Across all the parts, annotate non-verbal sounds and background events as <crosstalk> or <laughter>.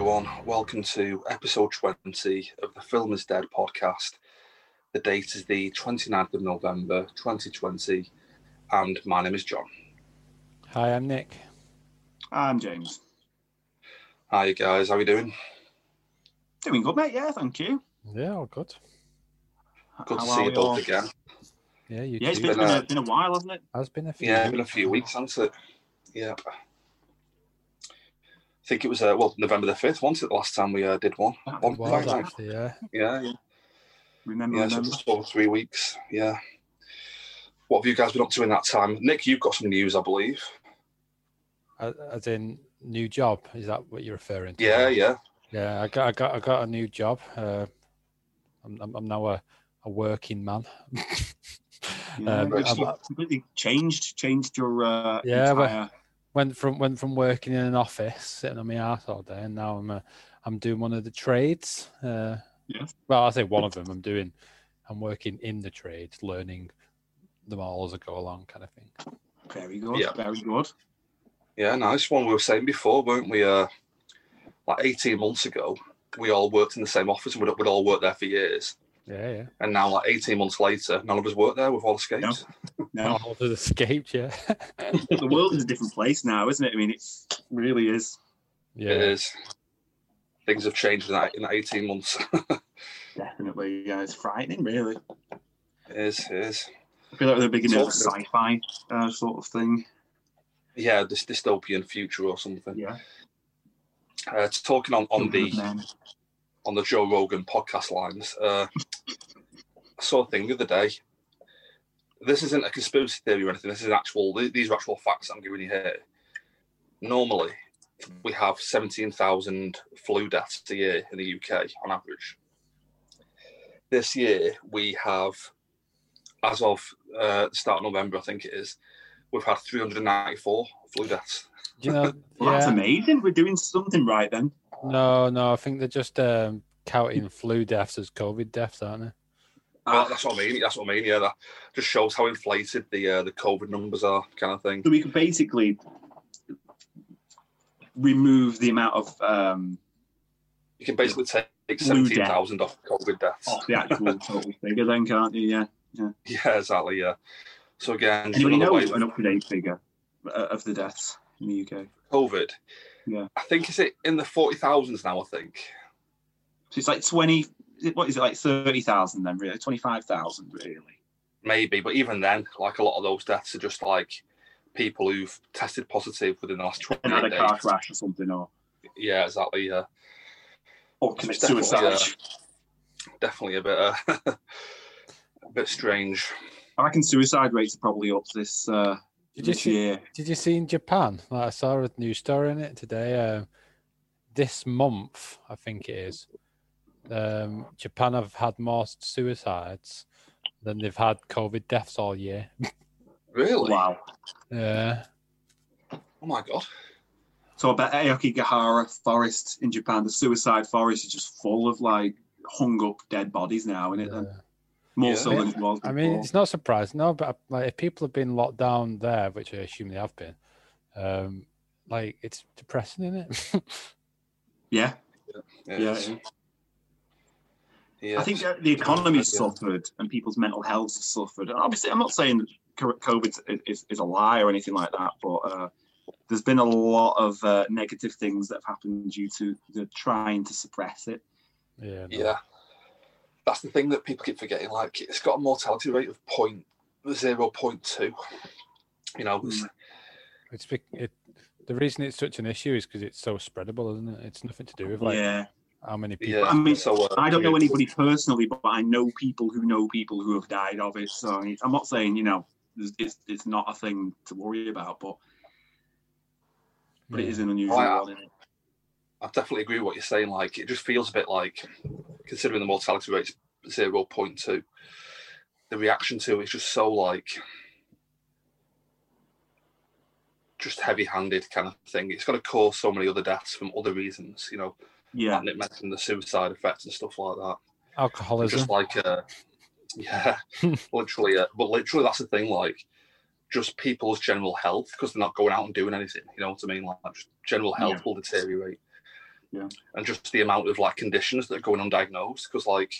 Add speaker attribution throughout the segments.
Speaker 1: welcome to episode 20 of the Film is Dead podcast. The date is the 29th of November 2020, and my name is John.
Speaker 2: Hi, I'm Nick.
Speaker 3: I'm James.
Speaker 1: Hi, guys, how are you doing?
Speaker 3: Doing good, mate. Yeah, thank you.
Speaker 2: Yeah, all good.
Speaker 1: Good
Speaker 3: How
Speaker 1: to
Speaker 3: are
Speaker 1: see you
Speaker 3: we
Speaker 1: both
Speaker 3: all?
Speaker 1: again.
Speaker 3: <laughs>
Speaker 2: Yeah, you
Speaker 3: Yeah, it's
Speaker 2: too.
Speaker 3: been,
Speaker 1: Been, uh,
Speaker 3: been, a, been a while, hasn't it?
Speaker 2: Has been a few.
Speaker 1: Yeah, been a few weeks, hasn't it? Yeah. I think it was, uh, well, November the 5th, wasn't it, the last time we uh, did one?
Speaker 3: That
Speaker 2: It
Speaker 1: One
Speaker 2: was
Speaker 1: back,
Speaker 2: actually, yeah.
Speaker 1: Yeah, yeah,
Speaker 3: Remember,
Speaker 1: yeah so
Speaker 3: remember.
Speaker 1: just over three weeks. Yeah. What have you guys been up to in that time? Nick, you've got some news, I believe.
Speaker 2: As, as in new job. Is that what you're referring to?
Speaker 1: Yeah, yeah.
Speaker 2: Yeah, I got, I got, I got a new job. Uh, I'm, I'm, I'm now a, a
Speaker 1: <laughs>
Speaker 2: working man.
Speaker 3: Yeah,
Speaker 2: Um,
Speaker 3: you've
Speaker 1: I'm-
Speaker 3: sort of completely changed, changed your uh,
Speaker 2: Yeah, but-
Speaker 3: entire
Speaker 2: went from went from working in an office, sitting on my ass all day, and now I'm uh, I'm doing one of the trades. Uh,
Speaker 3: Yes.
Speaker 2: Well, I say one of them. I'm doing. I'm working in the trades, learning them all as I go along, kind of thing.
Speaker 3: very good,
Speaker 1: Yeah.
Speaker 3: very good.
Speaker 1: Yeah, nice one. We were saying before, weren't we? Uh, like 18 months ago, we all worked in the same office and we'd, we'd all worked there for years.
Speaker 2: Yeah, yeah.
Speaker 1: And now, like 18 months later, none of us work there. We've all escaped.
Speaker 3: No.
Speaker 2: And <laughs>
Speaker 3: <laughs> No,
Speaker 2: all has escaped. Yeah. <laughs>
Speaker 3: the world is a different place now, isn't it? I mean, it's it really is.
Speaker 2: yeah.
Speaker 1: It is. Things have changed in that, in that 18 months.
Speaker 3: Definitely, yeah, it's frightening, really.
Speaker 1: it is. It is.
Speaker 3: I feel like we're the beginning of a
Speaker 1: It's awesome.
Speaker 3: sci-fi uh, sort of thing.
Speaker 1: Yeah, this dystopian future or something.
Speaker 3: Yeah,
Speaker 1: Uh, it's talking on, on
Speaker 3: <laughs>
Speaker 1: the
Speaker 3: Superman.
Speaker 1: on the Joe Rogan podcast lines. Uh, I saw a thing the other day. This isn't a conspiracy theory or anything. This is actual. th- These are actual facts I'm giving you here. Normally, we have 17,000 flu deaths a year in the UK on average. This year, we have, as of uh, the start of November, I think it is, we've had 394 flu deaths.
Speaker 2: Do you know?
Speaker 3: Well, <laughs> that's
Speaker 2: yeah.
Speaker 3: amazing. We're doing something right then.
Speaker 2: No, no. I think they're just um, counting flu deaths as COVID deaths, aren't they?
Speaker 1: Well, Ah,
Speaker 3: Ah,
Speaker 1: that's what I mean. That's what I mean. Yeah, that just shows how inflated the uh, the COVID numbers are, kind of thing.
Speaker 3: So we could basically remove the amount of um,
Speaker 1: You can basically take
Speaker 3: Flu death.
Speaker 1: seventeen thousand off COVID deaths.
Speaker 2: Oh.
Speaker 3: off the
Speaker 2: <laughs>
Speaker 3: actual total figure, then can't you? Yeah.
Speaker 1: Yeah, exactly. Yeah. So again, just
Speaker 3: Anybody
Speaker 1: another
Speaker 3: know
Speaker 1: way
Speaker 3: an up-to-date figure uh, of the deaths in the UK?
Speaker 1: with COVID.
Speaker 3: Yeah.
Speaker 1: I think is it in the forty thousands now. I think.
Speaker 3: So it's like twenty. is it- What is it like thirty thousand then? Really, twenty-five thousand really.
Speaker 1: maybe. But even then, like a lot of those deaths are just like people who've tested positive within the last
Speaker 3: And
Speaker 1: 28
Speaker 3: had a car
Speaker 1: days.
Speaker 3: crash or something, or
Speaker 1: Yeah, exactly. Yeah,
Speaker 3: or commit
Speaker 1: Definitely,
Speaker 3: suicide.
Speaker 1: definitely a bit, uh, <laughs> a bit strange.
Speaker 3: I reckon suicide rates are probably up this uh,
Speaker 2: Did you
Speaker 3: this
Speaker 2: see?
Speaker 3: year.
Speaker 2: Did you see in Japan? Like I saw a news story in it today. Uh, this month, I think it is. Um, Japan have had more suicides than they've had COVID deaths all year. Uh,
Speaker 1: Really?
Speaker 3: Wow.
Speaker 2: Yeah,
Speaker 1: Oh my god.
Speaker 3: So I bet Aokigahara Forest in Japan, the suicide forest, is just full of like hung up dead bodies now, isn't it? Then?
Speaker 2: yeah.
Speaker 3: More
Speaker 1: Yeah.
Speaker 3: so than it was.
Speaker 2: I mean,
Speaker 3: before.
Speaker 2: it's not surprising, no. But like, if people have been locked down there, which I assume they have been, um, like it's depressing, isn't
Speaker 3: <laughs>
Speaker 2: it?
Speaker 3: yeah,
Speaker 1: It
Speaker 3: yeah.
Speaker 1: is.
Speaker 3: yeah.
Speaker 1: Yeah.
Speaker 3: I think uh, the economy's suffered and people's mental health has suffered. And obviously, I'm not saying that co- COVID is- is, is a lie or anything like that, but uh, there's been a lot of uh, negative things that have happened due to the trying to suppress it.
Speaker 2: yeah, no.
Speaker 1: Yeah. That's the thing that people keep forgetting. Like, it's got a mortality rate of point zero point two. You know, it's-
Speaker 3: Hmm.
Speaker 2: It's bec- it, the reason it's such an issue is because it's so spreadable, isn't it? It's nothing to do with like
Speaker 3: yeah.
Speaker 2: how many people.
Speaker 1: yeah.
Speaker 3: I mean,
Speaker 1: so, uh,
Speaker 3: I don't know anybody personally, but I know people who know people who have died of it. So I- I'm not saying, you know, it's, it's- it's not a thing to worry about, but, but it
Speaker 2: Yeah.
Speaker 3: is an unusual
Speaker 1: Wow.
Speaker 3: one. Isn't it?
Speaker 1: I definitely agree with what you're saying. Like, it just feels a bit like, considering the mortality rate's zero point two, the reaction to it's just so like, just heavy-handed kind of thing. It's going to cause so many other deaths from other reasons. You know,
Speaker 3: Yeah.
Speaker 1: and it mentioned the suicide effects and stuff like that.
Speaker 2: alcoholism.
Speaker 1: just like uh <laughs> yeah <laughs> literally uh, but literally that's the thing like just people's general health because they're not going out and doing anything you know what i mean like just general health
Speaker 3: Yeah.
Speaker 1: will deteriorate
Speaker 3: Yeah.
Speaker 1: And just the amount of like conditions that are going undiagnosed because like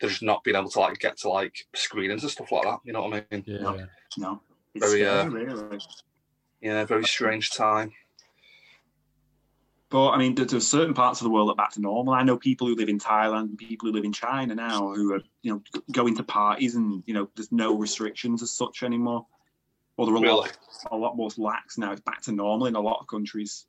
Speaker 1: they're just not being able to like get to like screenings and stuff like that. You know what I mean?
Speaker 2: Yeah.
Speaker 3: No.
Speaker 1: Very,
Speaker 3: scary,
Speaker 1: uh,
Speaker 3: really.
Speaker 1: Yeah, very strange time.
Speaker 3: But I mean, there- there's certain parts of the world that are back to normal. I know people who live in Thailand, people who live in China now, who are you know g- going to parties and you know there's no restrictions as such anymore. Well, there are a
Speaker 1: Really?
Speaker 3: lot, a lot more lax now. It's back to normal in a lot of countries.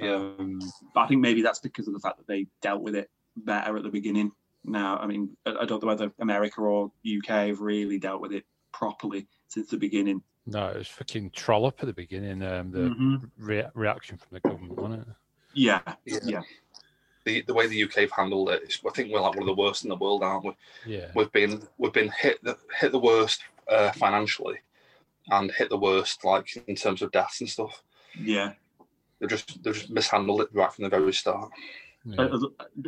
Speaker 1: Yeah.
Speaker 3: Um, but I think maybe that's because of the fact that they dealt with it better at the beginning. Now, I mean, I I don't know whether America or UK have really dealt with it properly since the beginning.
Speaker 2: No, it was fucking trollop at the beginning. Um, the
Speaker 3: Mhm.
Speaker 2: rea- reaction from the government, wasn't it?
Speaker 3: Yeah,
Speaker 1: Yeah.
Speaker 3: yeah,
Speaker 1: The, the way the UK have handled it, is, I think we're like one of the worst in the world, aren't we?
Speaker 2: Yeah.
Speaker 1: We've been we've been hit the hit the worst uh, financially, and hit the worst like in terms of deaths and stuff.
Speaker 3: yeah.
Speaker 1: They've just they've just mishandled it right from the very start.
Speaker 2: yeah.
Speaker 3: Uh,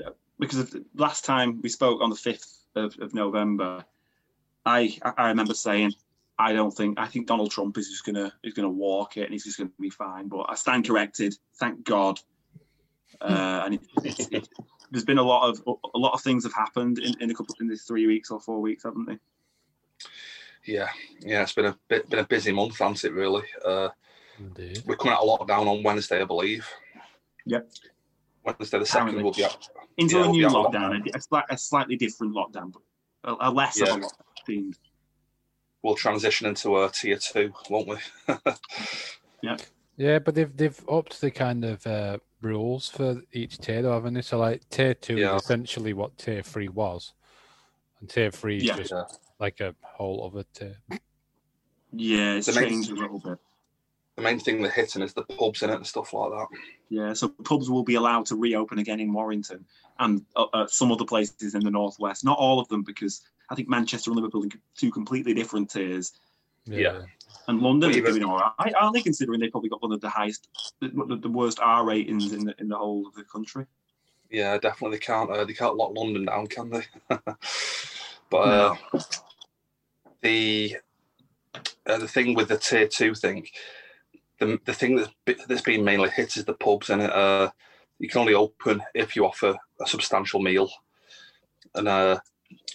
Speaker 3: uh, because of the- last time we spoke on the 5th of, of November, I I- I remember saying, I don't think I think Donald Trump is just gonna is gonna walk it and he's just gonna be fine. But I stand corrected. Thank God. Uh, and it, it, it, there's been a lot of a lot of things have happened in, in a couple in these three weeks or four weeks, haven't they?
Speaker 1: Yeah, yeah, it's been a bit been a busy month, hasn't it? Really. Uh,
Speaker 2: Indeed.
Speaker 1: we're coming out of lockdown on Wednesday, I believe.
Speaker 3: Yep.
Speaker 1: Wednesday the second
Speaker 3: Apparently.
Speaker 1: will be out.
Speaker 3: Into
Speaker 1: Yeah,
Speaker 3: a new
Speaker 1: yeah.
Speaker 3: lockdown, a, sli- a slightly different lockdown, but a, a less of a
Speaker 1: Yeah.
Speaker 3: lockdown. themed.
Speaker 1: We'll transition into a tier two, won't we?
Speaker 2: Yeah, but they've they've upped the kind of uh, rules for each tier, though, haven't they? So like tier two
Speaker 1: Yeah.
Speaker 2: is essentially what tier three was, and tier three is
Speaker 3: Yeah.
Speaker 2: just
Speaker 1: Yeah.
Speaker 2: like a whole other tier.
Speaker 3: Yeah, it's
Speaker 1: The main-
Speaker 3: changed a little bit.
Speaker 1: the main thing they're hitting is the pubs in it and stuff like that.
Speaker 3: Yeah, so pubs will be allowed to reopen again in Warrington and uh, uh, some other places in the northwest. Not all of them, because I think Manchester and Liverpool are two completely different tiers,
Speaker 1: Yeah.
Speaker 3: and London
Speaker 1: Well,
Speaker 3: are
Speaker 1: even-
Speaker 3: doing all right, aren't they? Considering they've probably got one of the highest, the, the, the worst R ratings in the in the whole of the country.
Speaker 1: Yeah, definitely they can't uh, they can't lock London down, can they? <laughs> but uh, the uh, the thing with the tier two thing, the the thing that's be- that's been mainly hit is the pubs, and uh, you can only open if you offer a substantial meal, and uh,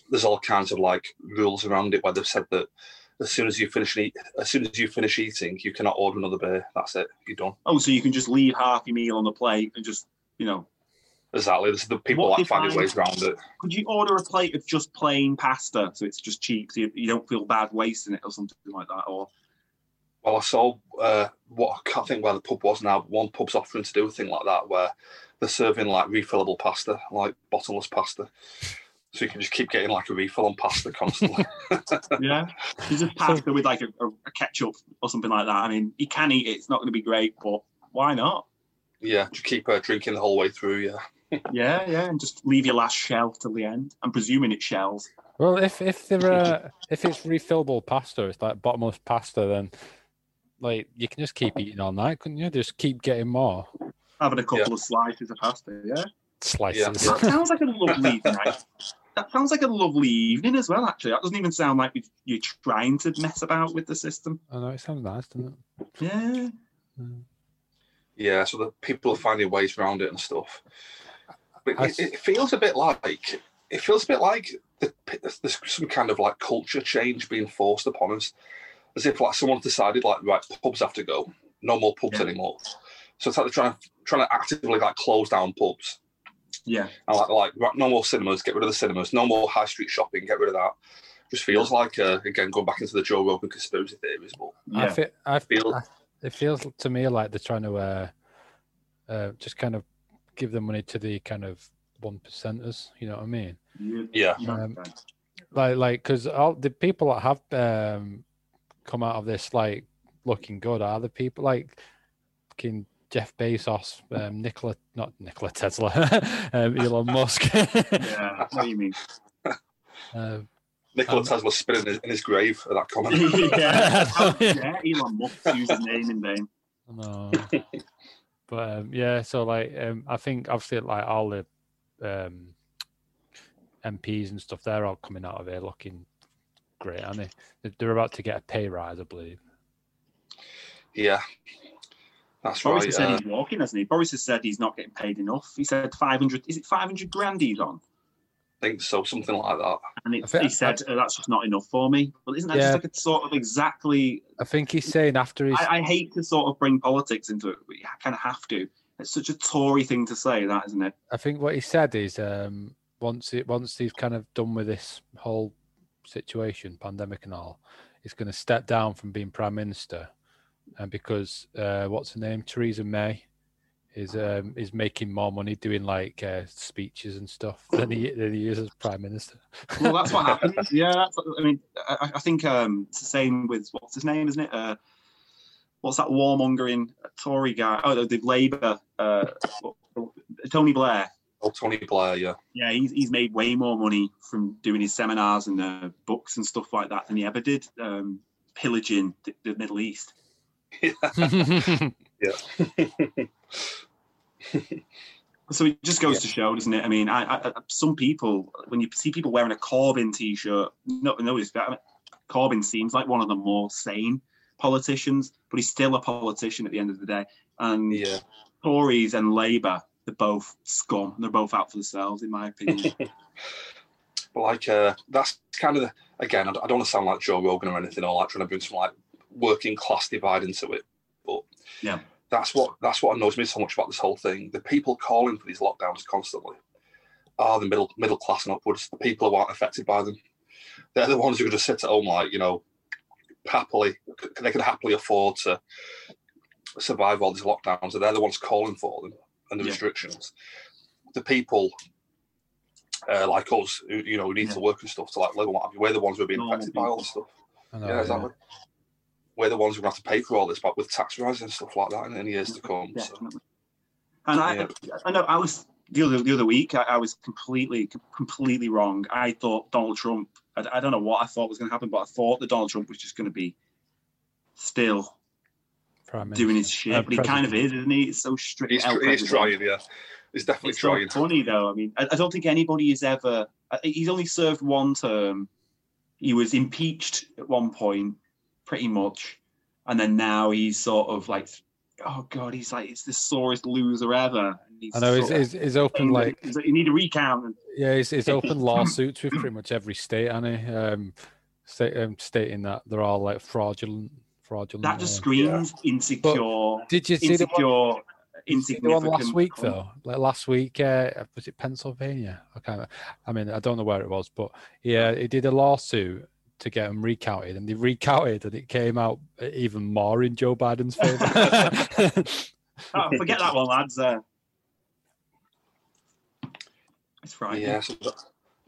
Speaker 1: there's all kinds of like rules around it where they've said that. As soon as you finish eat, as soon as you finish eating, you cannot order another beer. That's it. You're done.
Speaker 3: Oh, so you can just leave half your meal on the plate and just, you know,
Speaker 1: Exactly. There's the people
Speaker 3: What
Speaker 1: that finding ways
Speaker 3: defines-
Speaker 1: around it.
Speaker 3: could you order a plate of just plain pasta so it's just cheap, so you, you don't feel bad wasting it or something like that, or
Speaker 1: Well, I saw uh, what I can't think where the pub was now. But one pub's offering to do a thing like that where they're serving like refillable pasta, like bottomless pasta, so you can just keep getting like a refill on pasta constantly.
Speaker 3: yeah, It's just pasta with like a, a, a ketchup or something like that. I mean, you can eat it; it's not going to be great, but why not?
Speaker 1: yeah, just keep uh, drinking the whole way through. Yeah,
Speaker 3: Yeah, yeah, and just leave your last shell till the end. I'm presuming it shells.
Speaker 2: Well, if if
Speaker 1: <laughs>
Speaker 2: there are if it's refillable pasta, it's like bottomless pasta, then like you can just keep eating all night, couldn't you? Just keep getting more
Speaker 3: Having a couple of slices of pasta. Yeah,
Speaker 2: slices.
Speaker 3: that sounds like a lovely night. That sounds like a lovely evening as well. Actually, that doesn't even sound like you- you're trying to mess about with the system.
Speaker 2: I know it sounds nice, doesn't it?
Speaker 3: Yeah,
Speaker 1: yeah. So the people are finding ways around it and stuff. But
Speaker 2: I
Speaker 1: it,
Speaker 2: s-
Speaker 1: it feels a bit like it feels a bit like the, there's some kind of like culture change being forced upon us, as if like someone decided like right pubs have to go, no more pubs
Speaker 3: Yeah.
Speaker 1: anymore. So it's like they're trying to trying to actively like close down pubs
Speaker 3: yeah,
Speaker 1: and like like right, no more cinemas, get rid of the cinemas, no more high street shopping, get rid of that. Just feels like uh, again going back into the Joe Rogan conspiracy theories, but
Speaker 2: I
Speaker 3: yeah.
Speaker 2: feel, I
Speaker 1: feel-
Speaker 2: I, it feels to me like they're trying to uh, uh, just kind of give the money to the kind of one percenters. You know what I mean?
Speaker 3: You-
Speaker 1: yeah,
Speaker 3: you know,
Speaker 2: Um, Like, like, because all the people that have um, come out of this like looking good are the people like fucking Jeff Bezos, um, Nikola, not Nikola Tesla, <laughs> um, Elon Musk. <laughs>
Speaker 3: yeah, I know what you mean. <laughs>
Speaker 2: um,
Speaker 1: Nikola
Speaker 2: Um,
Speaker 1: Tesla spinning in his, in his grave at that
Speaker 2: <laughs>
Speaker 1: comment.
Speaker 3: yeah. How dare Elon Musk use his name in vain.
Speaker 2: No. but um, yeah, so like um, I think obviously like all the um, MPs and stuff, they're all coming out of here looking great, aren't they? They- They're about to get a pay rise, I believe.
Speaker 1: yeah, That's
Speaker 3: Boris
Speaker 1: right.
Speaker 3: has said
Speaker 1: uh,
Speaker 3: he's walking, hasn't he? Boris has said he's not getting paid enough. He said 500, is it 500 grand he's on?
Speaker 1: I think so, something like that.
Speaker 3: And
Speaker 2: I
Speaker 3: it,
Speaker 2: think-
Speaker 3: he said, "Uh, that's just not enough for me. Well, isn't that
Speaker 2: Yeah.
Speaker 3: just like a sort of exactly,
Speaker 2: I think he's saying after he's
Speaker 3: I, I hate to sort of bring politics into it, but you kind of have to. It's such a Tory thing to say, that, isn't it?
Speaker 2: I think what he said is um, once it once he's kind of done with this whole situation, pandemic and all, he's going to step down from being prime minister, and because uh, what's her name, Theresa May, is um, is making more money doing like uh, speeches and stuff than he than he is as prime minister.
Speaker 3: Well, that's what happens. yeah, that's, I mean, I, I think um, it's the same with what's his name, isn't it? Uh, what's that warmongering Tory guy? Oh, the, the Labour, uh, Tony Blair.
Speaker 1: Oh, Tony Blair, yeah.
Speaker 3: Yeah, he's, he's made way more money from doing his seminars and uh, books and stuff like that than he ever did um, pillaging the, the Middle East. So it just goes to show, doesn't it? I mean, I, I, I- some people, when you see people wearing a Corbyn t-shirt, no, no, it's- I mean, Corbyn seems like one of the more sane politicians, but he's still a politician at the end of the day. And
Speaker 1: Yeah.
Speaker 3: Tories and Labour, they're both scum. They're both out for themselves, in my opinion.
Speaker 1: But like, uh, that's kind of the, again, I don't, I don't want to sound like Joe Rogan or anything, or like trying to bring some like working class divide into it. But
Speaker 3: Yeah.
Speaker 1: that's what that's what annoys me so much about this whole thing. The people calling for these lockdowns constantly are the middle middle class and upwards. The people who aren't affected by them, they're the ones who could just sit at home, like you know, happily c- they could happily afford to survive all these lockdowns. And they're the ones calling for them and the
Speaker 3: Yeah.
Speaker 1: restrictions. The people uh, like us, who, you know, who need
Speaker 3: Yeah.
Speaker 1: to work and stuff to like live and what have you, we're the ones who are being
Speaker 3: Normal
Speaker 1: affected by all this stuff.
Speaker 2: I know,
Speaker 1: yeah, exactly. We're the ones who are going to have to pay for all this, but with tax rises and stuff like that in, in years to come. So.
Speaker 3: Definitely. And I,
Speaker 1: Yeah.
Speaker 3: I know I was the other the other week. I, I was completely completely wrong. I thought Donald Trump. I, I don't know what I thought was going to happen, but I thought that Donald Trump was just going to be still
Speaker 2: Prime
Speaker 3: doing his
Speaker 2: Minister.
Speaker 3: shit,
Speaker 2: Uh,
Speaker 3: but he kind of
Speaker 2: president.
Speaker 3: is, isn't he? It's so strict.
Speaker 1: He's,
Speaker 3: El
Speaker 1: tr- he's
Speaker 3: Presidente.
Speaker 1: trying, yeah. He's definitely
Speaker 3: It's so
Speaker 1: trying.
Speaker 3: funny though. I mean, I, I don't think anybody has ever. I- He's only served one term. He was impeached at one point, pretty much, and then now he's sort of like, oh god, he's like it's the sorest loser ever. And he's
Speaker 2: I know
Speaker 3: sort
Speaker 2: is
Speaker 3: of
Speaker 2: is is open
Speaker 3: saying that
Speaker 2: like
Speaker 3: he's like, you need a recount. And
Speaker 2: Yeah, it's, it's
Speaker 3: <laughs>
Speaker 2: open lawsuits with pretty much every state, Annie. Um, state, um, stating that they're all like fraudulent, fraudulent.
Speaker 3: that just
Speaker 2: uh,
Speaker 3: screams insecure,
Speaker 2: Did you see the one, did you see
Speaker 3: insecure,
Speaker 2: the one
Speaker 3: insignificant.
Speaker 2: last week though? Like last week, uh, was it Pennsylvania? I can't. I mean, I don't know where it was, but yeah, he did a lawsuit to get him recounted, and they recounted, and it came out even more in Joe Biden's
Speaker 3: <laughs>
Speaker 2: favor.
Speaker 3: <laughs>
Speaker 2: <laughs>
Speaker 3: Oh, forget that one, lads. Uh, it's Friday.
Speaker 1: Yeah, so that-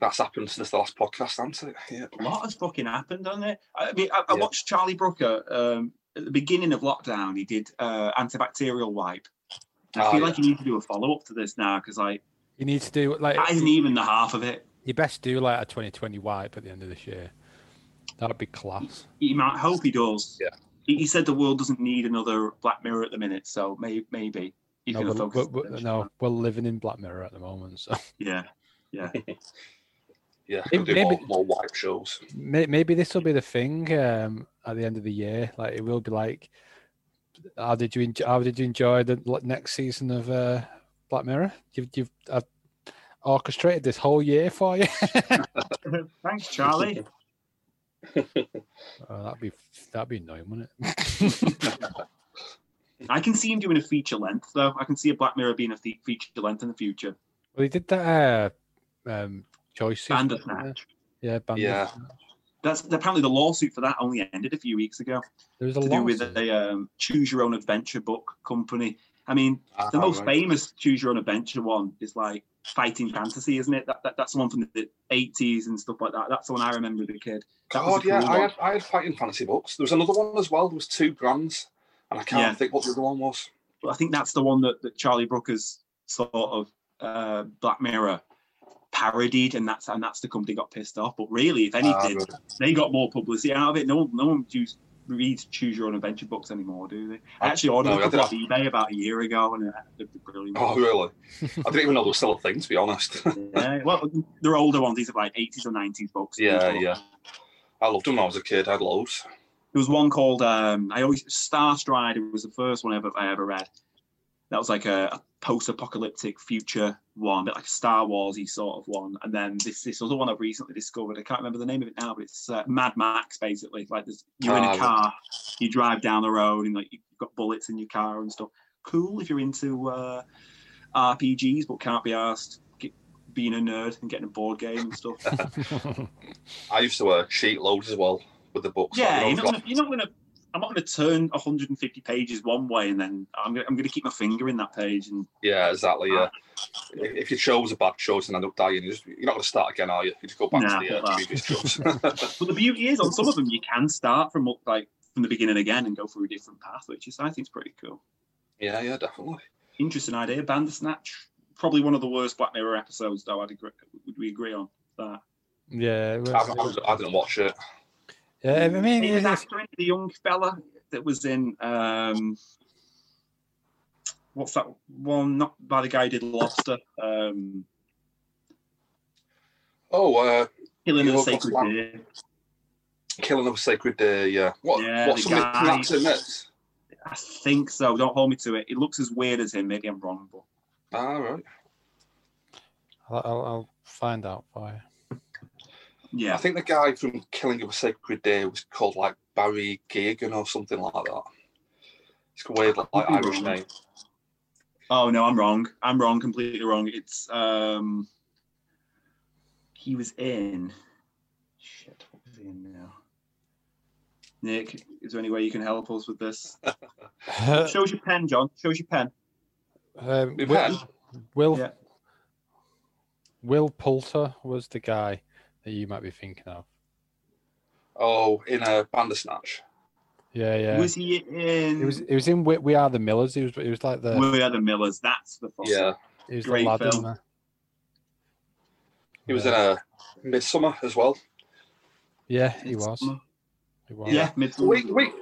Speaker 1: that's happened since the last podcast, hasn't it? Yeah.
Speaker 3: a lot has fucking happened, hasn't it? I mean, I, I
Speaker 1: Yeah.
Speaker 3: watched Charlie Brooker um, at the beginning of lockdown. He did uh, antibacterial wipe. I
Speaker 1: Ah,
Speaker 3: feel
Speaker 1: yeah.
Speaker 3: like you need to do a follow up to this now because like
Speaker 2: you need to do like
Speaker 3: that isn't even the half of it.
Speaker 2: you best do like a 2020 wipe at the end of this year. That'd be class.
Speaker 3: You might hope he does.
Speaker 1: Yeah.
Speaker 3: He, he said the world doesn't need another Black Mirror at the minute, so may, maybe he
Speaker 2: No,
Speaker 3: can
Speaker 2: we're,
Speaker 3: focus.
Speaker 2: we're- we're- no, we're living in Black Mirror at the moment, <laughs> so
Speaker 1: <laughs>
Speaker 3: Yeah.
Speaker 1: Yeah,
Speaker 2: Maybe-
Speaker 1: could do more,
Speaker 2: maybe-
Speaker 1: more wipe shows.
Speaker 2: may- maybe this will be the thing um, at the end of the year. Like it will be like, how did you enjoy, how did you enjoy the l- next season of uh, Black Mirror? You've you've I've orchestrated this whole year for you. <laughs>
Speaker 3: Thanks, Charlie.
Speaker 2: oh, that'd be that'd be annoying, wouldn't it?
Speaker 3: I can see him doing a feature length though. I can see a Black Mirror being a fe- feature length in the future.
Speaker 2: well, he did that. Uh, um, choices.
Speaker 3: Bandersnatch.
Speaker 2: Yeah, Bandersnatch.
Speaker 3: That's apparently the lawsuit for that only ended a few weeks ago.
Speaker 2: There was a
Speaker 3: to do with
Speaker 2: lot.
Speaker 3: a um, choose your own adventure book company. I mean,
Speaker 1: Ah,
Speaker 3: the most
Speaker 1: right.
Speaker 3: famous choose your own adventure one is like Fighting Fantasy, isn't it? That, that that's the one from the eighties and stuff like that. That's the one I remember as a kid. That was
Speaker 1: God,
Speaker 3: a
Speaker 1: yeah,
Speaker 3: cool
Speaker 1: I
Speaker 3: one.
Speaker 1: had, I had Fighting Fantasy books. There was another one as well. There was two brands, and I can't
Speaker 3: Yeah.
Speaker 1: think what the other one was.
Speaker 3: But I think that's the one that, that Charlie Brooker's sort of uh, Black Mirror parodied, and that's and that's the company got pissed off. But really, if
Speaker 1: Ah,
Speaker 3: anything,
Speaker 1: right.
Speaker 3: they got more publicity out of it. No one, no one choose, reads choose your own adventure books anymore, do they? I
Speaker 1: I-
Speaker 3: actually ordered
Speaker 1: no,
Speaker 3: a
Speaker 1: I
Speaker 3: couple
Speaker 1: did-
Speaker 3: off eBay about a year ago, and uh, they're brilliant.
Speaker 1: oh, really? I didn't even know there was still a thing, to be honest. <laughs>
Speaker 3: Yeah, well, they're older ones. These are like 80s or 90s books.
Speaker 1: yeah, yeah. I loved them when I was a kid. I had loads.
Speaker 3: There was one called um, I always Star Stride. It was the first one ever I ever read. That was like a, a post-apocalyptic future one, a bit like a Star Warsy sort of one. And then this this other one I've recently discovered. I can't remember the name of it now, but it's uh, Mad Max basically. Like there's, you're in
Speaker 1: Ah,
Speaker 3: a
Speaker 1: right.
Speaker 3: car, you drive down the road, and like you've got bullets in your car and stuff. Cool if you're into uh, RPGs, but can't be asked get, being a nerd and getting a board game and stuff.
Speaker 1: I used to uh, cheat loads as well with the books.
Speaker 3: Yeah,
Speaker 1: Like,
Speaker 3: you're
Speaker 1: you
Speaker 3: not,
Speaker 1: know,
Speaker 3: gonna, you're not gonna. I'm not gonna turn 150 pages one way and then I'm gonna, I'm gonna keep my finger in that page and
Speaker 1: yeah, exactly. Yeah. If if your show's a bad choice and end up dying, you just, you're not going to start again, are you? You just go back
Speaker 3: Nah,
Speaker 1: to the
Speaker 3: nah.
Speaker 1: uh, previous shows. <laughs>
Speaker 3: But the beauty is, on some of them, you can start from like from the beginning again and go through a different path, which is I think is pretty cool.
Speaker 1: yeah, yeah, definitely.
Speaker 3: Interesting idea. Bandersnatch, probably one of the worst Black Mirror episodes, though. I'd agree. Would we agree on that?
Speaker 2: yeah, it was-
Speaker 1: I, I, I didn't watch it.
Speaker 2: yeah. I mean,
Speaker 3: It
Speaker 2: it's-
Speaker 3: was
Speaker 2: it's-
Speaker 3: after it, the young fella that was in. Um, what's that one? Not by the guy who did Lobster. Um,
Speaker 1: Oh, uh,
Speaker 3: Killing
Speaker 1: You
Speaker 3: of the
Speaker 1: look what's
Speaker 3: Sacred
Speaker 1: that?
Speaker 3: Deer.
Speaker 1: Killing of a Sacred Day. Yeah. What?
Speaker 3: Yeah,
Speaker 1: what?
Speaker 3: the
Speaker 1: Somebody
Speaker 3: guy-
Speaker 1: that's in this?
Speaker 3: I think so. Don't hold me to it. It looks as weird as him. Maybe I'm wrong, but
Speaker 1: All Ah, right.
Speaker 2: I'll, I'll, I'll find out for you.
Speaker 1: I
Speaker 3: yeah.
Speaker 1: think the guy from Killing of a Sacred Day was called like Barry Gagan or something like that. It's a weird like
Speaker 3: Could be
Speaker 1: Irish
Speaker 3: wrong.
Speaker 1: name.
Speaker 3: Oh no, I'm wrong. I'm wrong, completely wrong. It's um he was in shit, what was he in now? Nick, is there any way you can help us with this? <laughs>
Speaker 1: Uh,
Speaker 3: Shows your pen, John. Shows your pen.
Speaker 2: Um,
Speaker 1: We've
Speaker 2: Will, Will,
Speaker 3: Yeah.
Speaker 2: Will Poulter was the guy that you might be thinking of.
Speaker 1: Oh, in a Bandersnatch.
Speaker 2: Yeah, yeah.
Speaker 3: Was he in
Speaker 2: it was uh, it was in we, we Are the Millers. It was it was like the
Speaker 3: We Are the Millers? That's the fossil.
Speaker 1: Yeah,
Speaker 2: it was the
Speaker 3: great
Speaker 2: lad,
Speaker 3: film.
Speaker 2: wasn't it?
Speaker 1: he was in a Midsummer as well.
Speaker 2: Yeah, he was. He was.
Speaker 3: Yeah, yeah mid
Speaker 1: Wait, wait.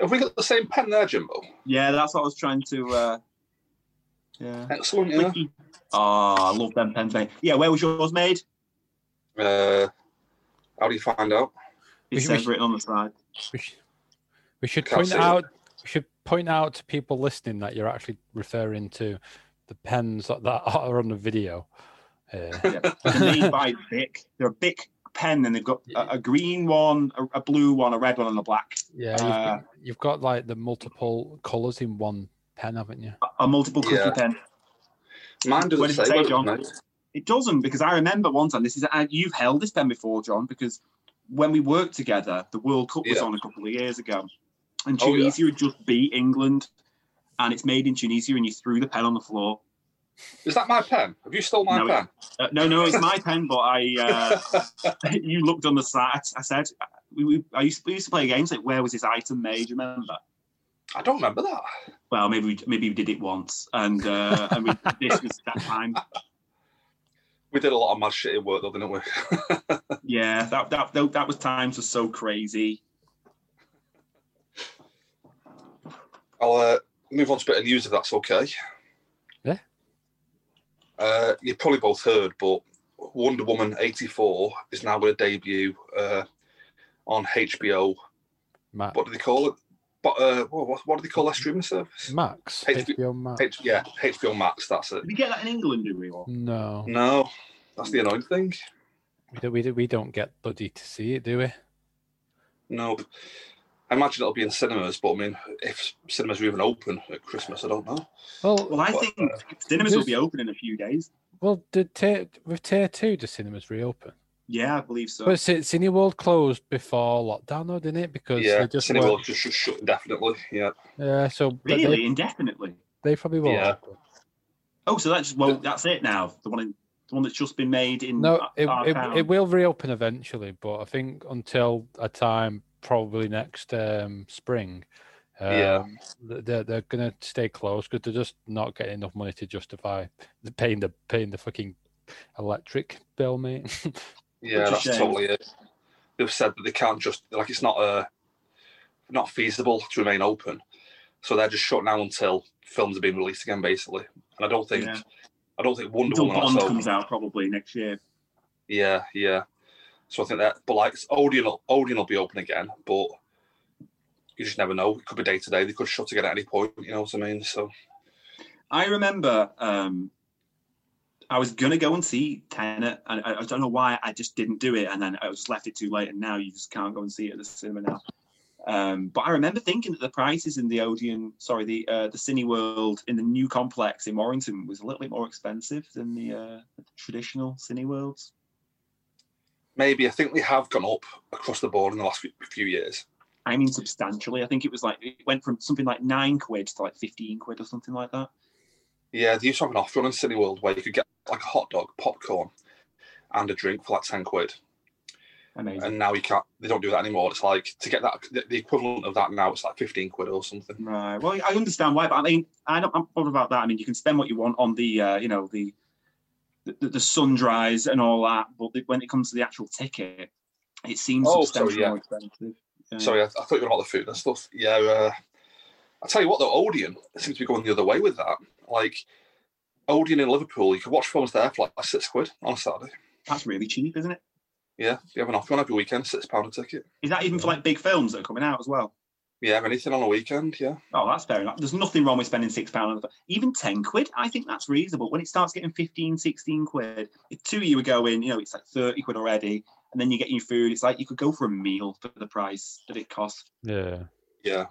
Speaker 1: Have we got the same pen there, Jimbo?
Speaker 3: Yeah, that's what I was trying to uh yeah.
Speaker 1: Excellent. Yeah.
Speaker 3: Oh, I love them pens, mate. Yeah, where was yours made?
Speaker 1: Uh, how do you find out?
Speaker 3: It
Speaker 2: We-
Speaker 3: says
Speaker 2: we-
Speaker 3: written on the side.
Speaker 2: We should, we should
Speaker 1: Can't
Speaker 2: point
Speaker 1: see it.
Speaker 2: out we should point out to people listening that you're actually referring to the pens that that are on the video. here.
Speaker 3: They're made by Bic. They're a Bic pen, and they've got a, a green one, a, a blue one, a red one, and a black.
Speaker 2: yeah, you've,
Speaker 3: Uh,
Speaker 2: got, you've got like the multiple colours in one pen, haven't you?
Speaker 3: A, a multiple cookie
Speaker 1: Yeah.
Speaker 3: pen.
Speaker 1: Mine doesn't
Speaker 3: What does it
Speaker 1: say,
Speaker 3: say,
Speaker 1: where it was
Speaker 3: John?
Speaker 1: made.
Speaker 3: It doesn't because I remember one time. This is I, you've held this pen before, John, because when we worked together, the World Cup was
Speaker 1: Yeah.
Speaker 3: on a couple of years ago, and
Speaker 1: Oh, yeah.
Speaker 3: Tunisia had just beat England, and it's made in Tunisia, and you threw the pen on the floor.
Speaker 1: Is that my pen? Have you stole my
Speaker 3: No,
Speaker 1: pen?
Speaker 3: Uh, no, no, it's my pen, but I. Uh, <laughs> you looked on the side. I said, we, we, I used, we used to play games like where was this item made? Remember?
Speaker 1: I don't remember that.
Speaker 3: well, maybe we, maybe we did it once, and uh, and we, this was that time.
Speaker 1: We did a lot of mad shit at work, though, didn't we?
Speaker 3: Yeah, that that that, that was times were so crazy.
Speaker 1: I'll uh, move on to a bit of news if that's okay.
Speaker 2: Yeah.
Speaker 1: Uh, you probably both heard, but Wonder Woman 84 is now going to debut uh, on HBO.
Speaker 2: Max.
Speaker 1: What do they call it? But uh, what, what- what do they call that streaming service?
Speaker 2: Max.
Speaker 1: H-
Speaker 2: HBO Max.
Speaker 1: H- yeah, HBO Max. That's it.
Speaker 3: Did we get that in England? Did we? Or?
Speaker 2: no,
Speaker 1: No, that's the annoying thing.
Speaker 2: we don't, we don't, we don't get bloody to see it, do we?
Speaker 1: No, I imagine it'll be in cinemas, but I mean, if cinemas are even open at Christmas, I don't know.
Speaker 3: Well, I think cinemas will be open in a few days.
Speaker 2: Well, did tier, with tier two, the cinemas reopen?
Speaker 3: Yeah, I believe so.
Speaker 2: But Cine- Cineworld closed before lockdown, though, didn't it? Because
Speaker 1: Yeah,
Speaker 2: they just
Speaker 1: cinema will
Speaker 2: weren't-
Speaker 1: just, just shut indefinitely. Yeah,
Speaker 2: yeah, so but
Speaker 3: really,
Speaker 2: they,
Speaker 3: indefinitely.
Speaker 2: they probably won't.
Speaker 1: Yeah.
Speaker 2: open.
Speaker 3: Oh, so that's well, that's it now. The one in, the one that's just been made in.
Speaker 2: No,
Speaker 1: Mm,
Speaker 3: our-
Speaker 2: it,
Speaker 3: our
Speaker 2: it,
Speaker 3: town.
Speaker 2: it will reopen eventually, but I think until a time, probably next um, spring. Um,
Speaker 1: Yeah.
Speaker 2: th- they're, they're gonna stay closed because they're just not getting enough money to justify the paying the paying the fucking electric bill, mate. <laughs>
Speaker 1: yeah,
Speaker 3: Which is
Speaker 1: that's
Speaker 3: shame.
Speaker 1: totally it. They've said that they can't just like it's not uh not feasible to remain open, so they're just shut down until films are being released again, basically. And I don't think
Speaker 3: Yeah.
Speaker 1: I don't think Wonder
Speaker 3: Until
Speaker 1: Woman
Speaker 3: Bond
Speaker 1: also-
Speaker 3: comes out probably next year.
Speaker 1: Yeah, yeah. So I think that, but like it's Odeon, Odeon will be open again, but you just never know. It could be day to day. They could shut again at any point. You know what I mean? So
Speaker 3: I remember um, I was gonna go and see Tenet, and I, I don't know why I just didn't do it, and then I just left it too late, and now you just can't go and see it at the cinema now. Um, but I remember thinking that the prices in the Odeon, sorry, the uh, the Cineworld in the new complex in Warrington was a little bit more expensive than the, uh, the traditional Cineworlds.
Speaker 1: maybe I think they have gone up across the board in the last few- few years.
Speaker 3: I mean, substantially. I think it was like it went from something like nine quid to like fifteen quid or something like that.
Speaker 1: Yeah, they used to have an offer on in City World where you could get like a hot dog, popcorn, and a drink for like ten quid.
Speaker 3: Amazing,
Speaker 1: And now you can't. They don't do that anymore. It's like to get that the- the equivalent of that now. It's like fifteen quid or something.
Speaker 3: right? Well, I understand why, but I mean, I don't, I'm bothered about that. I mean, you can spend what you want on the, uh, you know, the the, the sundries and all that, but when it comes to the actual ticket, it seems
Speaker 1: Oh, sorry,
Speaker 3: substantially
Speaker 1: yeah.
Speaker 3: more expensive. Uh, Yeah.
Speaker 1: Sorry, I, I thought you were about the food and stuff. Yeah, uh, I tell you what, though, Odeon seems to be going the other way with that. Like Odeon in Liverpool, you could watch films there for like six quid on a Saturday.
Speaker 3: that's really cheap, isn't it?
Speaker 1: Yeah, you have an offer on every weekend, six pound a ticket.
Speaker 3: Is that even for like big films that are coming out as well?
Speaker 1: Yeah, anything on a weekend. Yeah,
Speaker 3: Oh, that's fair enough. There's nothing wrong with spending six pounds. Even 10 quid, I think that's reasonable. When it starts getting 15, 16 quid, if two of you were going, you know, it's like 30 quid already, and then you get your food, it's like you could go for a meal for the price that it costs.
Speaker 2: Yeah.
Speaker 1: yeah.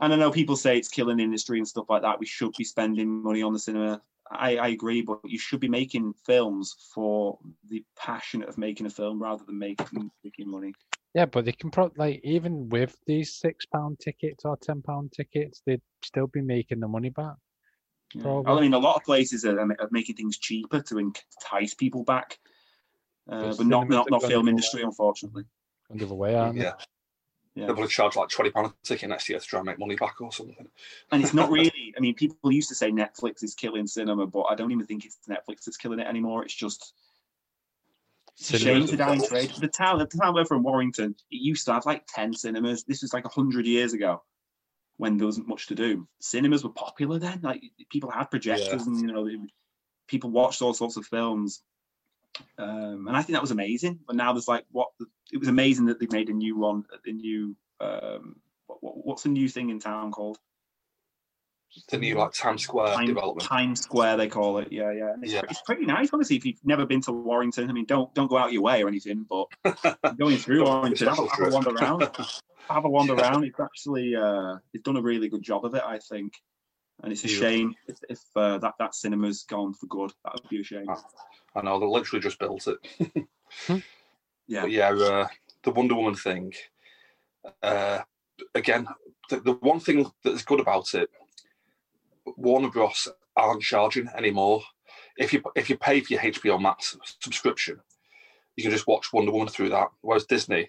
Speaker 3: And I know people say it's killing the industry and stuff like that. We should be spending money on the cinema. I, I agree, but you should be making films for the passion of making a film rather than making, making money.
Speaker 2: Yeah, but they can probably like even with these six pound tickets or ten pound tickets, they'd still be making the money back.
Speaker 3: Yeah. I
Speaker 2: Probably.
Speaker 3: mean, a lot of places are, are making things cheaper to entice people back, uh,
Speaker 2: But
Speaker 3: but not
Speaker 2: cinemas
Speaker 3: not,
Speaker 2: are
Speaker 3: not
Speaker 2: gonna
Speaker 3: film
Speaker 2: go
Speaker 3: industry, unfortunately.
Speaker 2: And the other way, aren't they?
Speaker 1: Yeah.
Speaker 3: Yeah.
Speaker 1: They'll probably charge like twenty pound a ticket next year to try and make money back or something.
Speaker 3: And it's not really. I mean, people used to say Netflix is killing cinema, but I don't even think it's Netflix that's killing it anymore. It's just it's a shame
Speaker 1: Cinemas
Speaker 3: to dying
Speaker 1: themselves.
Speaker 3: trade. The town, the town we're from, Warrington, it used to have like ten cinemas. This was like hundred years ago, when there wasn't much to do. Cinemas were popular then. Like people had projectors, and you know, they- people watched all sorts of films. Um, and I think that was amazing. But now there's like what it was amazing that they made a new one, a new um, what, what, what's a new thing in town called?
Speaker 1: The new like Times Square
Speaker 3: Time,
Speaker 1: development.
Speaker 3: Times Square, they call it. Yeah, yeah. And It's,
Speaker 1: Yeah.
Speaker 3: pre- it's pretty nice, honestly. If you've never been to Warrington, I mean, don't don't go out your way or anything,
Speaker 1: <laughs>
Speaker 3: but going through Warrington, have, a- have a wander around. Have a wander
Speaker 1: <laughs> Yeah.
Speaker 3: around. It's actually uh, it's done a really good job of it, I think. And it's a
Speaker 1: Yeah.
Speaker 3: shame if, if uh, that that cinema's gone for good. That would be a shame.
Speaker 1: Ah. I know they literally just built it.
Speaker 3: Yeah.
Speaker 1: But yeah, uh, the Wonder Woman thing. Uh, again, the, the one thing that's good about it, Warner Bros. aren't charging anymore. If you if you pay for your HBO Max subscription, you can just watch Wonder Woman through that. Whereas Disney,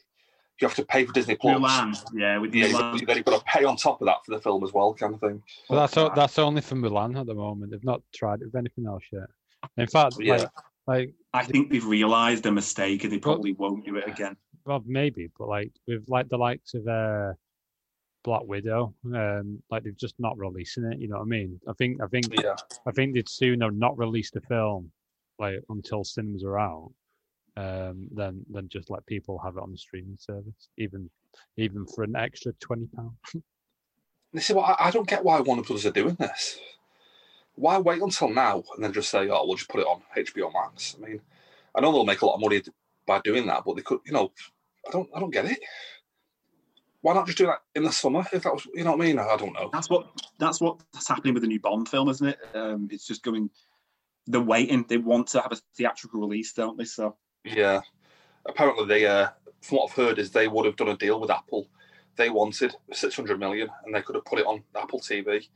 Speaker 1: you have to pay for Disney Plus.
Speaker 3: Mulan, yeah, with
Speaker 1: Yeah, you've got-
Speaker 3: Mulan.
Speaker 1: then you've got to pay on top of that for the film as well, kind of thing.
Speaker 2: But that's o-
Speaker 3: Fuck.
Speaker 2: that's only for Milan at the moment. They've not tried it with anything else yet. In fact,
Speaker 1: Yeah.
Speaker 2: like, like
Speaker 3: I think they've realised a mistake and they probably won't do it again.
Speaker 2: well, maybe, but like with like the likes of uh, Black Widow, um, like they've just not releasing it. You know what I mean? I think I think
Speaker 1: Yeah,
Speaker 2: I think they'd sooner not release the film like until cinemas are out, um, than than just let people have it on the streaming service, even even for an extra twenty pound.
Speaker 1: this is what I, I don't get. Why Warner Brothers are doing this? Why wait until now and then just say, "Oh, we'll just put it on HBO Max"? I mean, I know they'll make a lot of money d- by doing that, but they could, you know, I don't, I don't get it. Why not just do that in the summer if that was, you know what I mean? I don't know.
Speaker 3: That's what that's what that's happening with the new Bond film, isn't it? Um, it's just going. They're waiting. They want to have a theatrical release, don't they? So
Speaker 1: Yeah, apparently they, uh, from what I've heard, is they would have done a deal with Apple. They wanted six hundred million, and they could have put it on Apple TV,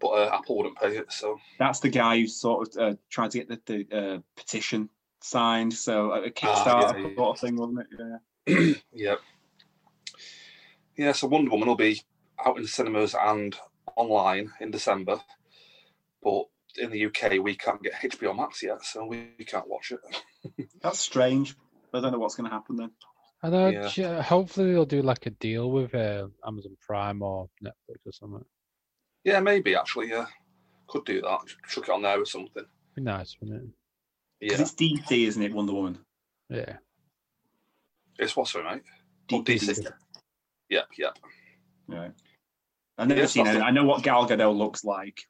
Speaker 1: but uh, Apple wouldn't pay it. So
Speaker 3: that's the guy who sort of uh, tried to get the, the uh, petition signed. So uh, a a
Speaker 1: Ah,
Speaker 3: Kickstarter
Speaker 1: yeah, yeah.
Speaker 3: sort of thing, wasn't it? Yeah.
Speaker 1: yeah. Yeah, so Wonder Woman will be out in cinemas and online in December. But in the UK, we can't get HBO Max yet, so we, we can't watch it.
Speaker 3: That's strange. I don't know what's going to happen then.
Speaker 2: I know.
Speaker 1: Yeah.
Speaker 2: j- uh, Hopefully, they'll do like a deal with uh, Amazon Prime or Netflix or something.
Speaker 1: Yeah, maybe actually, yeah. Could do that. Chuck it on there or something.
Speaker 2: Be nice, wouldn't it?
Speaker 3: 'Cause
Speaker 1: Yeah.
Speaker 3: it's DC, isn't it? Wonder Woman.
Speaker 2: <laughs> Yeah.
Speaker 1: It's what's right, mate?
Speaker 3: DC.
Speaker 1: DC. Yep, yep.
Speaker 3: Yeah. I've never
Speaker 1: Yeah,
Speaker 3: seen
Speaker 1: that's
Speaker 3: it.
Speaker 1: it.
Speaker 3: I know what Gal Gadot looks like.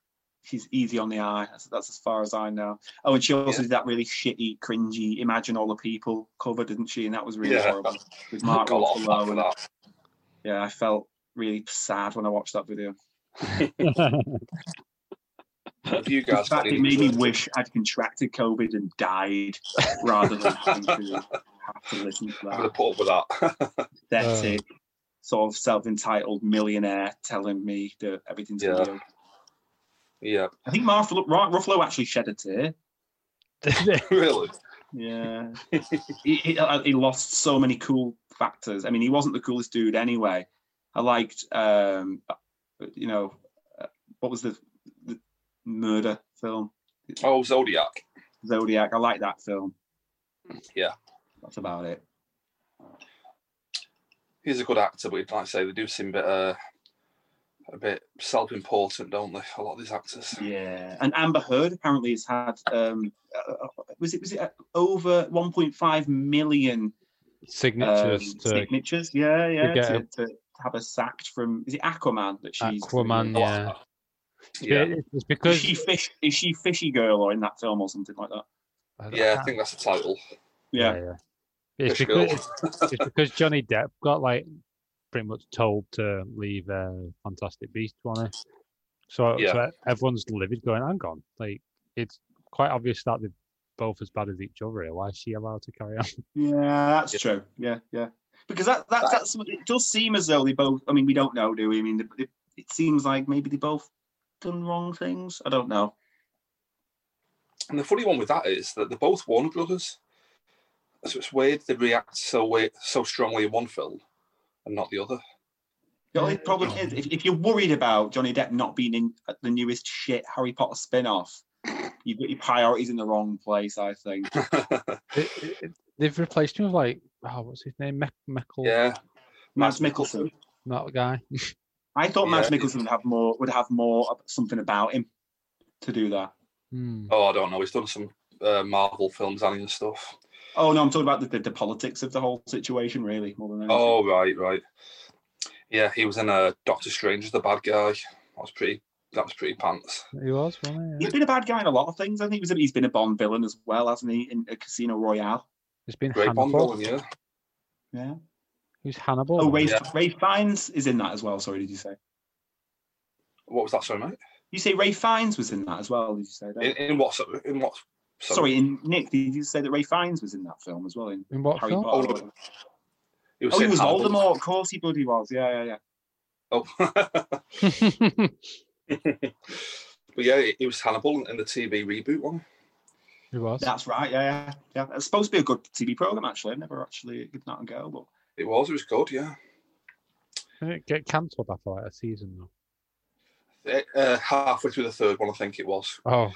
Speaker 3: She's easy on the eye. That's, that's as far as I know. Oh, and she also
Speaker 1: Yeah.
Speaker 3: did that really shitty, cringy "Imagine All the People" cover, didn't she? And that was really
Speaker 1: Yeah.
Speaker 3: horrible. With
Speaker 1: Mark <laughs>
Speaker 3: Mark
Speaker 1: got a lot of flack
Speaker 3: Ruffalo.
Speaker 1: for
Speaker 3: And,
Speaker 1: that.
Speaker 3: yeah, I felt really sad when I watched that video.
Speaker 1: Have you
Speaker 3: In
Speaker 1: guys got
Speaker 3: fact,
Speaker 1: any?
Speaker 3: it made me wish I'd contracted COVID and died rather than having to, have to listen
Speaker 1: I'm
Speaker 3: to
Speaker 1: going <laughs>
Speaker 3: that
Speaker 1: to put up with that.
Speaker 3: pathetic, sort of self-entitled millionaire telling me that everything's gonna be
Speaker 1: Yeah.
Speaker 3: okay.
Speaker 1: yeah,
Speaker 3: I think Mark Ruff- Mark Ruffalo actually shed a tear.
Speaker 1: really.
Speaker 3: Yeah, he, he, uh, he lost so many cool factors. I mean, he wasn't the coolest dude anyway. I liked, um, you know, uh, what was the, the murder film
Speaker 1: Oh, Zodiac.
Speaker 3: Zodiac? I like that film.
Speaker 1: Yeah.
Speaker 3: that's about it.
Speaker 1: He's a good actor, but he'd like I say they do seem a bit, uh, a bit self-important, don't they? A lot of these actors.
Speaker 3: Yeah, and Amber Heard apparently has had um, uh, was it was it uh, over 1.5 million um,
Speaker 2: Signatures to
Speaker 3: signatures? Yeah, yeah,
Speaker 2: get
Speaker 3: to,
Speaker 2: a-
Speaker 3: to have her sacked from is it Aquaman that she's
Speaker 2: Aquaman.
Speaker 1: A lot of
Speaker 2: Yeah.
Speaker 1: that. Yeah,
Speaker 2: It- It's
Speaker 3: Is
Speaker 2: because
Speaker 3: she fish? Is she fishy girl or in that film or something like that?
Speaker 2: I don't-
Speaker 1: yeah. I think that's the title.
Speaker 3: Yeah,
Speaker 2: It's
Speaker 1: Fish
Speaker 2: because,
Speaker 1: Girl.
Speaker 2: it's, it's because Johnny Depp got like pretty much told to leave uh, Fantastic Beast, wasn't he? So,
Speaker 1: Yeah.
Speaker 2: so everyone's livid, going, "Hang on!" Like it's quite obvious that they're both as bad as each other. Here. Why is she allowed to carry on?
Speaker 3: yeah, that's
Speaker 1: Yeah.
Speaker 3: true. Yeah, yeah. Because that, that that's it does seem as though they both. I mean, we don't know, do we? I mean, it- it, it seems like maybe they both done wrong things. I don't know.
Speaker 1: And the funny one with that is that they're both Warner Brothers, so it's weird they react so wa- so strongly in one film and not the other. <laughs>
Speaker 3: The only problem is if, if you're worried about Johnny Depp not being in the newest shit Harry Potter spin-off, you've got your priorities in the wrong place. I think.
Speaker 2: It- it- it- they've replaced him with like, oh, what's his name, Mac- Michael,
Speaker 1: yeah,
Speaker 3: Mads Mikkelsen.
Speaker 2: that guy.
Speaker 3: I thought Mads
Speaker 1: Yeah.
Speaker 3: Mikkelsen would have more would have more of something about him to do that.
Speaker 2: Hmm.
Speaker 1: Oh, I don't know. He's done some uh, Marvel films and and stuff.
Speaker 3: Oh no, I'm talking about the, the, the politics of the whole situation, really, more than anything.
Speaker 1: Oh, right, right. Yeah, he was in uh, Doctor Strange as the bad guy. That was pretty. That was pretty pants.
Speaker 2: He was, wasn't he?
Speaker 3: he's been a bad guy in a lot of things. I think he was, he's been a Bond villain as well, hasn't he? In a Casino Royale.
Speaker 2: It's been
Speaker 1: Great Bond
Speaker 2: Hannibal.
Speaker 1: villain, yeah.
Speaker 3: Yeah.
Speaker 2: Who's Hannibal?
Speaker 3: Oh, Ray,
Speaker 1: Yeah.
Speaker 3: Ray Fiennes is in that as well. Sorry, did you say?
Speaker 1: What was that, sorry, mate?
Speaker 3: You say Ray Fiennes was in that as well? Did you say that?
Speaker 1: In, in what? so- In what?
Speaker 3: Sorry, in Nick, did you say that Ray Fiennes was in that film as well? In
Speaker 2: in what
Speaker 3: Harry
Speaker 2: film?
Speaker 3: Potter. or
Speaker 1: Oh,
Speaker 3: whatever?
Speaker 1: It
Speaker 3: Oh, he
Speaker 1: in
Speaker 3: was
Speaker 1: Hannibal.
Speaker 3: Voldemort. Of course, he bloody was. Yeah, yeah, yeah.
Speaker 1: Oh. <laughs> but yeah, it, it was Hannibal in the TV reboot one.
Speaker 2: <laughs> he was.
Speaker 3: That's right. Yeah, yeah, yeah. It's supposed to be a good TV program. Actually, I've never actually given that a go, but
Speaker 1: It was. It was good. Yeah.
Speaker 2: Didn't it get cancelled after like a season though?
Speaker 1: Eh, Uh, halfway through the third one, I think it was.
Speaker 2: Oh,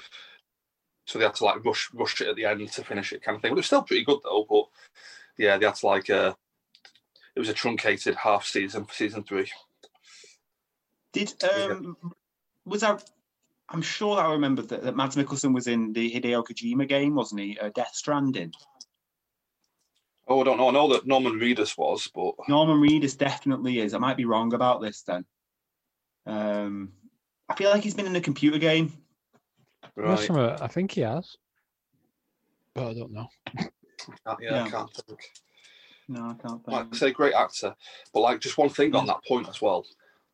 Speaker 1: So they had to like rush rush it at the end to finish it, kind of thing. But it was still pretty good though. But yeah, they had to like uh, it was a truncated half season for season three.
Speaker 3: Did
Speaker 1: Yeah.
Speaker 3: um was I? I'm sure I remember that, that Mads Mikkelsen was in the Hideo Kojima game, wasn't he? Uh, Death Stranding.
Speaker 1: Oh, I don't know. I know that Norman Reedus was, but
Speaker 3: Norman Reedus definitely is. I might be wrong about this then. Um, I feel like he's been in a computer game.
Speaker 1: right,
Speaker 2: Listen, uh, I think he has, but I don't know.
Speaker 1: can't- yeah,
Speaker 3: yeah.
Speaker 1: I can't think.
Speaker 3: No, I can't
Speaker 1: Like I
Speaker 3: think.
Speaker 1: say, great actor, but like just one thing on that point as well.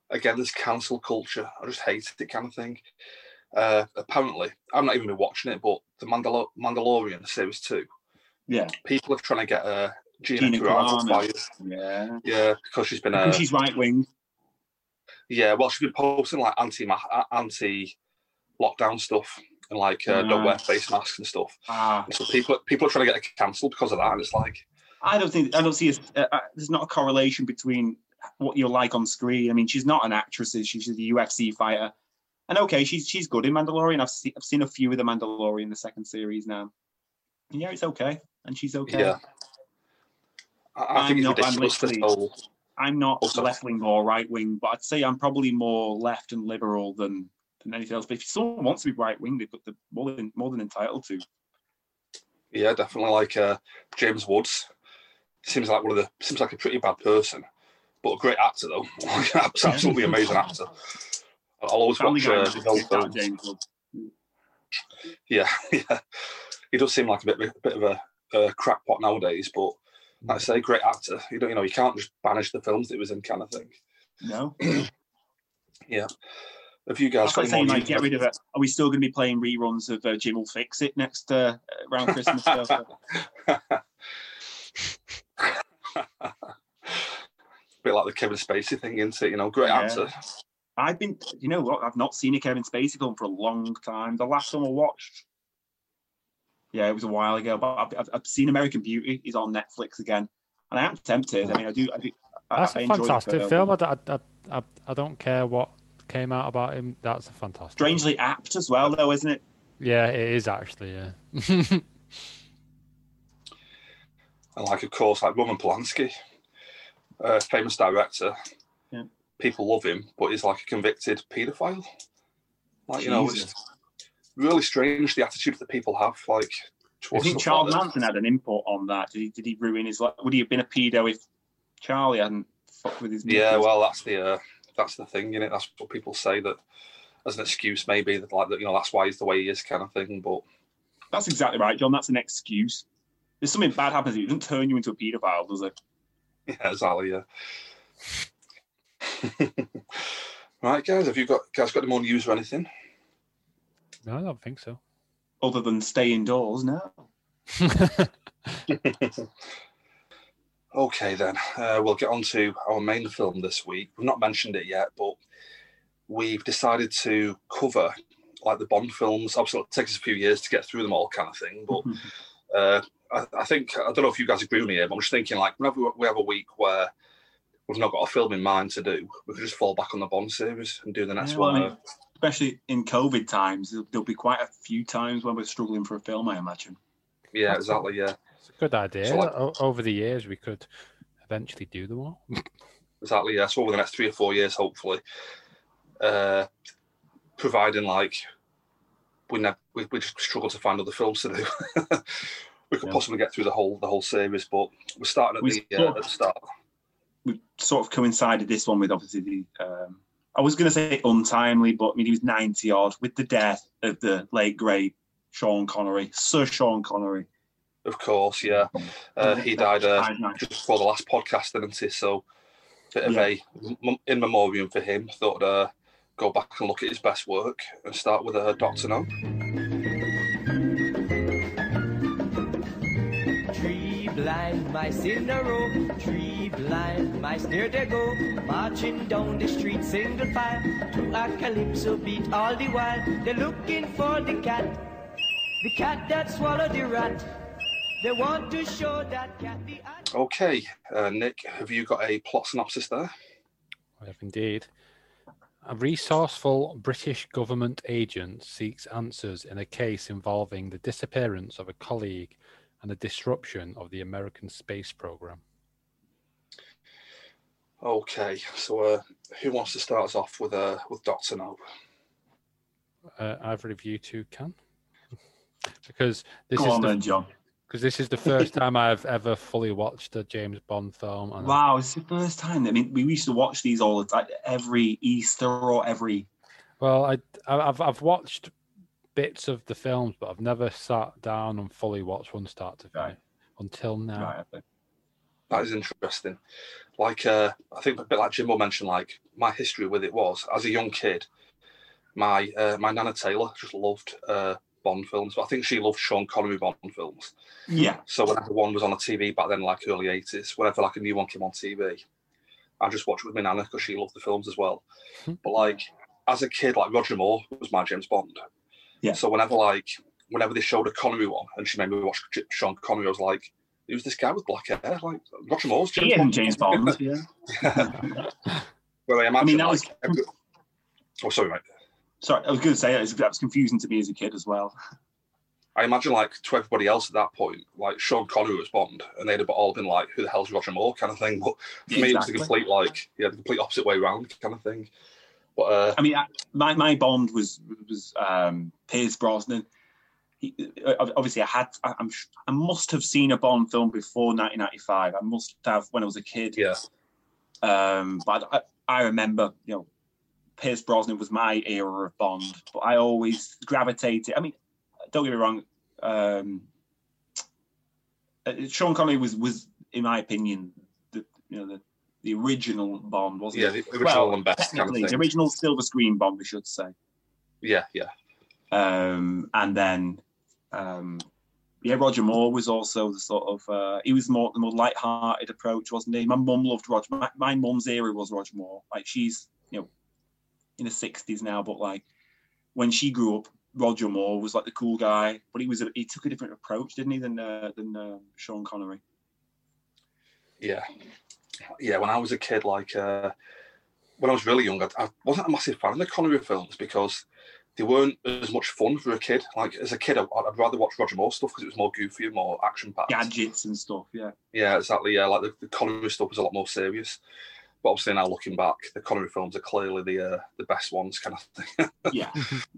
Speaker 1: Again, this cancel culture, I just hate it kind of thing. Uh, apparently, I'm not even been watching it, but the Mandal- Mandalorian series two,
Speaker 3: Yeah,
Speaker 1: people are trying to get uh, Gina,
Speaker 3: Gina
Speaker 1: Carano
Speaker 3: Carano.
Speaker 1: fired.
Speaker 3: yeah.
Speaker 1: Yeah, because she's been
Speaker 3: I
Speaker 1: uh,
Speaker 3: think she's right wing.
Speaker 1: Yeah, well, she's been posting like anti anti lockdown stuff and like uh, don't wear
Speaker 3: Nice.
Speaker 1: face masks and stuff.
Speaker 3: Ah,
Speaker 1: And so people people are trying to get it cancelled because of that, and it's like
Speaker 3: I don't think I don't see. A, uh, uh, there's not a correlation between what you're like on screen. I mean, she's not an actress; is she? she's a UFC fighter. And okay, she's she's good in Mandalorian. I've seen I've seen a few of the Mandalorian, the second series now. And yeah, it's okay, and she's okay.
Speaker 1: yeah. I, I think
Speaker 3: I'm
Speaker 1: it's
Speaker 3: not- I'm
Speaker 1: ridiculous. This
Speaker 3: literally-
Speaker 1: whole
Speaker 3: I'm not
Speaker 1: Also-
Speaker 3: left wing or right wing, but I'd say I'm probably more left and liberal than than anything else. But if someone wants to be right wing, they've got the more than more than entitled to.
Speaker 1: yeah, definitely like uh, James Woods seems like one of the seems like a pretty bad person, But a great actor though, <laughs> absolutely amazing actor. I'll always
Speaker 3: Family
Speaker 1: watch
Speaker 3: Guy
Speaker 1: uh,
Speaker 3: was
Speaker 1: his old
Speaker 3: just that
Speaker 1: films.
Speaker 3: James Wood.
Speaker 1: Yeah, <laughs> yeah. He does seem like a bit, a bit of a, a crackpot nowadays, but like I say, great actor. You don't, you know, you can't just banish the films that he was in, kind of thing.
Speaker 3: No,
Speaker 1: If you guys
Speaker 3: that's
Speaker 1: got any
Speaker 3: like saying
Speaker 1: more
Speaker 3: like get rid of it. Are we still going to be playing reruns of uh, Jim will fix it next uh, around Christmas? uh,
Speaker 1: bit like the Kevin Spacey thing, isn't it? You know, great
Speaker 3: Yeah.
Speaker 1: actor.
Speaker 3: I've been, you know what? I've not seen a Kevin Spacey film for a long time. The last time I watched, yeah, it was a while ago. But I've, I've, I've seen American Beauty. He's on Netflix again, and I am tempted. I mean, I do. I do I-
Speaker 2: That's
Speaker 3: I
Speaker 2: a
Speaker 3: enjoy the
Speaker 2: fantastic film. I, d- I- I- I- I don't care what came out about him. That's a fantastic.
Speaker 3: Strangely apt as well, though, isn't it?
Speaker 2: Yeah, it is actually. Yeah. <laughs>
Speaker 1: And like, of course, like Roman Polanski, uh, famous director.
Speaker 3: Yeah.
Speaker 1: People love him, but he's like a convicted paedophile. Like, you know,
Speaker 3: Jesus.
Speaker 1: it's really strange the attitude that people have. Like,
Speaker 3: I
Speaker 1: towards
Speaker 3: think
Speaker 1: stuff
Speaker 3: Charles
Speaker 1: like that.
Speaker 3: Manson had an input on that. Did he? Did he ruin his life? Would he have been a pedo if Charlie hadn't fucked with his?
Speaker 1: Yeah,
Speaker 3: missus?
Speaker 1: well, that's the uh, that's the thing, you know. That's what people say that as an excuse, maybe that like that, you know, that's why he's the way he is, kind of thing. But <laughs>
Speaker 3: that's exactly right, John. That's an excuse. If something bad happens, it doesn't turn you into a paedophile, does it?
Speaker 1: yeah, exactly. Yeah. <laughs> right, guys, have you got guys got any more news or anything?
Speaker 2: no, I don't think so. <laughs>
Speaker 3: Other than stay indoors, no.
Speaker 1: Okay, then uh, we'll get on to our main film this week. We've not mentioned it yet, but we've decided to cover like the Bond films. Obviously, it takes us a few years to get through them all, kind of thing. But uh, I, I think I don't know if you guys agree with me here, but I'm just thinking like whenever we- we have a week where we've not got a film in mind to do, we could just fall back on the Bond series and do the next
Speaker 3: Yeah,
Speaker 1: one.
Speaker 3: well, I mean, especially in COVID times, there'll, there'll be quite a few times when we're struggling for a film, I imagine.
Speaker 1: yeah, exactly. Yeah,
Speaker 2: It's a good idea.
Speaker 1: So, like-
Speaker 2: O- over the years, we could eventually do them all.
Speaker 1: exactly. Yeah, so over the next three or four years, hopefully, uh, providing like we never we, we just struggle to find other films to do. <laughs> we could
Speaker 3: Yeah.
Speaker 1: possibly get through the whole the whole series, but we're starting at
Speaker 3: We
Speaker 1: the, uh,
Speaker 3: sort
Speaker 1: at the start.
Speaker 3: We sort of coincided this one with obviously the. Um, I was going to say untimely, but I mean he was ninety odd with the death of the late great Sean Connery, Sir Sean Connery.
Speaker 1: Of course, yeah. Uh, he died. Uh, just before the last podcast, didn't he? So, bit of
Speaker 3: Yeah.
Speaker 1: a m- in memoriam for him. Thought uh, go back and look at his best work and start with uh, Doctor No.
Speaker 4: Tree blind mice in a row, tree blind mice near they go, marching down the street single file to a calypso beat all the while. They're looking for the cat, the cat that swallowed the rat. They want to show that cat the art.
Speaker 1: Okay, uh, Nick, have you got a plot synopsis there?
Speaker 2: I have indeed. A resourceful British government agent seeks answers in a case involving the disappearance of a colleague and the disruption of the American space program.
Speaker 1: Okay, so uh, who wants to start us off with uh, with Doctor No?
Speaker 2: Uh, either of you two can, <laughs> because this
Speaker 3: Go
Speaker 2: is
Speaker 3: on
Speaker 2: the,
Speaker 3: then, John.
Speaker 2: because this is the
Speaker 3: <laughs>
Speaker 2: first time I've ever fully watched a James Bond film. And
Speaker 3: Wow, it's the first time. I mean, we used to watch these all the time, every Easter or every
Speaker 2: Well, I, I- I've I've watched bits of the films, but I've never sat down and fully watched one start to finish
Speaker 3: Right.
Speaker 2: until now.
Speaker 3: Right, I think.
Speaker 1: That is interesting. Like uh, I think a bit like Jimbo mentioned, like my history with it was as a young kid, my uh, my nana Taylor just loved uh, Bond films, but I think she loved Sean Connery Bond films.
Speaker 3: Yeah,
Speaker 1: So whenever one was on the TV back then, like early eighties, whenever like a new one came on TV, I just watched it with my nana because she loved the films as well.
Speaker 2: Hmm.
Speaker 1: But like as a kid, like Roger Moore was my James Bond.
Speaker 3: Yeah.
Speaker 1: So whenever like whenever they showed a Connery one, and she made me watch J- Sean Connery, I was like, "Who's this guy with black hair?" Like Roger Moore's James
Speaker 3: Ian
Speaker 1: Bond.
Speaker 3: James Bond. <laughs> yeah.
Speaker 1: Where I imagine,
Speaker 3: I mean, that
Speaker 1: like,
Speaker 3: was
Speaker 1: every- oh sorry, mate.
Speaker 3: Sorry, I was going to say that was, that was confusing to me as a kid as well.
Speaker 1: I imagine like to everybody else at that point, like Sean Connery was Bond, and they'd have all been like, "Who the hell's Roger Moore?" kind of thing. But for me, it was the complete like yeah, the complete opposite way round kind of thing. But uh,
Speaker 3: I mean, I, my my Bond was was um, Pierce Brosnan. He, uh, ob- obviously, I had I, I'm sh- I must have seen a Bond film before 1995. I must have when I was a kid.
Speaker 1: yeah,
Speaker 3: Um, but I, I remember, you know, Pierce Brosnan was my era of Bond, but I always gravitated. I mean, don't get me wrong. Um, uh, Sean Connery was, was, in my opinion, the you know the, the original Bond, wasn't
Speaker 1: Yeah,
Speaker 3: it?
Speaker 1: the original
Speaker 3: Well,
Speaker 1: and best kind of
Speaker 3: Technically,
Speaker 1: thing.
Speaker 3: the original silver screen Bond, we should say.
Speaker 1: Yeah, yeah.
Speaker 3: Um, and then, um, yeah, Roger Moore was also the sort of uh, he was more the more light-hearted approach, wasn't he? My mum loved Roger. My, my mum's era was Roger Moore. Like she's you know in the sixties now, but like when she grew up, Roger Moore was like the cool guy, but he was a, he took a different approach, didn't he, than uh, than uh, Sean Connery?
Speaker 1: Yeah, yeah. When I was a kid, like uh, when I was really young, I, I wasn't a massive fan of the Connery films because they weren't as much fun for a kid. Like as a kid, I, I'd rather watch Roger Moore stuff because it was more goofy and more action packed.
Speaker 3: Gadgets and stuff. Yeah,
Speaker 1: Yeah, exactly. Yeah, like the, the Connery stuff was a lot more serious. But obviously now looking back, the Connery films are clearly the uh, the best ones, kind of thing.
Speaker 3: yeah,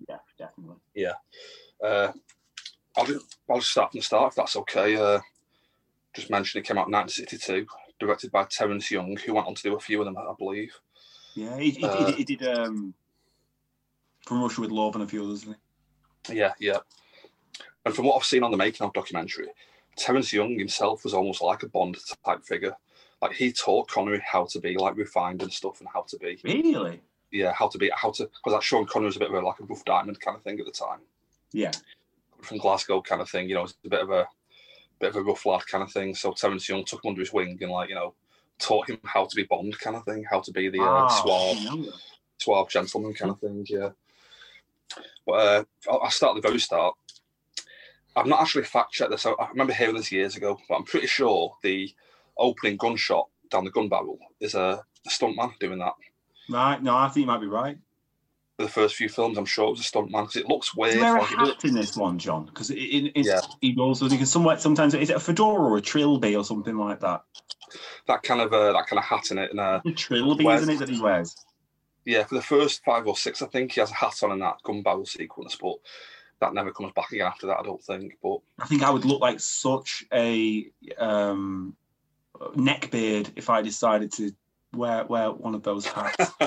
Speaker 3: yeah, definitely.
Speaker 1: Uh, I'll just I'll just start from the start if that's okay. Uh, just mentioned it came out in 1962, directed by Terence Young, who went on to do a few of them, I believe.
Speaker 3: Yeah, he, he,
Speaker 1: Uh,
Speaker 3: he, he did um, from Russia with Love and a few others. Didn't he?
Speaker 1: Yeah, yeah. And from what I've seen on the making of documentary, Terence Young himself was almost like a Bond type figure. Like he taught Connery how to be like refined and stuff, and how to be
Speaker 3: Really?
Speaker 1: yeah, how to be how to because that Sean Connery was a bit of a like a rough diamond kind of thing at the time
Speaker 3: Yeah.
Speaker 1: from Glasgow kind of thing. You know, it's a bit of a bit of a rough lad kind of thing. So Terence Young took him under his wing and like you know taught him how to be Bond kind of thing, how to be the uh,
Speaker 3: Ah,
Speaker 1: suave
Speaker 3: I know that.
Speaker 1: suave gentleman kind of thing. Yeah. But uh, I'll, I'll start at the very start. I've not actually fact checked this. I, I remember hearing this years ago, but I'm pretty sure the opening gunshot down the gun barrel is a, a stuntman doing that.
Speaker 3: Right, no, I think you might be right.
Speaker 1: For the first few films, I'm sure it was a stuntman because it looks weird.
Speaker 3: Is there a
Speaker 1: like, it does-
Speaker 3: hat in this one, John? Because it, it, it's,
Speaker 1: Yeah.
Speaker 3: he also you can somewhat sometimes is it a fedora or a trilby or something like that?
Speaker 1: that kind of uh, that kind of hat in it, and uh,
Speaker 3: A trilby,
Speaker 1: Wears-
Speaker 3: isn't it, that he wears?
Speaker 1: yeah, for the first five or six, I think he has a hat on in that gun barrel sequence, but that never comes back again after that. I don't think. But
Speaker 3: I think I would look like such a um, neck beard if I decided to wear wear one of
Speaker 1: <laughs>
Speaker 3: those hats. <laughs>
Speaker 2: <laughs>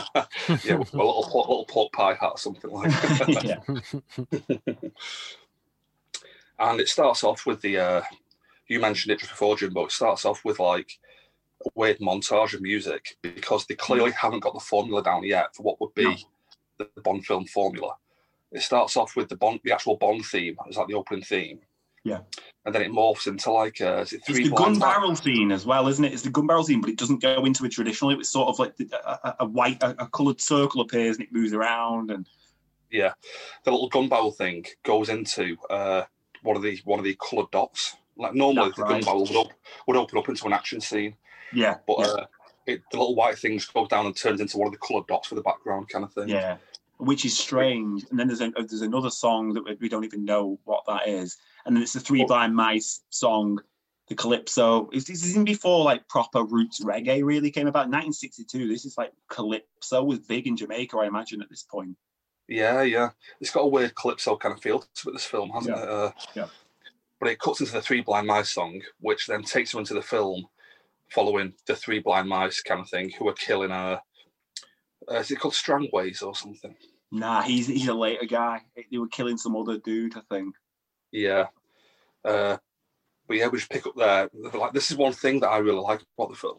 Speaker 1: yeah, with a little pork- little pork pie hat, or something like. that.
Speaker 3: <laughs> yeah.
Speaker 1: and it starts off with the uh you mentioned it just before jimbo it starts off with like a weird montage of music because they clearly haven't got the formula down yet for what would be
Speaker 3: Mm. No.
Speaker 1: the, the bond film formula it starts off with the bond the actual bond theme it's like the opening theme
Speaker 3: Yeah.
Speaker 1: and then it morphs into like uh is it
Speaker 3: It's
Speaker 1: three
Speaker 3: the
Speaker 1: blind
Speaker 3: gun
Speaker 1: Man?
Speaker 3: barrel scene as well, isn't it? It's the gun barrel scene, but it doesn't go into a traditional. It was sort of like the, a, a- a white, a, a coloured circle appears and it moves around, and
Speaker 1: yeah the little gun barrel thing goes into uh one of the one of the colored dots like normally
Speaker 3: That's
Speaker 1: the gun
Speaker 3: right.
Speaker 1: barrel would, op- would open up into an action scene
Speaker 3: yeah,
Speaker 1: But
Speaker 3: yeah.
Speaker 1: uh, it, the little white things go down and turns into one of the coloured dots for the background kind of thing.
Speaker 3: Yeah, which is strange. And then there's a, uh, there's another song that we- we don't even know what that is. And then it's the Three
Speaker 1: Oh.
Speaker 3: Blind Mice song, the Calypso. It's, this is even before like proper roots reggae really came about. 1962. This is like Calypso was big in Jamaica, I imagine, at this point.
Speaker 1: yeah, yeah. It's got a weird calypso kind of feel to it, this film, hasn't
Speaker 3: Yeah.
Speaker 1: it? Uh,
Speaker 3: Yeah.
Speaker 1: But it cuts into the Three Blind Mice song, which then takes you into the film following the Three Blind Mice kind of thing, who are killing a. Uh, is it called Strangways or something?
Speaker 3: Nah, he's he's a later guy. They were killing some other dude, I think.
Speaker 1: Yeah. Uh, but yeah, we just pick up there. Like this is one thing that I really like about the film.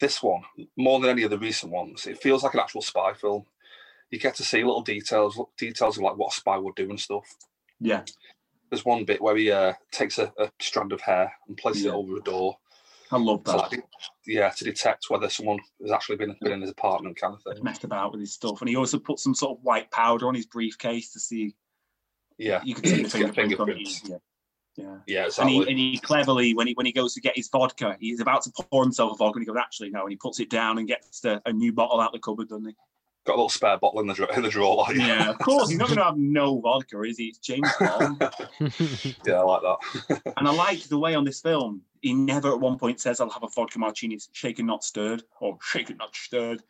Speaker 1: This one, more than any of the recent ones, it feels like an actual spy film. You get to see little details, details of like what a spy would do and stuff.
Speaker 3: Yeah,
Speaker 1: There's one bit where he uh, takes a, a strand of hair and places
Speaker 3: Yeah.
Speaker 1: it over a door,
Speaker 3: I love
Speaker 1: to,
Speaker 3: that.
Speaker 1: like, yeah, to detect whether someone has actually been, been in his apartment, kind of thing.
Speaker 3: Messed about with his stuff, and he also put some sort of white powder on his briefcase to see.
Speaker 1: <laughs> Yeah,
Speaker 3: you could see the
Speaker 1: to get
Speaker 3: fingerprints. on it.
Speaker 1: fingerprints.
Speaker 3: Yeah, yeah.
Speaker 1: Yeah,
Speaker 3: and he,
Speaker 1: exactly.
Speaker 3: and he cleverly, when he when he goes to get his vodka, he's about to pour himself a vodka, and he goes, "Actually, no," and he puts it down and gets the, a new bottle out the cupboard, doesn't he?
Speaker 1: <laughs> Got a little spare bottle in the dra- in the drawer. <laughs> Like,
Speaker 3: Yeah, of course, he's not going to have no vodka, is he? It's James
Speaker 1: <laughs>
Speaker 3: Bond.
Speaker 1: yeah, I like that.
Speaker 3: and I like the way on this film, he never at one point says, "I'll have a vodka martini, it's shaken not stirred," or "shaken not stirred."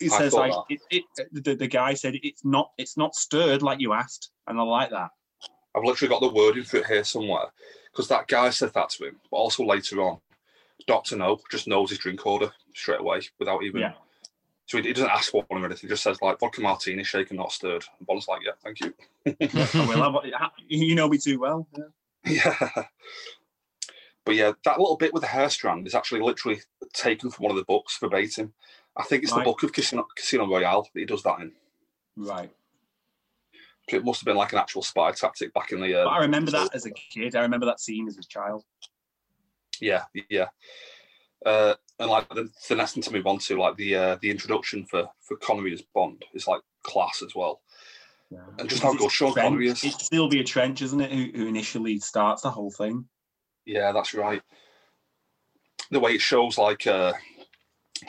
Speaker 3: He
Speaker 1: I
Speaker 3: says,
Speaker 1: thought
Speaker 3: "Like it, it, the, the guy said, it's not it's not stirred like you asked," and I
Speaker 1: <laughs>
Speaker 3: like that.
Speaker 1: I've literally got the wording for it here somewhere because that guy said that to him, but also later on Doctor No just knows his drink order straight away without even.
Speaker 3: Yeah.
Speaker 1: So he, he doesn't ask for one or anything. He just says like vodka martini, shaken not stirred. And Bond's like, yeah, thank you. <laughs>
Speaker 3: I will. I've- I- you know me too well.
Speaker 1: Yeah. But yeah, that little bit with the hair strand is actually literally taken from one of the books verbatim. I think it's the
Speaker 3: Right.
Speaker 1: book of Casino, Casino Royale that he does that in.
Speaker 3: Right.
Speaker 1: So it must have been like an actual spy tactic back in the.
Speaker 3: But
Speaker 1: Uh,
Speaker 3: I remember that as a kid. I remember that scene as a child.
Speaker 1: yeah, yeah. Uh, and like the, the next thing to move on to, like the uh, the introduction for for Connery as Bond is like class as well. And just how
Speaker 3: Because
Speaker 1: good
Speaker 3: it's
Speaker 1: Sean
Speaker 3: Trench-
Speaker 1: Connery is.
Speaker 3: It's Sylvia Trench, isn't it, who, who initially starts the whole thing?
Speaker 1: Yeah, that's right. The way it shows like uh,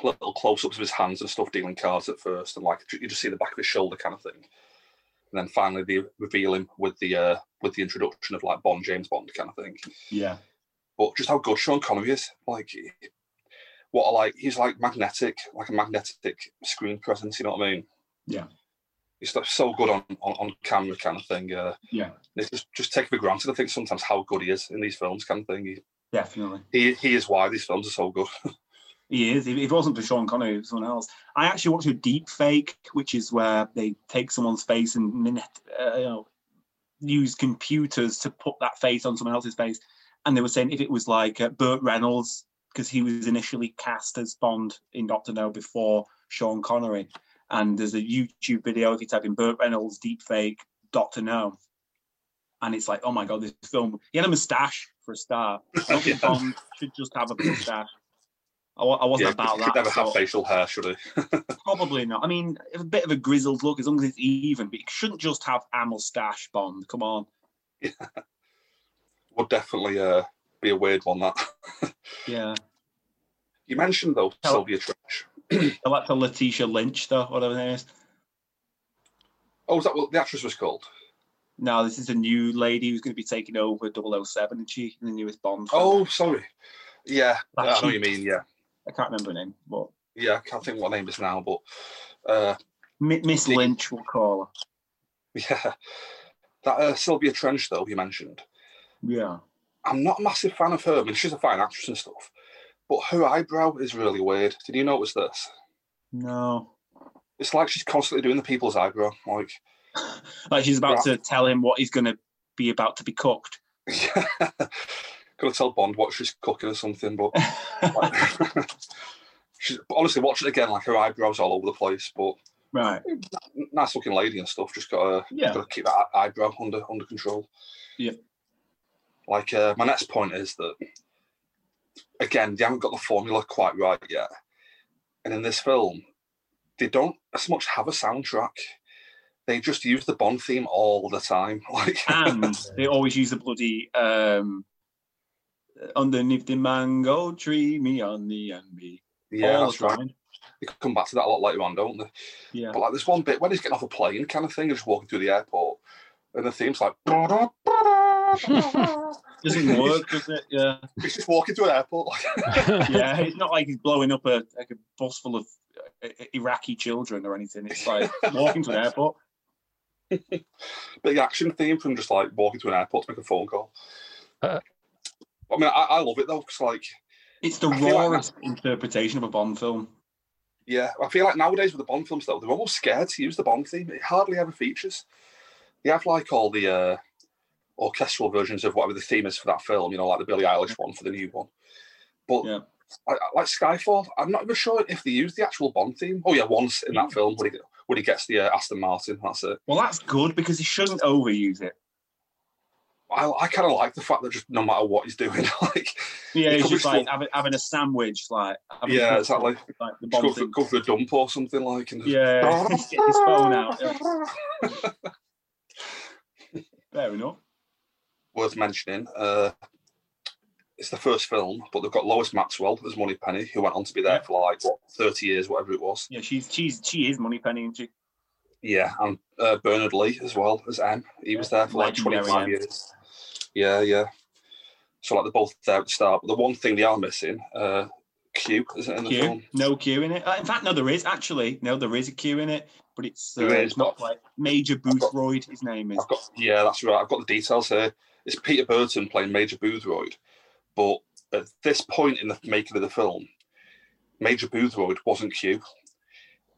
Speaker 1: little close-ups of his hands and stuff dealing cards at first, and like you just see the back of his shoulder kind of thing, and then finally they reveal him with the uh, with the introduction of like Bond, James Bond kind of thing.
Speaker 3: Yeah.
Speaker 1: But just how good Sean Connery is, like he- what I like, he's like magnetic, like a magnetic screen presence. You know what I mean?
Speaker 3: Yeah.
Speaker 1: He's like, so good on, on, on camera, kind of thing. Uh,
Speaker 3: Yeah.
Speaker 1: it's just just take for granted. I think sometimes how good he is in these films, kind of thing. He,
Speaker 3: Definitely.
Speaker 1: he, he is why these films are so good.
Speaker 3: He is. If if it wasn't for Sean Connery, it was someone else. I actually watched a deep fake, which is where they take someone's face and min- uh, you know use computers to put that face on someone else's face. And they were saying if it was like uh, Burt Reynolds, because he was initially cast as Bond in Doctor No before Sean Connery. And there's a YouTube video if you type in Burt Reynolds deep fake Doctor No, and it's like, oh my god, this film. He had a moustache for a start. I don't think
Speaker 1: Yeah.
Speaker 3: Bond should just have a moustache. I, wa- I wasn't about
Speaker 1: he
Speaker 3: that.
Speaker 1: could never have
Speaker 3: so
Speaker 1: facial hair, should he?
Speaker 3: Probably not. I mean, a bit of a grizzled look as long as it's even, but you shouldn't just have a moustache, Bond. Come on.
Speaker 1: Would definitely uh, be a weird one. That <laughs>
Speaker 3: Yeah.
Speaker 1: you mentioned though,
Speaker 3: Tell-
Speaker 1: Sylvia Trench.
Speaker 3: I like the Letitia Lynch, though, whatever her name is.
Speaker 1: Oh, is that what the actress was called?
Speaker 3: No, this is a new lady who's going to be taking over 007, and she in the newest Bond. film.
Speaker 1: Oh, sorry. Yeah, I know what you mean. Yeah,
Speaker 3: I can't remember her name, but
Speaker 1: yeah. I can't think what her name is now, but uh,
Speaker 3: Mi- Miss
Speaker 1: The-
Speaker 3: Lynch will call her.
Speaker 1: <laughs> yeah, that uh, Sylvia Trench though you mentioned.
Speaker 3: Yeah.
Speaker 1: I'm not a massive fan of her. I mean, she's a fine actress and stuff, but her eyebrow is really weird. Did you notice this?
Speaker 3: No.
Speaker 1: It's like she's constantly doing the people's eyebrow. Like, <laughs>
Speaker 3: Like she's about to tell him what he's going to be about to be cooked. <laughs>
Speaker 1: gotta tell Bond what she's cooking or something, but. <laughs>
Speaker 3: right.
Speaker 1: Like, she's but honestly watch it again, like her eyebrows all over the place, but n- nice looking lady and stuff. Just gotta,
Speaker 3: Yeah.
Speaker 1: gotta keep that eye- eyebrow under under control.
Speaker 3: Yeah.
Speaker 1: Like uh, my next point is that again they haven't got the formula quite right yet, and in this film they don't as much have a soundtrack. They just use the Bond theme all the time. <laughs> Like
Speaker 3: And
Speaker 1: <laughs>
Speaker 3: they always use the bloody um, underneath the mango tree, me on the envy.
Speaker 1: yeah,
Speaker 3: All
Speaker 1: that's
Speaker 3: the
Speaker 1: right.
Speaker 3: time.
Speaker 1: They come back to that a lot later on, don't they?
Speaker 3: Yeah.
Speaker 1: But like this one bit when he's getting off a plane kind of thing, and just walking through the airport, and the theme's
Speaker 3: <laughs>
Speaker 1: like <laughs> "Ba-da, ba-da."
Speaker 3: Doesn't work, does it? Yeah.
Speaker 1: he's just walking through an airport. Like,
Speaker 3: yeah, it's not like he's blowing up a like a bus full of uh, Iraqi children or anything.
Speaker 1: <laughs>
Speaker 3: It's like walking to an airport.
Speaker 1: big action theme from just like walking to an airport to make a phone call.
Speaker 2: Uh.
Speaker 1: I mean, I, I love it though, because like,
Speaker 3: It's the
Speaker 1: I feel like
Speaker 3: rawest interpretation of a Bond film.
Speaker 1: yeah, I feel like nowadays with the Bond films though, they're almost scared to use the Bond theme. It hardly ever features. They have like all the uh, orchestral versions of whatever the theme is for that film, you know, like the Billie Eilish one for the new one. But
Speaker 3: Yeah.
Speaker 1: I- I- like Skyfall, I'm not even sure if they used the actual Bond theme. Oh yeah, once in that film when he when he gets the uh, Aston Martin, that's it.
Speaker 3: Well, that's good because he shouldn't overuse it.
Speaker 1: I, I kind of like the fact that just no matter what he's doing, <laughs> like
Speaker 3: Yeah,
Speaker 1: He
Speaker 3: it's
Speaker 1: covers
Speaker 3: just like
Speaker 1: full-
Speaker 3: having, having a sandwich, like having a
Speaker 1: yeah,
Speaker 3: couple-
Speaker 1: exactly.
Speaker 3: like the
Speaker 1: Just go
Speaker 3: Bond
Speaker 1: for,
Speaker 3: thing.
Speaker 1: go for a dump or something like. And just-
Speaker 3: Yeah,
Speaker 1: <laughs>
Speaker 3: <laughs> get his phone out. <laughs> yeah. Fair enough.
Speaker 1: Worth mentioning, uh, it's the first film, but they've got Lois Maxwell as Money Penny, who went on to be there
Speaker 3: Yeah.
Speaker 1: for like what thirty years, whatever it was.
Speaker 3: Yeah, she's she's she is money penny, and she
Speaker 1: Yeah, and uh, Bernard Lee as well as M. He was there for like
Speaker 3: Legendary
Speaker 1: 25
Speaker 3: M.
Speaker 1: years. Yeah, yeah. So like they're both there at the start, but the one thing they are missing, uh, Q, isn't it, in the
Speaker 3: Q,
Speaker 1: film?
Speaker 3: no Q in it. Uh, In fact, no, there is actually no, there is a Q in it, but it's uh,
Speaker 1: There is,
Speaker 3: not
Speaker 1: but-
Speaker 3: like Major Boothroyd. His name is.
Speaker 1: I've got yeah, that's right. I've got the details here. It's Peter Burton playing Major Boothroyd, but at this point in the making of the film, Major Boothroyd wasn't Q.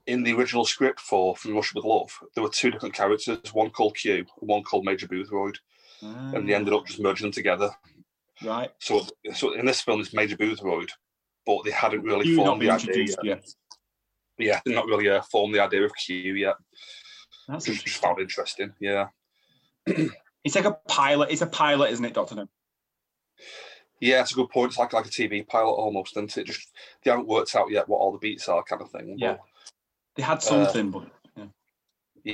Speaker 1: In the original script for From Russia with Love, there were two different characters, one called Q and one called Major Boothroyd, and they ended up just merging them together.
Speaker 3: Ah, Right.
Speaker 1: So, so in this film, it's Major Boothroyd, but they hadn't really
Speaker 3: You not
Speaker 1: formed the
Speaker 3: been
Speaker 1: idea.
Speaker 3: introduced
Speaker 1: Yet.
Speaker 3: yet.
Speaker 1: Yeah, they're not really uh, formed the idea of Q yet.
Speaker 3: That's
Speaker 1: Which just
Speaker 3: interesting.
Speaker 1: found interesting. Yeah,
Speaker 3: It's like a pilot. It's a pilot, isn't it, Doctor No?
Speaker 1: yeah, it's a good point. It's like like a TV pilot almost, isn't it? Just they haven't worked out yet what all the beats are, kind of thing.
Speaker 3: Yeah.
Speaker 1: But,
Speaker 3: They
Speaker 1: Uh,
Speaker 3: had something, but yeah.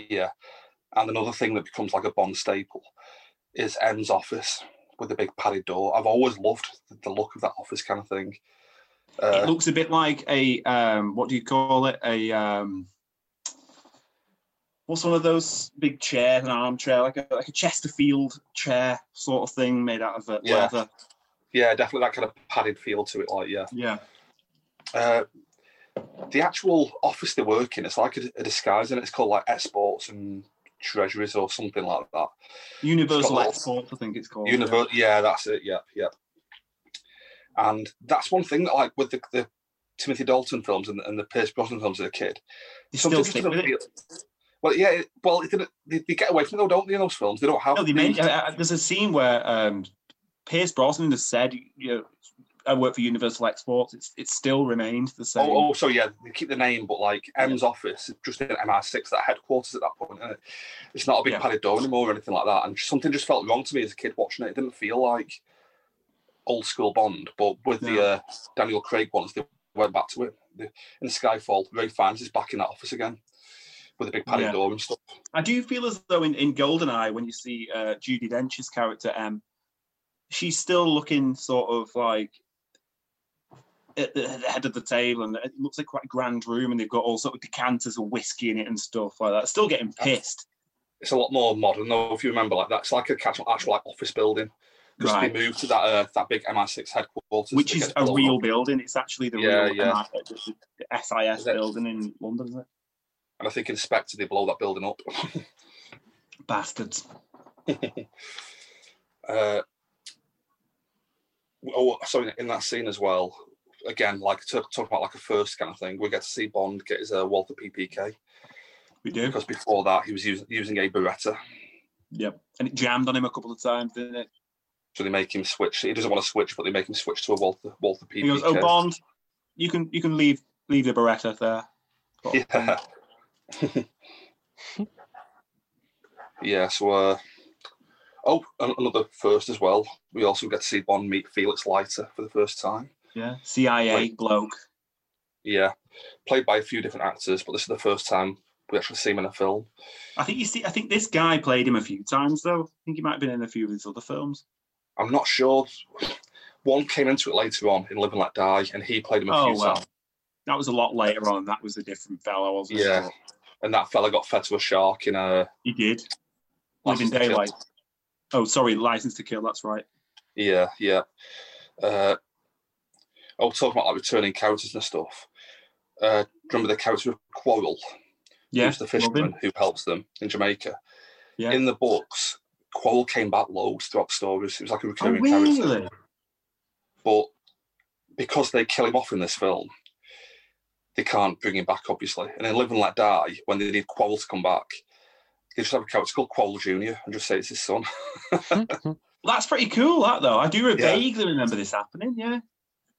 Speaker 1: yeah. And another thing that becomes like a Bond staple is M's office with the big padded door. I've always loved the- the look of that office kind of thing.
Speaker 3: it
Speaker 1: Uh,
Speaker 3: looks a bit like a um, what do you call it? A um, what's one of those big chairs, an armchair, like a like a Chesterfield chair sort of thing made out of uh,
Speaker 1: Yeah.
Speaker 3: leather.
Speaker 1: yeah, definitely that kind of padded feel to it. Like, yeah.
Speaker 3: Yeah.
Speaker 1: Uh, the actual office they work in, it's like a, a disguise, and it's called like exports and treasuries or something like that.
Speaker 3: Universal
Speaker 1: little-
Speaker 3: Export, I think it's called.
Speaker 1: Universe, yeah, that's it. Yep, yep. And that's one thing that, like, with the, the Timothy Dalton films and, and the Pierce Brosnan films as a kid,
Speaker 3: They
Speaker 1: something
Speaker 3: still
Speaker 1: just
Speaker 3: stick
Speaker 1: doesn't
Speaker 3: with it.
Speaker 1: feel- Well, yeah, it- well, it didn't. They, they get away from it, though, don't they? In those films, they don't have.
Speaker 3: No,
Speaker 1: the-
Speaker 3: they meant, uh, uh, there's a scene where um, Pierce Brosnan has said, you know, I work for Universal Exports. It's it still remained the same.
Speaker 1: oh, oh, so yeah, they keep the name, but like M's office, is just in MI6, that headquarters at that point. Isn't it? It's not a big
Speaker 3: Yeah.
Speaker 1: padded door anymore or anything like that. And something just felt wrong to me as a kid watching it. It didn't feel like old school Bond, but with the
Speaker 3: No.
Speaker 1: uh, Daniel Craig ones, they went back to it. The- In Skyfall, Ray Fiennes is back in that office again with a big padded
Speaker 3: Yeah.
Speaker 1: door and stuff.
Speaker 3: I do feel as though in, in Goldeneye, when you see uh, Judy Dench's character M, she's still looking sort of like at the, at the head of the table, and it looks like quite a grand room, and they've got all sort of decanters of whiskey in it and stuff like that. Still getting pissed.
Speaker 1: It's a lot more modern though, if you remember, like that's like a actual, actual like office building. Because
Speaker 3: Right.
Speaker 1: they moved to that uh, that big MI6 headquarters,
Speaker 3: Which
Speaker 1: that
Speaker 3: is
Speaker 1: gets
Speaker 3: a
Speaker 1: blown up.
Speaker 3: real building. It's actually the
Speaker 1: Yeah,
Speaker 3: real
Speaker 1: yeah.
Speaker 3: MI, the, the SIS
Speaker 1: Is it-
Speaker 3: building in London, isn't it?
Speaker 1: And I think Inspector they blow that building up.
Speaker 3: Bastards.
Speaker 1: Uh, oh, sorry, in that scene as well. Again, like t- talking about like a first kind of thing, we get to see Bond get his uh, Walther PPK
Speaker 3: We do.
Speaker 1: because before that he was using using a Beretta,
Speaker 3: Yep. And it jammed on him a couple of times, didn't it?
Speaker 1: so they make him switch. He doesn't want to switch, but they make him switch to a Walther Walther PPK.
Speaker 3: He goes, "Oh, Bond, you can you can leave leave the Beretta there." Sort of thing.
Speaker 1: Yeah. <laughs> yeah. So, uh, oh, an- another first as well. We also get to see Bond meet Felix Leiter for the first time.
Speaker 3: Yeah, CIA
Speaker 1: Like-
Speaker 3: bloke.
Speaker 1: Yeah, played by a few different actors, but this is the first time we actually see him in a film.
Speaker 3: I think you see. I think this guy played him a few times though. I think he might have been in a few of his other films.
Speaker 1: I'm not sure. One came into it later on in Live and Let Die, and he played him a
Speaker 3: Oh
Speaker 1: few
Speaker 3: well,
Speaker 1: times.
Speaker 3: that was a lot later on. That was a different fellow, wasn't it?
Speaker 1: Yeah. And that fella got fed to a shark in a.
Speaker 3: he did. Living
Speaker 1: License to Kill.
Speaker 3: daylight. Oh, sorry, License to Kill. That's right.
Speaker 1: Yeah, yeah. Uh, oh, talking about like returning characters and stuff. Uh, remember the character of Quarrel,
Speaker 3: Yeah,
Speaker 1: who's the fisherman
Speaker 3: Robin.
Speaker 1: who helps them in Jamaica.
Speaker 3: Yeah.
Speaker 1: In the books, Quarrel came back loads throughout the stories. It was like a
Speaker 3: Oh,
Speaker 1: recurring character.
Speaker 3: really?
Speaker 1: but because they kill him off in this film, they can't bring him back, obviously. And in Live and Let Die, when they need Quarrel to come back, they just have a character called Quarrel Junior and just say it's his son. <laughs>
Speaker 3: That's pretty cool. That though, I do re-
Speaker 1: Yeah.
Speaker 3: vaguely remember this happening. Yeah,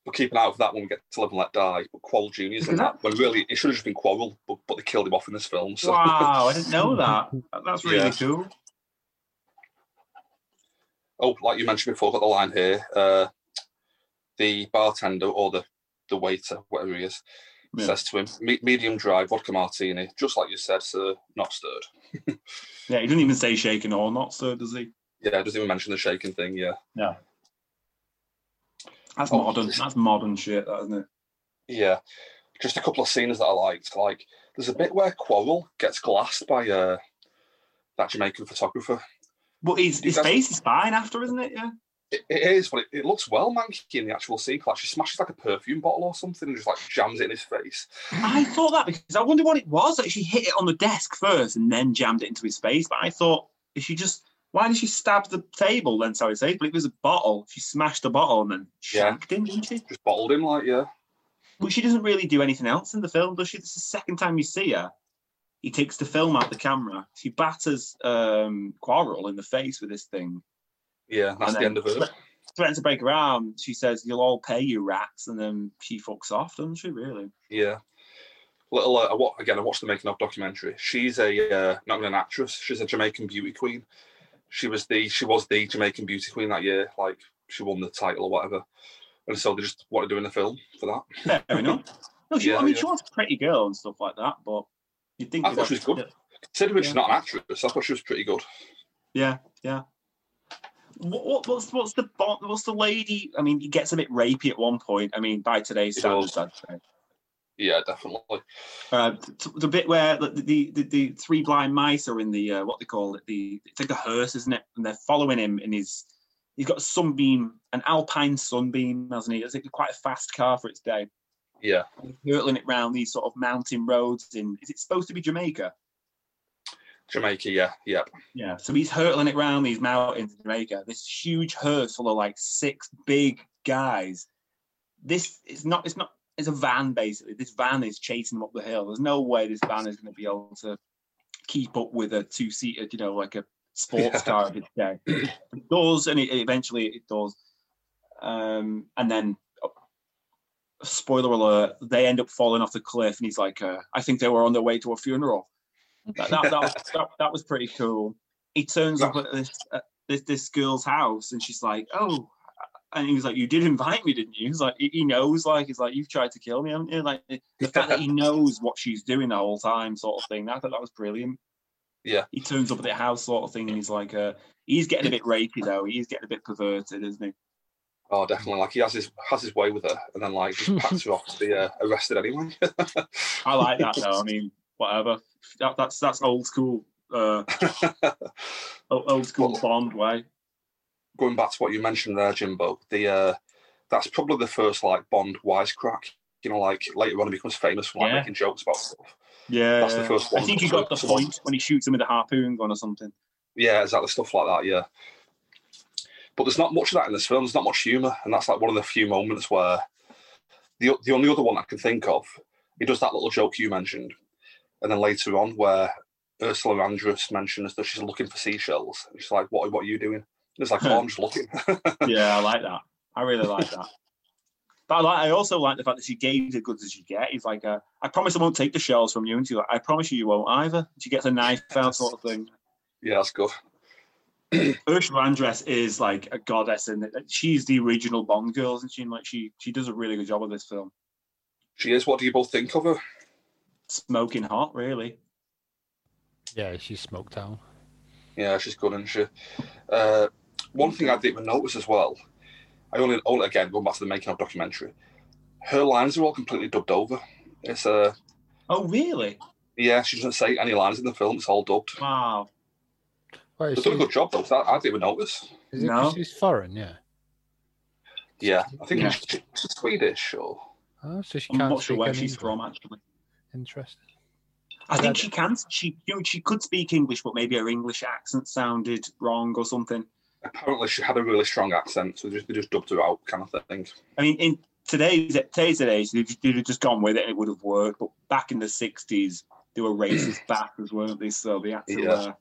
Speaker 1: We'll keep an eye out for that when we get to Live and Let Die. But Quarrel Junior's in that. When really it should have just been Quarrel, but, but they killed him off in this film. <laughs> So
Speaker 3: wow, I didn't know that. That- That's really
Speaker 1: Yeah.
Speaker 3: cool.
Speaker 1: oh, like you mentioned before, I've got the line here. Uh, the bartender or the the waiter, whatever he is,
Speaker 3: Yeah.
Speaker 1: says to him, "Me- medium dry vodka martini, just like you said, sir, not stirred.
Speaker 3: Yeah, he didn't even say shaken or not, so does he?
Speaker 1: Yeah, doesn't even mention the shaking thing. Yeah,
Speaker 3: That's
Speaker 1: Oh.
Speaker 3: modern. That's modern shit, that, isn't it?
Speaker 1: Yeah, just a couple of scenes that I liked. Like, there's a bit where Quarrel gets glassed by uh, that Jamaican photographer.
Speaker 3: But his, his
Speaker 1: Because-
Speaker 3: face is fine after, isn't it? Yeah.
Speaker 1: It, it is, but it, it looks well manky in the actual scene. Like, she smashes like a perfume bottle or something and just like jams it in his face.
Speaker 3: I thought that because I wonder what it was. Like she hit it on the desk first and then jammed it into his face. But I thought if she just Why did she stab the table then? Sorry, say, but it was a bottle. She smashed the bottle and then
Speaker 1: Yeah.
Speaker 3: shanked him, didn't she?
Speaker 1: Just bottled him, like, yeah.
Speaker 3: But she doesn't really do anything else in the film, does she? This is the second time you see her. He takes the film out the camera. She batters um, Quarrel in the face with this thing.
Speaker 1: Yeah, that's
Speaker 3: And
Speaker 1: the end
Speaker 3: then
Speaker 1: of it.
Speaker 3: Threatens to break her arm. She says, "You'll all pay, you rats," and then she fucks off, doesn't she? Really?
Speaker 1: Yeah. Little, uh, I wa- again, I watched the making of documentary. She's a uh, not even an actress. She's a Jamaican beauty queen. She was the she was the Jamaican beauty queen that year. Like she won the title or whatever. And so they just wanted to do in the film for that. <laughs>
Speaker 3: Fair enough. No, she,
Speaker 1: Yeah,
Speaker 3: I mean,
Speaker 1: yeah.
Speaker 3: she was a pretty girl and stuff like that, but you would think
Speaker 1: I
Speaker 3: you'd
Speaker 1: thought she
Speaker 3: have-
Speaker 1: was good. Considering
Speaker 3: Yeah.
Speaker 1: she's not an actress, I thought she was pretty good.
Speaker 3: Yeah, yeah. What, what, what's what's the bo- what's the lady? I mean, he gets a bit rapey at one point. I mean, by today's
Speaker 1: It
Speaker 3: standards,
Speaker 1: does.
Speaker 3: I'd say.
Speaker 1: Yeah, definitely.
Speaker 3: Uh, t- the bit where the, the, the, the three blind mice are in the uh, what they call it the it's like a hearse, isn't it? And they're following him in his he's got a sunbeam, an alpine sunbeam, hasn't he? It's like quite a fast car for its day.
Speaker 1: Yeah,
Speaker 3: Hurtling it round these sort of mountain roads in is it supposed to be Jamaica?
Speaker 1: Jamaica. Yeah, yeah.
Speaker 3: Yeah. So he's hurtling it round these mountains in Jamaica. This huge hearse full of like six big guys. This is not. It's not. It's a van basically. This van is chasing him up the hill. There's no way this van is going to be able to keep up with a two-seater, you know, like a sports
Speaker 1: Yeah.
Speaker 3: car of its day. It does, and it, it eventually it does. Um, and then, oh, spoiler alert, they end up falling off the cliff, and he's like, uh, "I think they were on their way to a funeral." That, that, that, was, that, that was pretty cool. He turns up at this at this this girl's house, and she's like, "Oh." And he was like, "You did invite me, didn't you?" He's like, he he knows, like, he's like, "You've tried to kill me, haven't you?" Like, the fact that he knows what she's doing the whole time, sort of thing. I thought that was brilliant.
Speaker 1: Yeah.
Speaker 3: He turns up at the house, sort of thing, and he's like, uh, he's getting a bit rapey though. He's getting a bit perverted, isn't he?
Speaker 1: Oh, definitely. Like he has his has his way with her, and then like just packs her off to be uh, arrested anyway. <laughs>
Speaker 3: I like that though. I mean, whatever. That, that's that's old school, uh, o- old school
Speaker 1: Well-
Speaker 3: Bond way.
Speaker 1: Going back to what you mentioned there, Jimbo, the uh, that's probably the first like Bond wisecrack. You know, like later on he becomes famous for like
Speaker 3: Yeah.
Speaker 1: making jokes about stuff.
Speaker 3: Yeah,
Speaker 1: That's the first one.
Speaker 3: I think he got the
Speaker 1: That's the one.
Speaker 3: point when he shoots him with a harpoon gun
Speaker 1: <laughs>
Speaker 3: or something.
Speaker 1: Yeah, exactly stuff like that. Yeah, but there's not much of that in this film. There's not much humor, and that's like one of the few moments where the the only other one I can think of, he does that little joke you mentioned, and then later on where Ursula Andress mentions that she's looking for seashells. And she's like, "What? What are you doing?" And it's like, "Oh, I'm just looking." <laughs>
Speaker 3: yeah, I like that. I really like that. But I, like, I also like the fact that she gave the goods as you get. He's like, uh, I promise I won't take the shells from you. And she's like, I promise you, you won't either. She gets a knife out, sort of thing.
Speaker 1: yeah, that's good.
Speaker 3: Ursula Andress is like a goddess, and she's the original Bond girl, isn't she? And like, she she does a really good job of this film.
Speaker 1: She is. What do you both think of her?
Speaker 3: Smoking hot, really.
Speaker 2: Yeah, she's smoked down.
Speaker 1: Yeah, she's good, isn't she? Uh, one thing I didn't even notice as well, I only, only again going back to the making of documentary, her lines are all completely dubbed over. It's uh,
Speaker 3: Oh, really?
Speaker 1: yeah, she doesn't say any lines in the film. It's all dubbed.
Speaker 3: Wow.
Speaker 2: Well,
Speaker 1: They've
Speaker 2: is,
Speaker 3: <laughs>
Speaker 1: done a
Speaker 2: she,
Speaker 1: good job though. 'cause I, I didn't even notice.
Speaker 2: is it 'cause
Speaker 3: No.
Speaker 2: she's foreign? Yeah.
Speaker 1: Yeah, I think
Speaker 3: Yeah.
Speaker 1: She's, she's Swedish or
Speaker 2: Oh, so she
Speaker 3: I'm
Speaker 2: can't
Speaker 3: not sure
Speaker 2: speak
Speaker 3: where
Speaker 2: any
Speaker 3: she's
Speaker 2: English.
Speaker 3: from, actually.
Speaker 2: Interesting.
Speaker 3: I
Speaker 2: Yeah,
Speaker 3: think
Speaker 2: that-
Speaker 3: she can. She you know, she could speak English, but maybe her English accent sounded wrong or something.
Speaker 1: apparently she had a really strong accent, so they just, they just dubbed her out, kind of thing.
Speaker 3: I mean, in today's today's age, they'd, they'd have just gone with it and it would have worked. But back in the '60s, they were racist bastards, weren't they? So they had to.
Speaker 1: Yeah.
Speaker 3: Uh,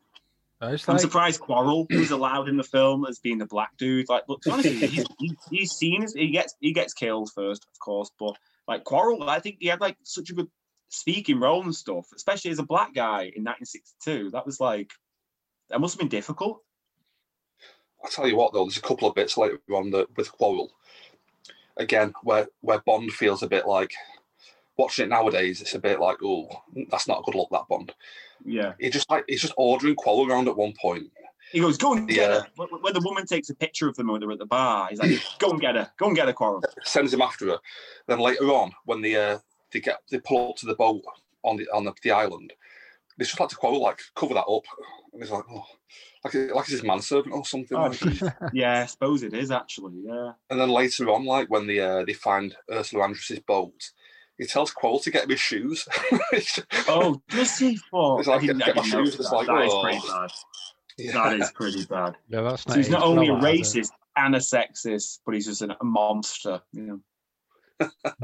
Speaker 2: Oh, it's
Speaker 3: I'm
Speaker 2: like,
Speaker 3: surprised Quarrel was allowed in the film as being the black dude. Like, look, honestly, he's, he's- he's seen as he gets he gets killed first, of course. But like Quarrel, I think he had like such a good speaking role and stuff, especially as a black guy in 1962. That was like that must have been difficult.
Speaker 1: I tell you what, though, there's a couple of bits later on that with Quarrel, again, where where Bond feels a bit like watching it nowadays. It's a bit like, oh, that's not a good look, that Bond.
Speaker 3: Yeah,
Speaker 1: He just like he's just ordering Quarrel around at one point.
Speaker 3: he goes, go and get
Speaker 1: Yeah.
Speaker 3: her. When- When the woman takes a picture of them when they're at the bar, he's like, go and get her, go and get her, Quarrel.
Speaker 1: sends him after her. Then later on, when they uh, they get they pull up to the boat on the on the, the island, they just like to Quarrel like cover that up, and he's like, oh, like like it's his manservant or something.
Speaker 3: Oh,
Speaker 1: like.
Speaker 3: yeah, I suppose it is actually. Yeah.
Speaker 1: And then later on, like when they uh, they find Ursula Andress's boat, he tells Quarrel to get him his shoes. <laughs>
Speaker 3: Oh, does he? Fuck.
Speaker 1: It's like,
Speaker 3: I didn't-
Speaker 1: <laughs>
Speaker 3: I
Speaker 1: get my
Speaker 3: didn't notice
Speaker 1: shoes, it's
Speaker 3: that.
Speaker 1: like,
Speaker 3: That is
Speaker 1: oh.
Speaker 3: pretty bad.
Speaker 1: Yeah.
Speaker 3: That is
Speaker 2: <laughs>
Speaker 3: pretty bad.
Speaker 2: Yeah, that's
Speaker 3: So he's
Speaker 2: it's
Speaker 3: not only a
Speaker 2: bad, is it?
Speaker 3: racist and a sexist, but he's just an- a monster. You know.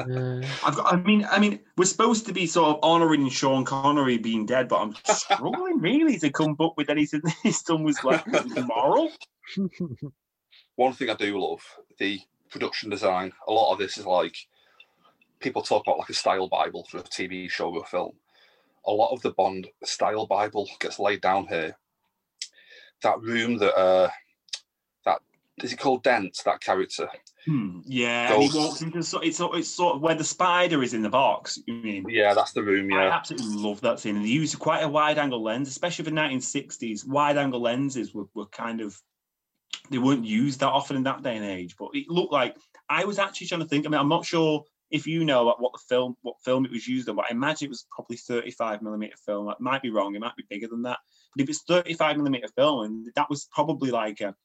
Speaker 2: Yeah.
Speaker 3: I've got, I mean, I mean, we're supposed to be sort of honouring Sean Connery being dead, but I'm struggling really to come up with anything he's done was like moral.
Speaker 1: One thing I do love the production design. A lot of this is like people talk about like a style bible for a TV show or film. A lot of the Bond style bible gets laid down here. That room that uh, that is it called Dent? That character.
Speaker 3: Hmm, Yeah, and he
Speaker 1: Ghosts.
Speaker 3: walks into so, it's sort- it's sort of where the spider is in the box. You mean?
Speaker 1: Yeah, that's the room.
Speaker 3: I
Speaker 1: Yeah,
Speaker 3: absolutely love that scene. And they used quite a wide angle lens, especially for 1960s. Wide angle lenses were, were kind of, they weren't used that often in that day and age. But it looked like, I was actually trying to think, I mean, I'm not sure if you know like, what the film, what film it was used on, but I imagine it was probably 35 millimeter film. I might be wrong, it might be bigger than that. But if it's 35 millimeter film, and that was probably like a,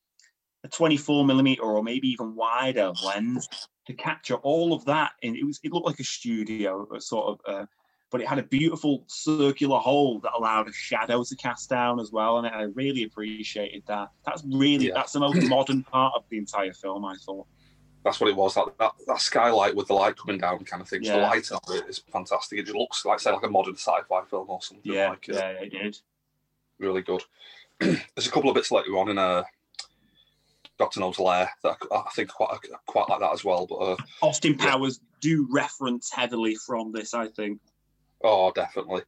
Speaker 3: a 24 millimeter or maybe even wider lens to capture all of that. And it was, it looked like a studio a sort of, uh, but it had a beautiful circular hole that allowed a shadow to cast down as well, and I really appreciated that. That's really
Speaker 1: Yeah.
Speaker 3: that's
Speaker 1: <laughs>
Speaker 3: the most modern part of the entire film. I thought.
Speaker 1: that's what it was. That, that that skylight with the light coming down, kind of thing. So The
Speaker 3: Yeah.
Speaker 1: light on it is fantastic. It just looks like say like a modern sci-fi film or something.
Speaker 3: Yeah,
Speaker 1: like, uh,
Speaker 3: yeah, it did.
Speaker 1: really good. <clears throat> There's a couple of bits later on in uh, Doctor No's Lair that I, I think quite I quite like that as well. But uh,
Speaker 3: Austin
Speaker 1: Yeah.
Speaker 3: Powers do reference heavily from this. I think.
Speaker 1: oh, definitely,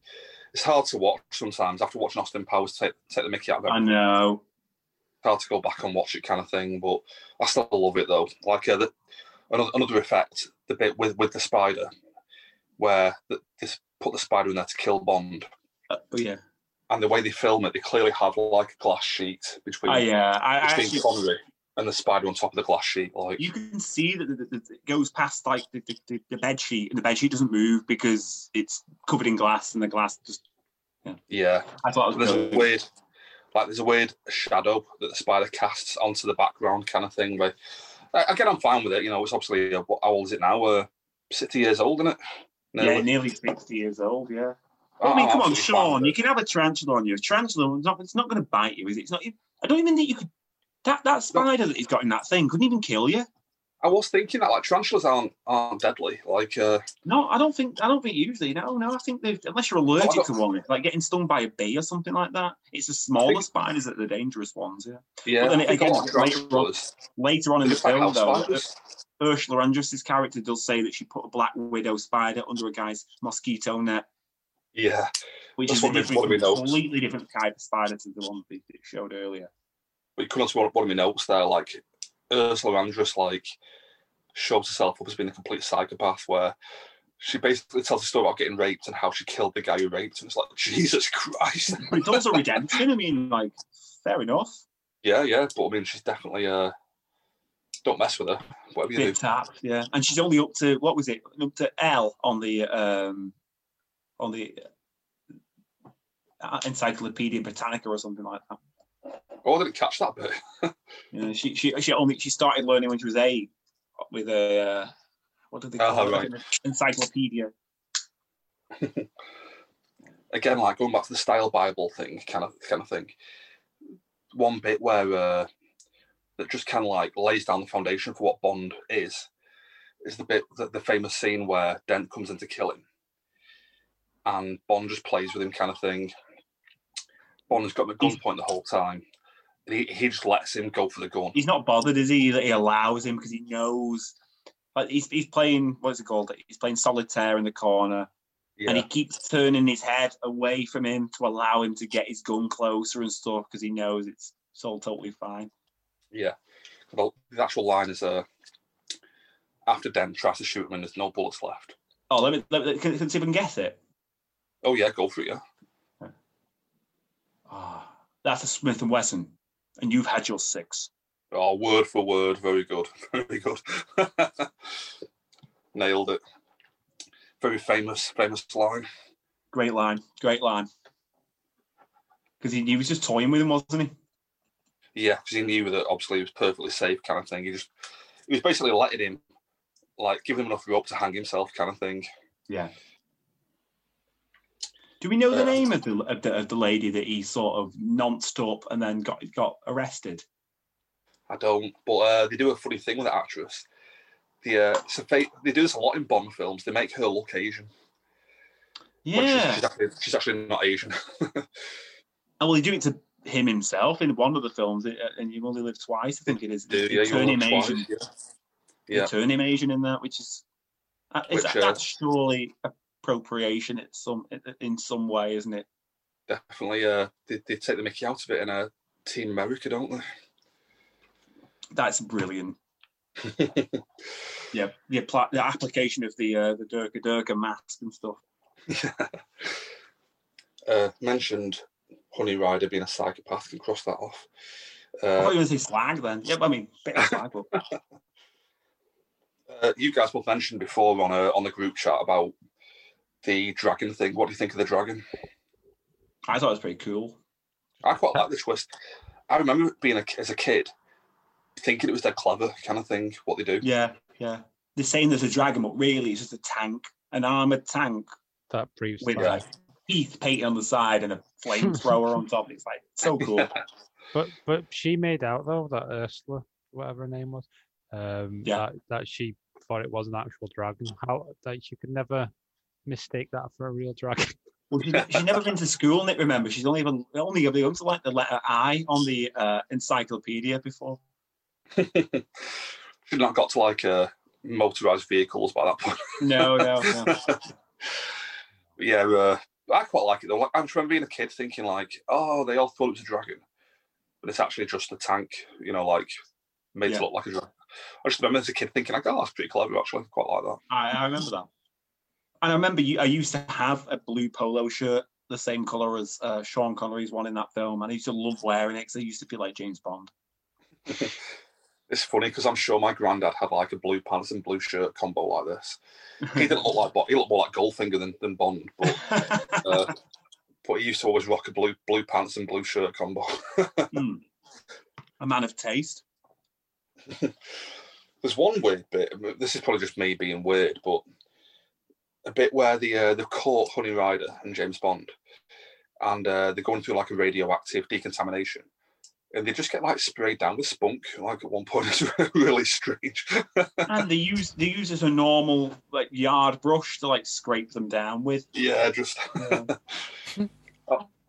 Speaker 1: it's hard to watch sometimes after watching Austin Powers take take the Mickey out of it.
Speaker 3: I know.
Speaker 1: It's hard to go back and watch it kind of thing. But I still love it though. Like uh, the, another another effect, the bit with with the spider, where th this put the spider in there to kill Bond.
Speaker 3: Uh, but yeah.
Speaker 1: And the way they film it, they clearly have like a glass sheet between,
Speaker 3: Oh yeah. I, I
Speaker 1: between
Speaker 3: actually,
Speaker 1: Connery and the spider on top of the glass sheet. Like,
Speaker 3: you can see that the- the- the- it goes past like the, the- the, the bed sheet, and the bed sheet doesn't move because it's covered in glass, and the glass just.
Speaker 1: yeah,
Speaker 3: I thought it was
Speaker 1: there's a
Speaker 3: brilliant.
Speaker 1: weird like there's a weird shadow that the spider casts onto the background kind of thing but uh, again i'm fine with it you know it's obviously uh, what how old is it now uh 60 years old isn't it
Speaker 3: Yeah, nearly sixty years old. Yeah.
Speaker 1: Oh, I-
Speaker 3: I mean,
Speaker 1: I'm
Speaker 3: come on,
Speaker 1: absolutely fine
Speaker 3: Sean.
Speaker 1: with
Speaker 3: You
Speaker 1: it.
Speaker 3: can have a tarantula on you. A tarantula, it's not, it's not going to bite you, is it? It's not. I don't even think you could. That that spider that he's got in that thing couldn't even kill you.
Speaker 1: i was thinking that like tarantulas aren't aren't deadly like uh
Speaker 3: No, I don't think. I don't think usually. No, no. I think they've, unless you're
Speaker 1: I
Speaker 3: allergic
Speaker 1: don't-
Speaker 3: to one, like getting stung by a bee or something like that. It's the smaller
Speaker 1: Think-
Speaker 3: spiders that are the dangerous ones. Yeah.
Speaker 1: yeah
Speaker 3: Well, then
Speaker 1: I think
Speaker 3: again,
Speaker 1: a lot of
Speaker 3: later
Speaker 1: tarantulas,
Speaker 3: on- Later on
Speaker 1: they're
Speaker 3: in the
Speaker 1: just like
Speaker 3: film,
Speaker 1: house
Speaker 3: though, uh,
Speaker 1: spiders.
Speaker 3: Ursula Andress's character does say that she put a black widow spider under a guy's mosquito net,
Speaker 1: yeah
Speaker 3: which
Speaker 1: That's
Speaker 3: is a
Speaker 1: what we-
Speaker 3: different,
Speaker 1: what we know.
Speaker 3: completely different type of spider to the one they they showed earlier.
Speaker 1: but you come on to one one of my notes there like ursula andress like shoves herself up as being a complete psychopath where she basically tells a story about getting raped and how she killed the guy who raped her. It's like, <laughs> Jesus Christ.
Speaker 3: But it's also redemption. I mean, like, fair enough.
Speaker 1: Yeah, yeah, but I mean, she's definitely uh, don't mess with her. Whatever you
Speaker 3: Bit
Speaker 1: do,
Speaker 3: tap, yeah. And she's only up to what was it? Up to L on the um on the uh, Encyclopedia Britannica or something like that.
Speaker 1: oh, I didn't catch that bit.
Speaker 3: Yeah, she she she only she started learning when she was eight with a uh, what did they
Speaker 1: Oh,
Speaker 3: call it?
Speaker 1: right.
Speaker 3: An encyclopedia?
Speaker 1: Again, like going back to the style Bible thing, kind of kind of thing. One bit where uh, that just kind of like lays down the foundation for what Bond is is the bit the, the famous scene where Dent comes in to kill him, and Bond just plays with him, kind of thing. Bond has got him at
Speaker 3: He's-
Speaker 1: gunpoint the whole time, and he, he just lets him go for the gun.
Speaker 3: He's not bothered, is he? That he allows him because he knows. Like he's, he's playing what's it called? He's playing solitaire in the corner.
Speaker 1: Yeah.
Speaker 3: and he keeps turning his head away from him to allow him to get his gun closer and stuff because he knows it's, it's all totally fine.
Speaker 1: Yeah. Well, the actual line is uh, after Dan tries to shoot him and there's no bullets left.
Speaker 3: Oh, let me, let me can, can see if I can guess it.
Speaker 1: Oh, yeah, go for it, yeah.
Speaker 3: Ah, that's a Smith and Wesson, and you've had your six.
Speaker 1: Oh, word for word. Very good. <laughs> Very good. Nailed it. Very famous, famous line.
Speaker 3: Great line, great line. Because he, he was just toying with him, wasn't he?
Speaker 1: Yeah, because he knew that obviously he was perfectly safe, kind of thing. He just, he was basically letting him, like, giving him enough rope to hang himself, kind of thing.
Speaker 3: Yeah. Do we know the
Speaker 1: Uh,
Speaker 3: name of the, of the of the lady that he sort of nonced up and then got got arrested?
Speaker 1: I don't, but uh, they do a funny thing with the actress. The uh, it's a fa- they do this a lot in Bond films. They make her look Asian. when
Speaker 3: Yeah.
Speaker 1: she's, she's, actually, she's actually not Asian. <laughs>
Speaker 3: Oh, well, you do it to him himself in one of the films, it- uh, and you only live twice. I think it is.
Speaker 1: Do
Speaker 3: They
Speaker 1: you? You
Speaker 3: turn him
Speaker 1: look twice,
Speaker 3: Asian.
Speaker 1: yeah.
Speaker 3: they
Speaker 1: Yeah.
Speaker 3: turn him Asian in that, which is, uh, is
Speaker 1: Which,
Speaker 3: that-
Speaker 1: uh,
Speaker 3: that's surely appropriation. It's some in some way, isn't it?
Speaker 1: Definitely, uh, they, they take the Mickey out of it in uh, Team America, don't they?
Speaker 3: That's brilliant.
Speaker 1: <laughs>
Speaker 3: Yeah, the, appla- the application of the uh, the Durka Durka mask and stuff.
Speaker 1: uh, mentioned Honey Rider being a psychopath. Can cross that off.
Speaker 3: I thought
Speaker 1: Uh,
Speaker 3: you were going to say slag then. Yeah, but I mean, bit of slag, but
Speaker 1: uh, you guys both mentioned before on a, on the group chat about the dragon thing. What do you think of the dragon?
Speaker 3: I thought it was pretty cool.
Speaker 1: I quite like the twist. I remember it being a, as a kid thinking it was their clever kind of thing. What they
Speaker 3: <laughs>
Speaker 1: do.
Speaker 3: Yeah, yeah. They're saying there's a dragon, but really it's just a tank, an armored tank
Speaker 2: That proves
Speaker 3: with
Speaker 2: that.
Speaker 3: like teeth painted on the side and a flamethrower on top. It's like so cool.
Speaker 2: But but she made out though that Ursula, whatever her name was, um,
Speaker 3: Yeah.
Speaker 2: that that she thought it was an actual dragon. How that she could never mistake that for a real dragon. <laughs>
Speaker 3: Well, she, she's never been to school, Nick. Remember, she's only even only ever gone to like the letter I on the uh, encyclopedia before.
Speaker 1: Should not got to like uh, motorized vehicles by that point.
Speaker 3: No, no, no.
Speaker 1: <laughs> But yeah, uh, I quite like it though. Like, I just remember being a kid thinking like, oh, they all thought it was a dragon, but it's actually just a tank. You know, like made
Speaker 3: Yeah.
Speaker 1: to look like a dragon. I just remember as a kid thinking like, oh, that's pretty clever actually. Quite like that.
Speaker 3: I, I remember that. And I remember you, I used to have a blue polo shirt, the same color as uh, Sean Connery's one in that film, and I used to love wearing it because I used to feel like James Bond. <laughs>
Speaker 1: It's funny because I'm sure my granddad had like a blue pants and blue shirt combo like this. He didn't look like Bo- he looked more like Goldfinger than, than Bond, but
Speaker 3: Hmm.
Speaker 1: uh, <laughs> but he used to always rock a blue blue pants and blue shirt combo.
Speaker 3: Hmm. A man of taste.
Speaker 1: There's one weird bit. This is probably just me being weird, but a bit where the uh, the caught Honey Rider and James Bond, and uh, they're going through like a radioactive decontamination, and they just get like sprayed down with spunk. Like at one point, <laughs> it's really strange.
Speaker 3: And they use they use as a normal like yard brush to like scrape them down with.
Speaker 1: yeah, just
Speaker 3: Yeah.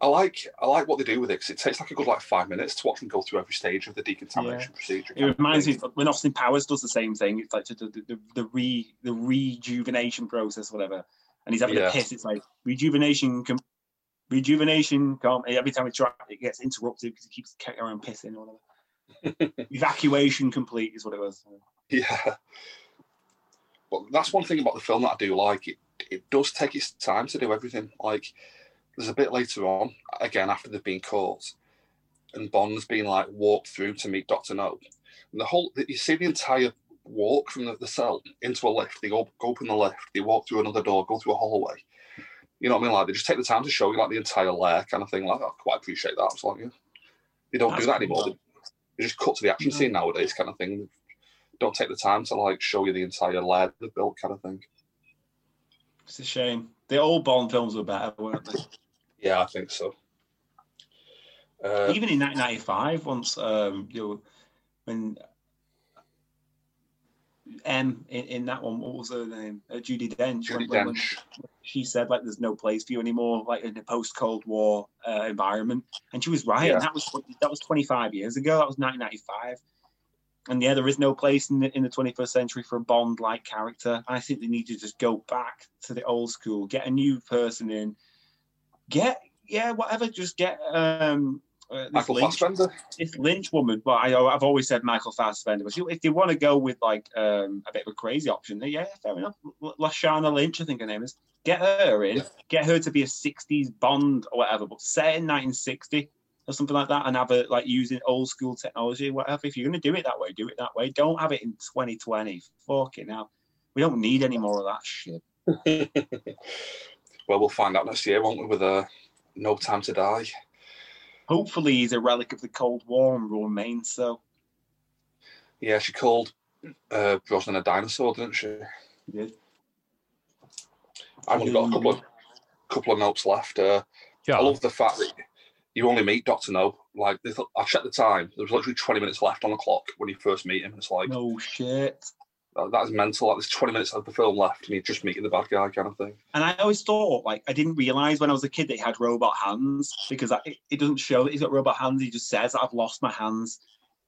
Speaker 1: I like I like what they do with it 'cause it takes like a good like five minutes to watch them go through every stage of the decontamination procedure.
Speaker 3: It reminds me of when Austin Powers does the same thing. It's like the, the, the, the re the rejuvenation process, whatever. And he's having
Speaker 1: Yeah.
Speaker 3: a piss. It's like rejuvenation, com- rejuvenation. Com- every time he try, it gets interrupted because he keeps carrying around pissing or whatever.
Speaker 1: <laughs>
Speaker 3: Evacuation complete is what it was.
Speaker 1: Yeah. But that's one thing about the film that I do like. It it does take its time to do everything. Like there's a bit later on, again after they've been caught, and Bond's been like walked through to meet Doctor No. And the whole you see the entire walk from the, the cell into a lift. They go, go open the lift, they walk through another door, go through a hallway. You know what I mean? Like they just take the time to show you like the entire layer kind of thing. Like I quite appreciate that. It's like yeah. They don't
Speaker 3: That's
Speaker 1: do that
Speaker 3: cool,
Speaker 1: anymore.
Speaker 3: though.
Speaker 1: They, they just cut to the action
Speaker 3: No.
Speaker 1: scene nowadays, kind of thing don't take the time to like show you the entire layer they've built, kind of thing.
Speaker 3: It's a shame. The old Bond films were better, weren't they?
Speaker 1: Yeah, I think so. Uh,
Speaker 3: even in 1995 once um you know when m in, in that one what was her name uh, judy dench,
Speaker 1: Judi
Speaker 3: when- when- when
Speaker 1: Dench.
Speaker 3: she said like there's no place for you anymore like in the post cold war uh, environment and she was right
Speaker 1: Yeah.
Speaker 3: and that was tw- that was 25 years ago that was 1995 and yeah, there is no place in the, in the 21st century for a Bond-like character. I think they need to just go back to the old school, get a new person in, get yeah, whatever, just get um, uh, this
Speaker 1: Michael
Speaker 3: Lynch
Speaker 1: Fassbender.
Speaker 3: this Lynch woman, well, I, I've always said Michael Fassbender, but she- if they want to go with like um, a bit of a crazy option, then yeah, fair enough. L- Lashana Lynch, I think her name is. Get her in, get her to be a 60s Bond or whatever, but set in 1960 or something like that, and have it like using old school technology, whatever. If you're going to do it that way, do it that way. Don't have it in 2020. Fucking hell. We don't need any more of that shit.
Speaker 1: well, we'll find out next year, won't we? With uh, No Time to Die.
Speaker 3: Hopefully, he's a relic of the Cold War and will remain so.
Speaker 1: Yeah, she called uh, Brosnan a dinosaur, didn't she?
Speaker 3: Yeah.
Speaker 1: I've only got a couple of couple of notes left. Uh, I
Speaker 2: John,
Speaker 1: love the fact that you only meet Doctor No. Like they thought- I checked the time, there was literally 20 minutes left on the clock when you first meet him. It's like
Speaker 3: No shit.
Speaker 1: that, that is mental. Like there's 20 minutes of the film left, and you're just meeting the bad guy kind of thing.
Speaker 3: And I always thought, like, I didn't realize when I was a kid that he had robot hands because I, it, it doesn't show that he's got robot hands. He just says, I've lost my hands.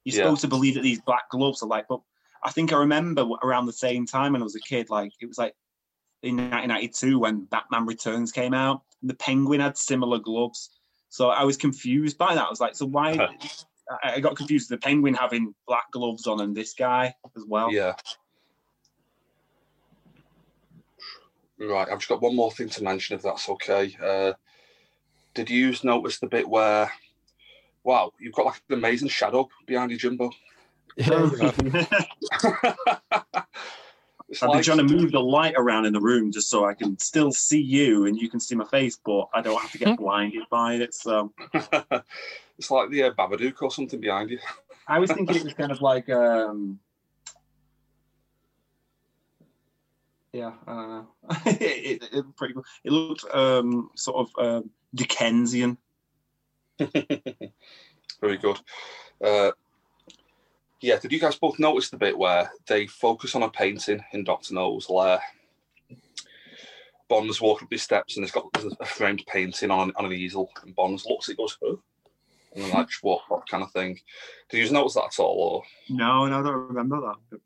Speaker 3: You're
Speaker 1: Yeah.
Speaker 3: supposed to believe that these black gloves are like, but I think I remember around the same time when I was a kid, like, it was like in 1992 when Batman Returns came out, and the Penguin had similar gloves. So I was confused by that. I was like, so why? I I got confused with the Penguin having black gloves on and this guy as well.
Speaker 1: Yeah. Right, I've just got one more thing to mention, if that's okay. Uh, did you notice the bit where, wow, you've got like an amazing shadow behind you, Jimbo? <laughs>
Speaker 2: Yeah, you have.
Speaker 1: It's
Speaker 3: I've been
Speaker 1: like-
Speaker 3: trying to move the light around in the room just so I can still see you and you can see my face, but I don't have to <laughs> get blinded by it. So
Speaker 1: <laughs> it's like the uh, Babadook or something behind you.
Speaker 3: I was thinking it was kind of like, um, yeah, I don't know. <laughs> it, it, it- pretty cool. It looked um, sort of um, Dickensian.
Speaker 1: Very good. Uh, yeah, did you guys both notice the bit where they focus on a painting in Doctor No's lair? Bond's walking up these steps and it's got there's a framed painting on, on an easel, and Bond's looks at it goes, "Huh?" and then like just walk off kind of thing. Did you notice that at all? Or
Speaker 3: No, no, I don't remember that.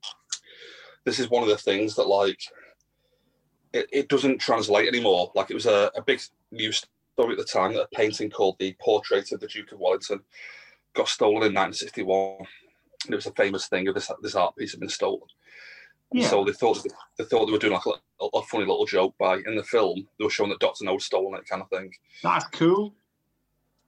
Speaker 1: this is one of the things that like it, it doesn't translate anymore. Like it was a, a big news story at the time that a painting called the Portrait of the Duke of Wellington got stolen in 1961, and it was a famous thing of this this art piece had been stolen. And
Speaker 3: Yeah.
Speaker 1: So they thought they thought they were doing like a, a funny little joke by in the film they were showing that Doctor No had stolen it kind of thing.
Speaker 3: That's cool.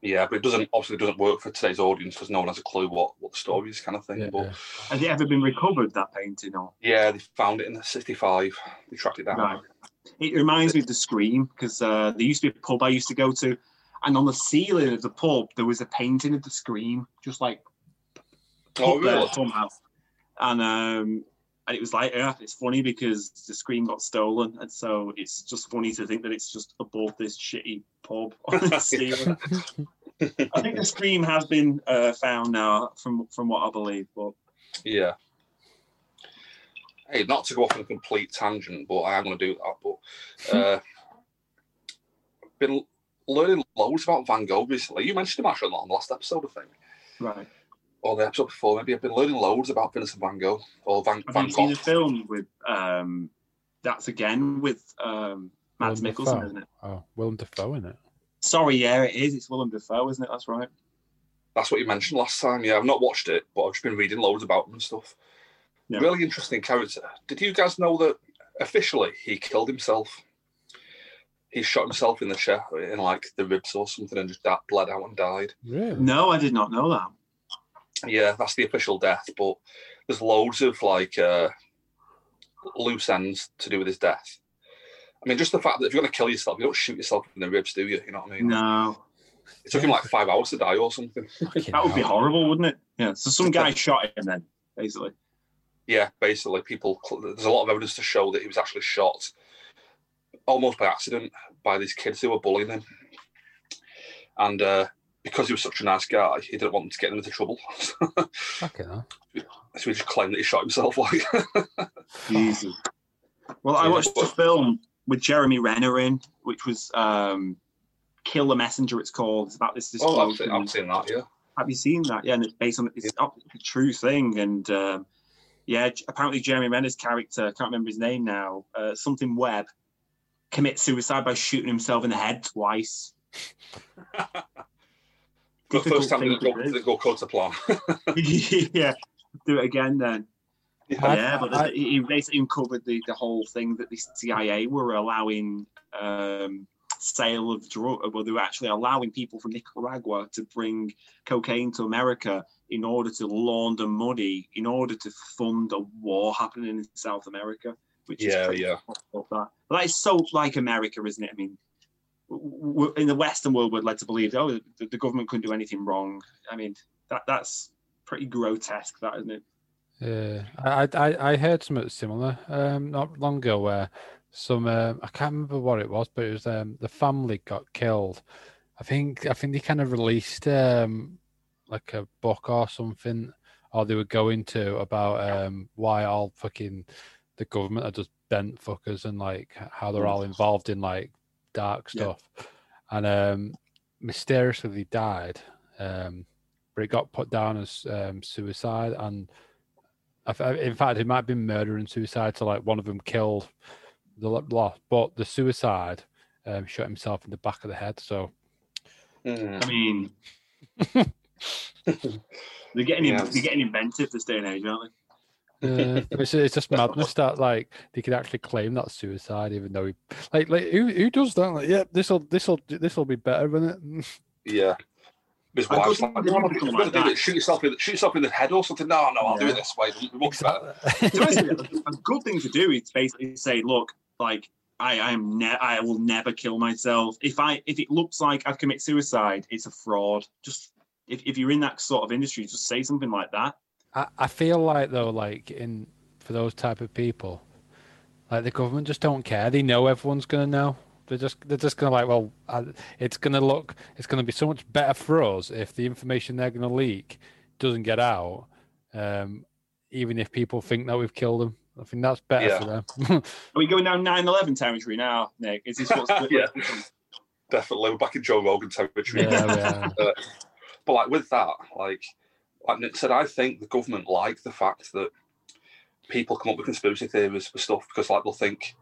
Speaker 1: Yeah, but it doesn't obviously it doesn't work for today's audience because no one has a clue what what the story is kind of thing.
Speaker 2: Yeah.
Speaker 1: But
Speaker 3: Has it ever been recovered, that painting? Or
Speaker 1: yeah, they found it in the '65. They tracked it down.
Speaker 3: Right. It reminds me of the Scream because uh, there used to be a pub I used to go to, and on the ceiling of the pub there was a painting of the Scream, just like
Speaker 1: Oh,
Speaker 3: put there
Speaker 1: really?
Speaker 3: somehow. And um, and it was like, yeah, it's funny because the Scream got stolen, and so it's just funny to think that it's just above this shitty pub <laughs> on
Speaker 1: <laughs>
Speaker 3: the ceiling. I think the Scream has been uh, found now, from from what I believe. But
Speaker 1: Yeah. Hey, not to go off on a complete tangent, but I am going to do that.
Speaker 3: <laughs>
Speaker 1: But uh, been learning loads about Van Gogh recently. You mentioned him actually on the last episode, I think,
Speaker 3: right,
Speaker 1: or the episode before. Maybe I've been learning loads about Vincent Van Gogh or Van
Speaker 3: have
Speaker 1: Van
Speaker 3: you seen
Speaker 1: Gogh.
Speaker 3: the film with um, that's again with um, Mads
Speaker 2: Willem
Speaker 3: Mikkelsen,
Speaker 2: Dafoe.
Speaker 3: isn't it?
Speaker 2: Oh, Willem Dafoe in it.
Speaker 3: Sorry, yeah, it is. It's Willem Dafoe, isn't it? That's right.
Speaker 1: That's what you mentioned last time. Yeah, I've not watched it, but I've just been reading loads about him and stuff.
Speaker 3: Yeah.
Speaker 1: Really interesting character. Did you guys know that officially he killed himself? He shot himself in the chest, in like the ribs or something, and just da- bled out and died.
Speaker 2: Really?
Speaker 3: No, I did not know that.
Speaker 1: yeah, that's the official death. But there's loads of like uh, loose ends to do with his death. I mean, just the fact that if you're going to kill yourself, you don't shoot yourself in the ribs, do you? You know what I mean?
Speaker 3: No,
Speaker 1: It took him like five hours to die or something.
Speaker 2: Fucking
Speaker 3: that would be
Speaker 2: hell.
Speaker 3: horrible, wouldn't it? Yeah. So some guy shot him then,
Speaker 1: <sighs>
Speaker 3: basically.
Speaker 1: Yeah, basically, people. There's a lot of evidence to show that he was actually shot almost by accident by these kids who were bullying him, and uh, because he was such a nice guy, he didn't want them to get him into trouble. <laughs> so
Speaker 2: Fucking hell.
Speaker 1: he just claimed that he shot himself.
Speaker 3: <laughs>
Speaker 1: Like,
Speaker 3: Jesus. Well, I
Speaker 1: Yeah.
Speaker 3: watched a film with Jeremy Renner in, which was um, "Kill the Messenger." It's called. It's about this
Speaker 1: oh, I've
Speaker 3: explosion.
Speaker 1: seen, I've seen that. Yeah.
Speaker 3: Have you seen that? Yeah, and it's based on it's up the true thing, and um, yeah, J- apparently Jeremy Renner's character, I can't remember his name now, uh, something Webb, commits suicide by shooting himself in the
Speaker 1: <laughs>
Speaker 3: head twice.
Speaker 1: The first time they
Speaker 3: Difficult
Speaker 1: go,
Speaker 3: thing
Speaker 1: they go coat to plan.
Speaker 3: to do. <laughs> yeah, do it again then.
Speaker 1: Yeah.
Speaker 2: I-
Speaker 3: yeah, but
Speaker 2: I-
Speaker 3: he he basically uncovered the, the whole thing that the CIA were allowing um, sale of drug, well, they were actually allowing people from Nicaragua to bring cocaine to America in order to launder money, in order to fund a war happening in South America, which is
Speaker 1: Yeah,
Speaker 3: pretty
Speaker 1: yeah.
Speaker 3: fucked up, that. But that is so like America, isn't it? I mean, w- w- in the Western world, we're led to believe, oh, the, the government couldn't do anything wrong. I mean, that that's pretty grotesque, that isn't it?
Speaker 2: Yeah, I I I- I heard something similar um, not long ago where some um, I can't remember what it was, but it was um, the family got killed. I think I think they kind of released um, like a book or something, or they were going to about um, why all fucking the government are just bent fuckers and like how they're all involved in like dark
Speaker 3: Yeah.
Speaker 2: stuff, and um, mysteriously they died. Um, but it got put down as um, suicide, and I th- in fact, it might have been murder and suicide. So like one of them killed the lo- lot, but the suicide um, shot himself in the back of the head. So
Speaker 1: Mm. <laughs>
Speaker 3: I mean, they're getting
Speaker 1: Yes.
Speaker 3: they're getting inventive this day and age, aren't
Speaker 2: uh, it's, it's just madness that like they could actually claim that suicide, even though he, like like who who does that? Like yeah, this'll this'll this'll be better, won't it?
Speaker 1: Yeah. His
Speaker 3: I
Speaker 1: wife's
Speaker 3: couldn't
Speaker 1: like,
Speaker 3: do
Speaker 1: "No, no,
Speaker 3: anything
Speaker 1: you've got
Speaker 3: like
Speaker 1: to do
Speaker 3: that."
Speaker 1: it. Shoot yourself in, shoot yourself in the head or something. No, no, I'll do
Speaker 3: Yeah.
Speaker 1: it this way. It'll be much better. <laughs>
Speaker 3: they? To be honest with you, a good thing to do is basically say, look, like I I am ne- I will never kill myself. If I if it looks like I've committed suicide, it's a fraud. Just if, if you're in that sort of industry, just say something like that.
Speaker 2: I, I feel like though, like in for those type of people, like the government just don't care. They know everyone's gonna know. They're just they're just gonna like, well, I, it's gonna look, it's gonna be so much better for us if the information they're gonna leak doesn't get out. Um, even if people think that we've killed them, I think that's better for them.
Speaker 3: Are we going down 9-11 territory now, Nick? Is this
Speaker 1: <laughs>
Speaker 3: what's
Speaker 1: Yeah. Definitely. We're back in Joe Rogan territory. Uh,
Speaker 2: yeah,
Speaker 1: <laughs>
Speaker 2: yeah.
Speaker 1: But like with that, like like Nick said, I think the government like the fact that people come up with conspiracy theories for stuff because like they'll think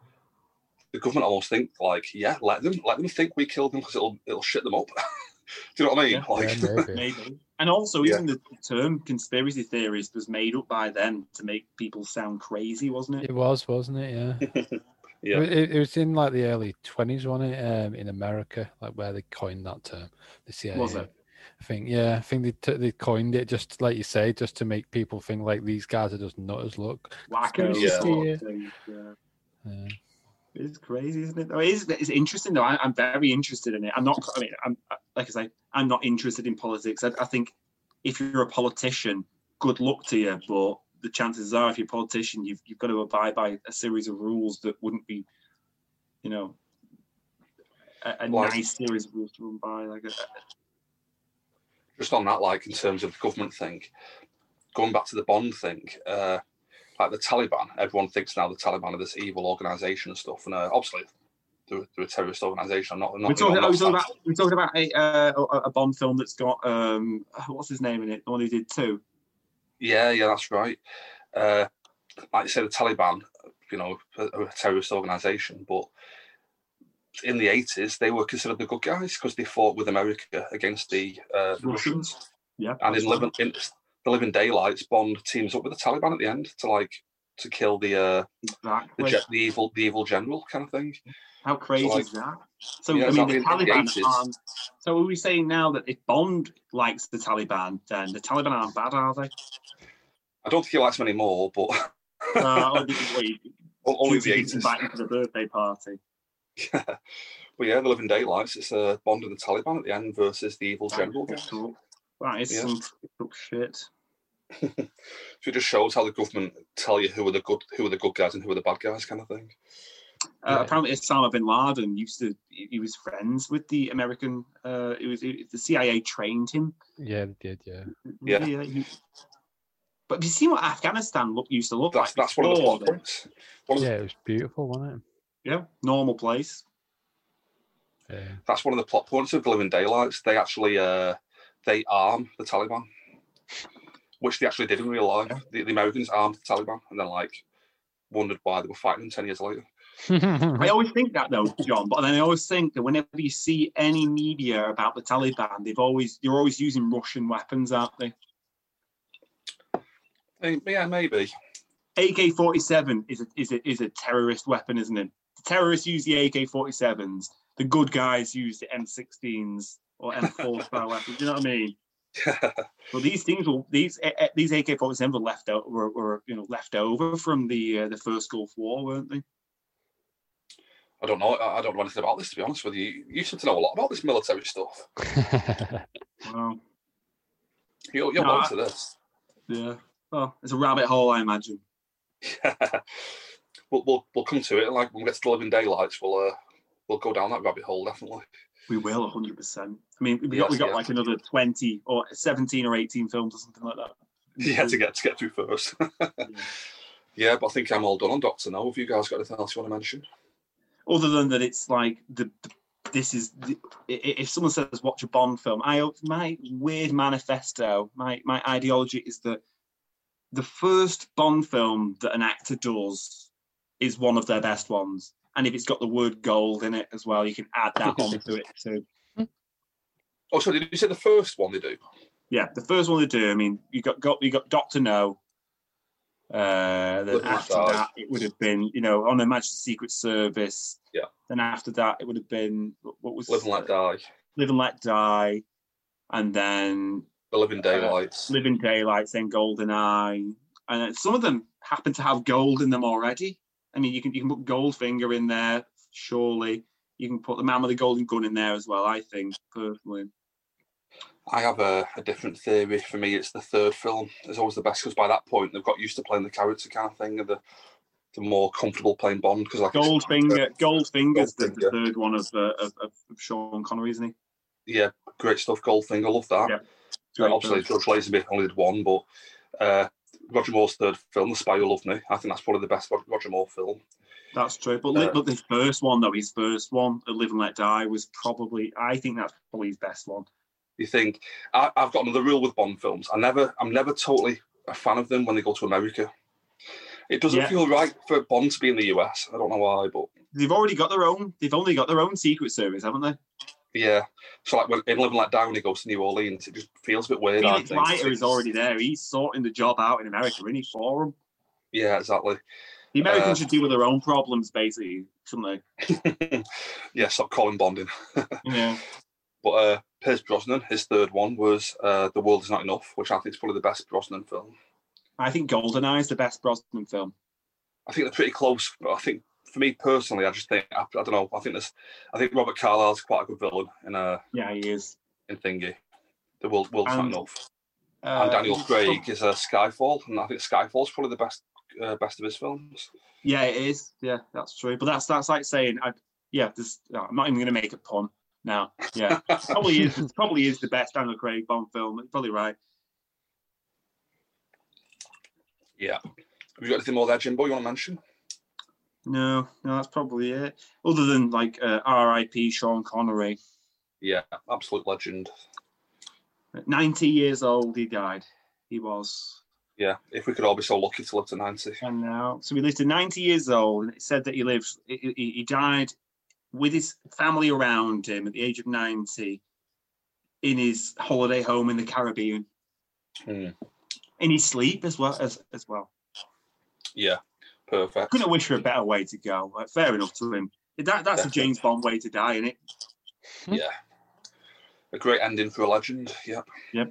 Speaker 1: the government almost think like, yeah, let them let them think we killed them because it'll it'll shit them up. <laughs> do you know what I mean?
Speaker 3: Yeah,
Speaker 1: like
Speaker 2: yeah, maybe.
Speaker 3: Maybe. And also,
Speaker 1: Yeah.
Speaker 3: even the term conspiracy theorist was made up by them to make people sound crazy, wasn't it?
Speaker 2: It was, wasn't it? Yeah.
Speaker 1: Yeah.
Speaker 2: It, it- it was in like the early twenties, wasn't it? Um, in America, like where they coined that term, the CIA.
Speaker 3: Was it?
Speaker 2: I think, yeah, I think they t- they coined it just like you say, just to make people think like these guys are just nutters. Look,
Speaker 3: Wacko.
Speaker 1: Conspiracy
Speaker 3: sort
Speaker 2: theory.
Speaker 3: of thing, yeah.
Speaker 2: uh,
Speaker 3: It's crazy, isn't it? Though it is, it's interesting though. I, I'm very interested in it. I'm not. I mean, I'm like I say, I'm not interested in politics. I, I think if you're a politician, good luck to you. But the chances are, if you're a politician, you've you've got to abide by a series of rules that wouldn't be, you know, a, a
Speaker 1: Well, I-
Speaker 3: nice series of rules to run by. Like, uh, a,
Speaker 1: just on that, like in terms of the government thing, going back to the bond thing, uh, like the Taliban, everyone thinks now the Taliban are this evil organisation and stuff, and uh, obviously they're, they're a terrorist organisation. I'm not. I'm not
Speaker 3: we're talking,
Speaker 1: I'm
Speaker 3: oh,
Speaker 1: not
Speaker 3: we're talking
Speaker 1: saying-
Speaker 3: about we're talking about a, uh, a- a Bond film that's got um, what's his name in it? The one who did two.
Speaker 1: Yeah, yeah, that's right. Uh, like you say, the Taliban, you know, a, a terrorist organisation, but in the 80s, they were considered the good guys because they fought with America against the uh, Russians.
Speaker 3: Yeah,
Speaker 1: And
Speaker 3: that's
Speaker 1: in
Speaker 3: right.
Speaker 1: living, in the living daylights, Bond teams up with the Taliban at the end to like to kill the uh, the,
Speaker 3: Exactly.
Speaker 1: ge- the evil the evil general kind of thing.
Speaker 3: How crazy
Speaker 1: like-
Speaker 3: is that? So
Speaker 1: Yeah,
Speaker 3: I mean, the
Speaker 1: it's not in the
Speaker 3: Taliban.
Speaker 1: 80s.
Speaker 3: aren't, so are we saying now that if Bond likes the Taliban, then the Taliban aren't bad, are
Speaker 1: <laughs>
Speaker 3: they?
Speaker 1: I don't think he likes many more, but
Speaker 3: <laughs> Uh, oh, the- wait,
Speaker 1: <laughs> o- only the
Speaker 3: he's
Speaker 1: 80s.
Speaker 3: invited to the birthday party.
Speaker 1: But yeah, the living daylights. It's uh, Bond and the Taliban at the end versus the evil general. guy. So
Speaker 3: That is
Speaker 1: Yeah.
Speaker 3: some fucked up shit.
Speaker 1: it just shows how the government tell you who are the good who are the good guys and who are the bad guys kind of thing.
Speaker 3: Uh,
Speaker 2: Yeah.
Speaker 3: Apparently, Osama bin Laden used to. He he was friends with the American. Uh, it was it, the CIA trained him
Speaker 2: yeah, they did, yeah.
Speaker 1: Yeah.
Speaker 3: you- but have you seen what Afghanistan look used to look
Speaker 1: That's
Speaker 3: like?
Speaker 1: that's one of the
Speaker 3: before
Speaker 1: plot
Speaker 3: then?
Speaker 1: points. One of the
Speaker 2: Yeah, it was beautiful, wasn't
Speaker 3: Yeah, normal place.
Speaker 2: it? Yeah.
Speaker 1: that's one of the plot points of the Living Daylights. They actually uh, they arm the Taliban, which they actually did in real life. The, the Americans armed the Taliban and then like wondered why they were fighting them ten years later.
Speaker 3: I always think that though, John. But then I always think that whenever you see any media about the Taliban, they've always you're always using Russian weapons, aren't they?
Speaker 1: Eh, Yeah, maybe.
Speaker 3: AK-47 is a, is a, is a terrorist weapon, isn't it? The terrorists use the AK-47s. The good guys use the M16s or M4 style weapons. You know what I mean? Well, these things will these eh, eh, these AK-47s were left out were, were you know left over from the uh, the first Gulf War, weren't they?
Speaker 1: I don't know. I I don't know anything about this to be honest with you. You seem to know a lot about this military stuff.
Speaker 2: <laughs>
Speaker 3: Wow.
Speaker 1: You're, you're
Speaker 3: No,
Speaker 1: no,
Speaker 3: I-
Speaker 1: to this. <laughs>
Speaker 3: Yeah. Well, it's a rabbit hole, I imagine.
Speaker 1: we'll, we'll we'll come to it. Like when we get to living daylights, we'll uh, we'll go down that rabbit hole definitely. <laughs>
Speaker 3: We will, 100%. I mean, we
Speaker 1: Yes,
Speaker 3: got, we got
Speaker 1: yeah.
Speaker 3: like another 20 or 17 or 18 films or something like that.
Speaker 1: Yeah, to get to get through first. <laughs> yeah, but I think I'm all done on Doctor now. Have you guys got anything else you want to mention?
Speaker 3: Other than that, it's like the, the this is the, i- i- if someone says watch a Bond film, I hope my weird manifesto, my my ideology is that the first Bond film that an actor does is one of their best ones, and if it's got the word gold in it as well, you can add that on to it too.
Speaker 1: Oh, sorry, did you say the first one they do?
Speaker 3: yeah, the first one to do. I mean, you got got you got Doctor No. Uh, then
Speaker 1: Goodness
Speaker 3: after
Speaker 1: God.
Speaker 3: that, it would have been you know on Imagine Secret Service.
Speaker 1: Yeah.
Speaker 3: Then after that, it would have been what was
Speaker 1: Live and Let Die,
Speaker 3: Live and Let Die, and then
Speaker 1: The
Speaker 3: Uh,
Speaker 1: Living Daylights.
Speaker 3: Living Daylights, then Golden Eye, and then some of them happen to have gold in them already. I mean, you can you can put Goldfinger in there surely. You can put the Man with the Golden Gun in there as well. I think personally.
Speaker 1: I have a, a different theory. For me, it's the third film is always the best because by that point they've got used to playing the character kind of thing, and the the more comfortable playing Bond because like it's-
Speaker 3: Goldfinger, Goldfinger's the, the
Speaker 1: Goldfinger.
Speaker 3: third one of, uh, of, of of Sean Connery, isn't he?
Speaker 1: yeah, great stuff. Goldfinger, love that.
Speaker 3: Yeah.
Speaker 1: Uh, obviously, George Lazenby only did one, but uh, Roger Moore's third film, The Spy Who Loved Me, I think that's probably the best Rog- Roger Moore film.
Speaker 3: That's true. But, li
Speaker 1: Uh,
Speaker 3: but the first one, though, his first one, uh, Live and Let Die, was probably, I think that's probably his best one.
Speaker 1: You think I, I've got another rule with Bond films. I never, I'm never totally a fan of them when they go to America. It doesn't
Speaker 3: Yeah.
Speaker 1: feel right for Bond to be in the US. I don't know why, but
Speaker 3: They've already got their own, they've only got their own Secret Service, haven't they?
Speaker 1: yeah. So like when in Living Let Down, he goes to New Orleans. It just feels a bit weird. I
Speaker 3: Felix
Speaker 1: think.
Speaker 3: Leiter is already there. He's sorting the job out in America, isn't he, for 'em?
Speaker 1: Yeah, exactly. <laughs>
Speaker 3: The Americans
Speaker 1: Uh,
Speaker 3: should deal with their own problems, basically, shouldn't
Speaker 1: yeah, stop calling Bonding.
Speaker 3: they? Yeah.
Speaker 1: But uh, Piers Brosnan, his third one was uh, The World Is Not Enough, which I think is probably the best Brosnan film.
Speaker 3: I think GoldenEye is the best Brosnan film.
Speaker 1: I think they're pretty close. But I think for me personally, I just think I, I don't know. I think there's, I think Robert Carlyle's quite a good villain in uh,
Speaker 3: Yeah, he is.
Speaker 1: in Thingy. The world, world's not
Speaker 3: And,
Speaker 1: enough.
Speaker 3: Uh,
Speaker 1: And Daniel
Speaker 3: is it
Speaker 1: Craig is uh, Skyfall, and I think Skyfall's probably the best, uh, best of his films.
Speaker 3: Yeah, it is. Yeah, that's true. But that's that's like saying, I, yeah, this, no, I'm not even going to make a pun now. Yeah, probably is it's probably is the best Daniel Craig Bond film. You're probably right.
Speaker 1: Yeah. Have you got anything more there, Jimbo? You want to mention?
Speaker 3: No, no, that's probably it. Other than like uh, R.I.P. Sean Connery,
Speaker 1: Yeah, absolute legend.
Speaker 3: 90 years old, he died. He was.
Speaker 1: Yeah, if we could all be so lucky to live to ninety.
Speaker 3: And now, so he lived to 90 years old, and it said that he lived, he, he he died with his family around him at the age of 90 in his holiday home in the Caribbean,
Speaker 1: Hmm.
Speaker 3: in his sleep as well. As, as well.
Speaker 1: Yeah, perfect.
Speaker 3: Couldn't wish for a better way to go. Like, fair enough to him. That, that's a James Bond way to die, isn't it?
Speaker 1: Yeah, a great ending for a legend. Yeah.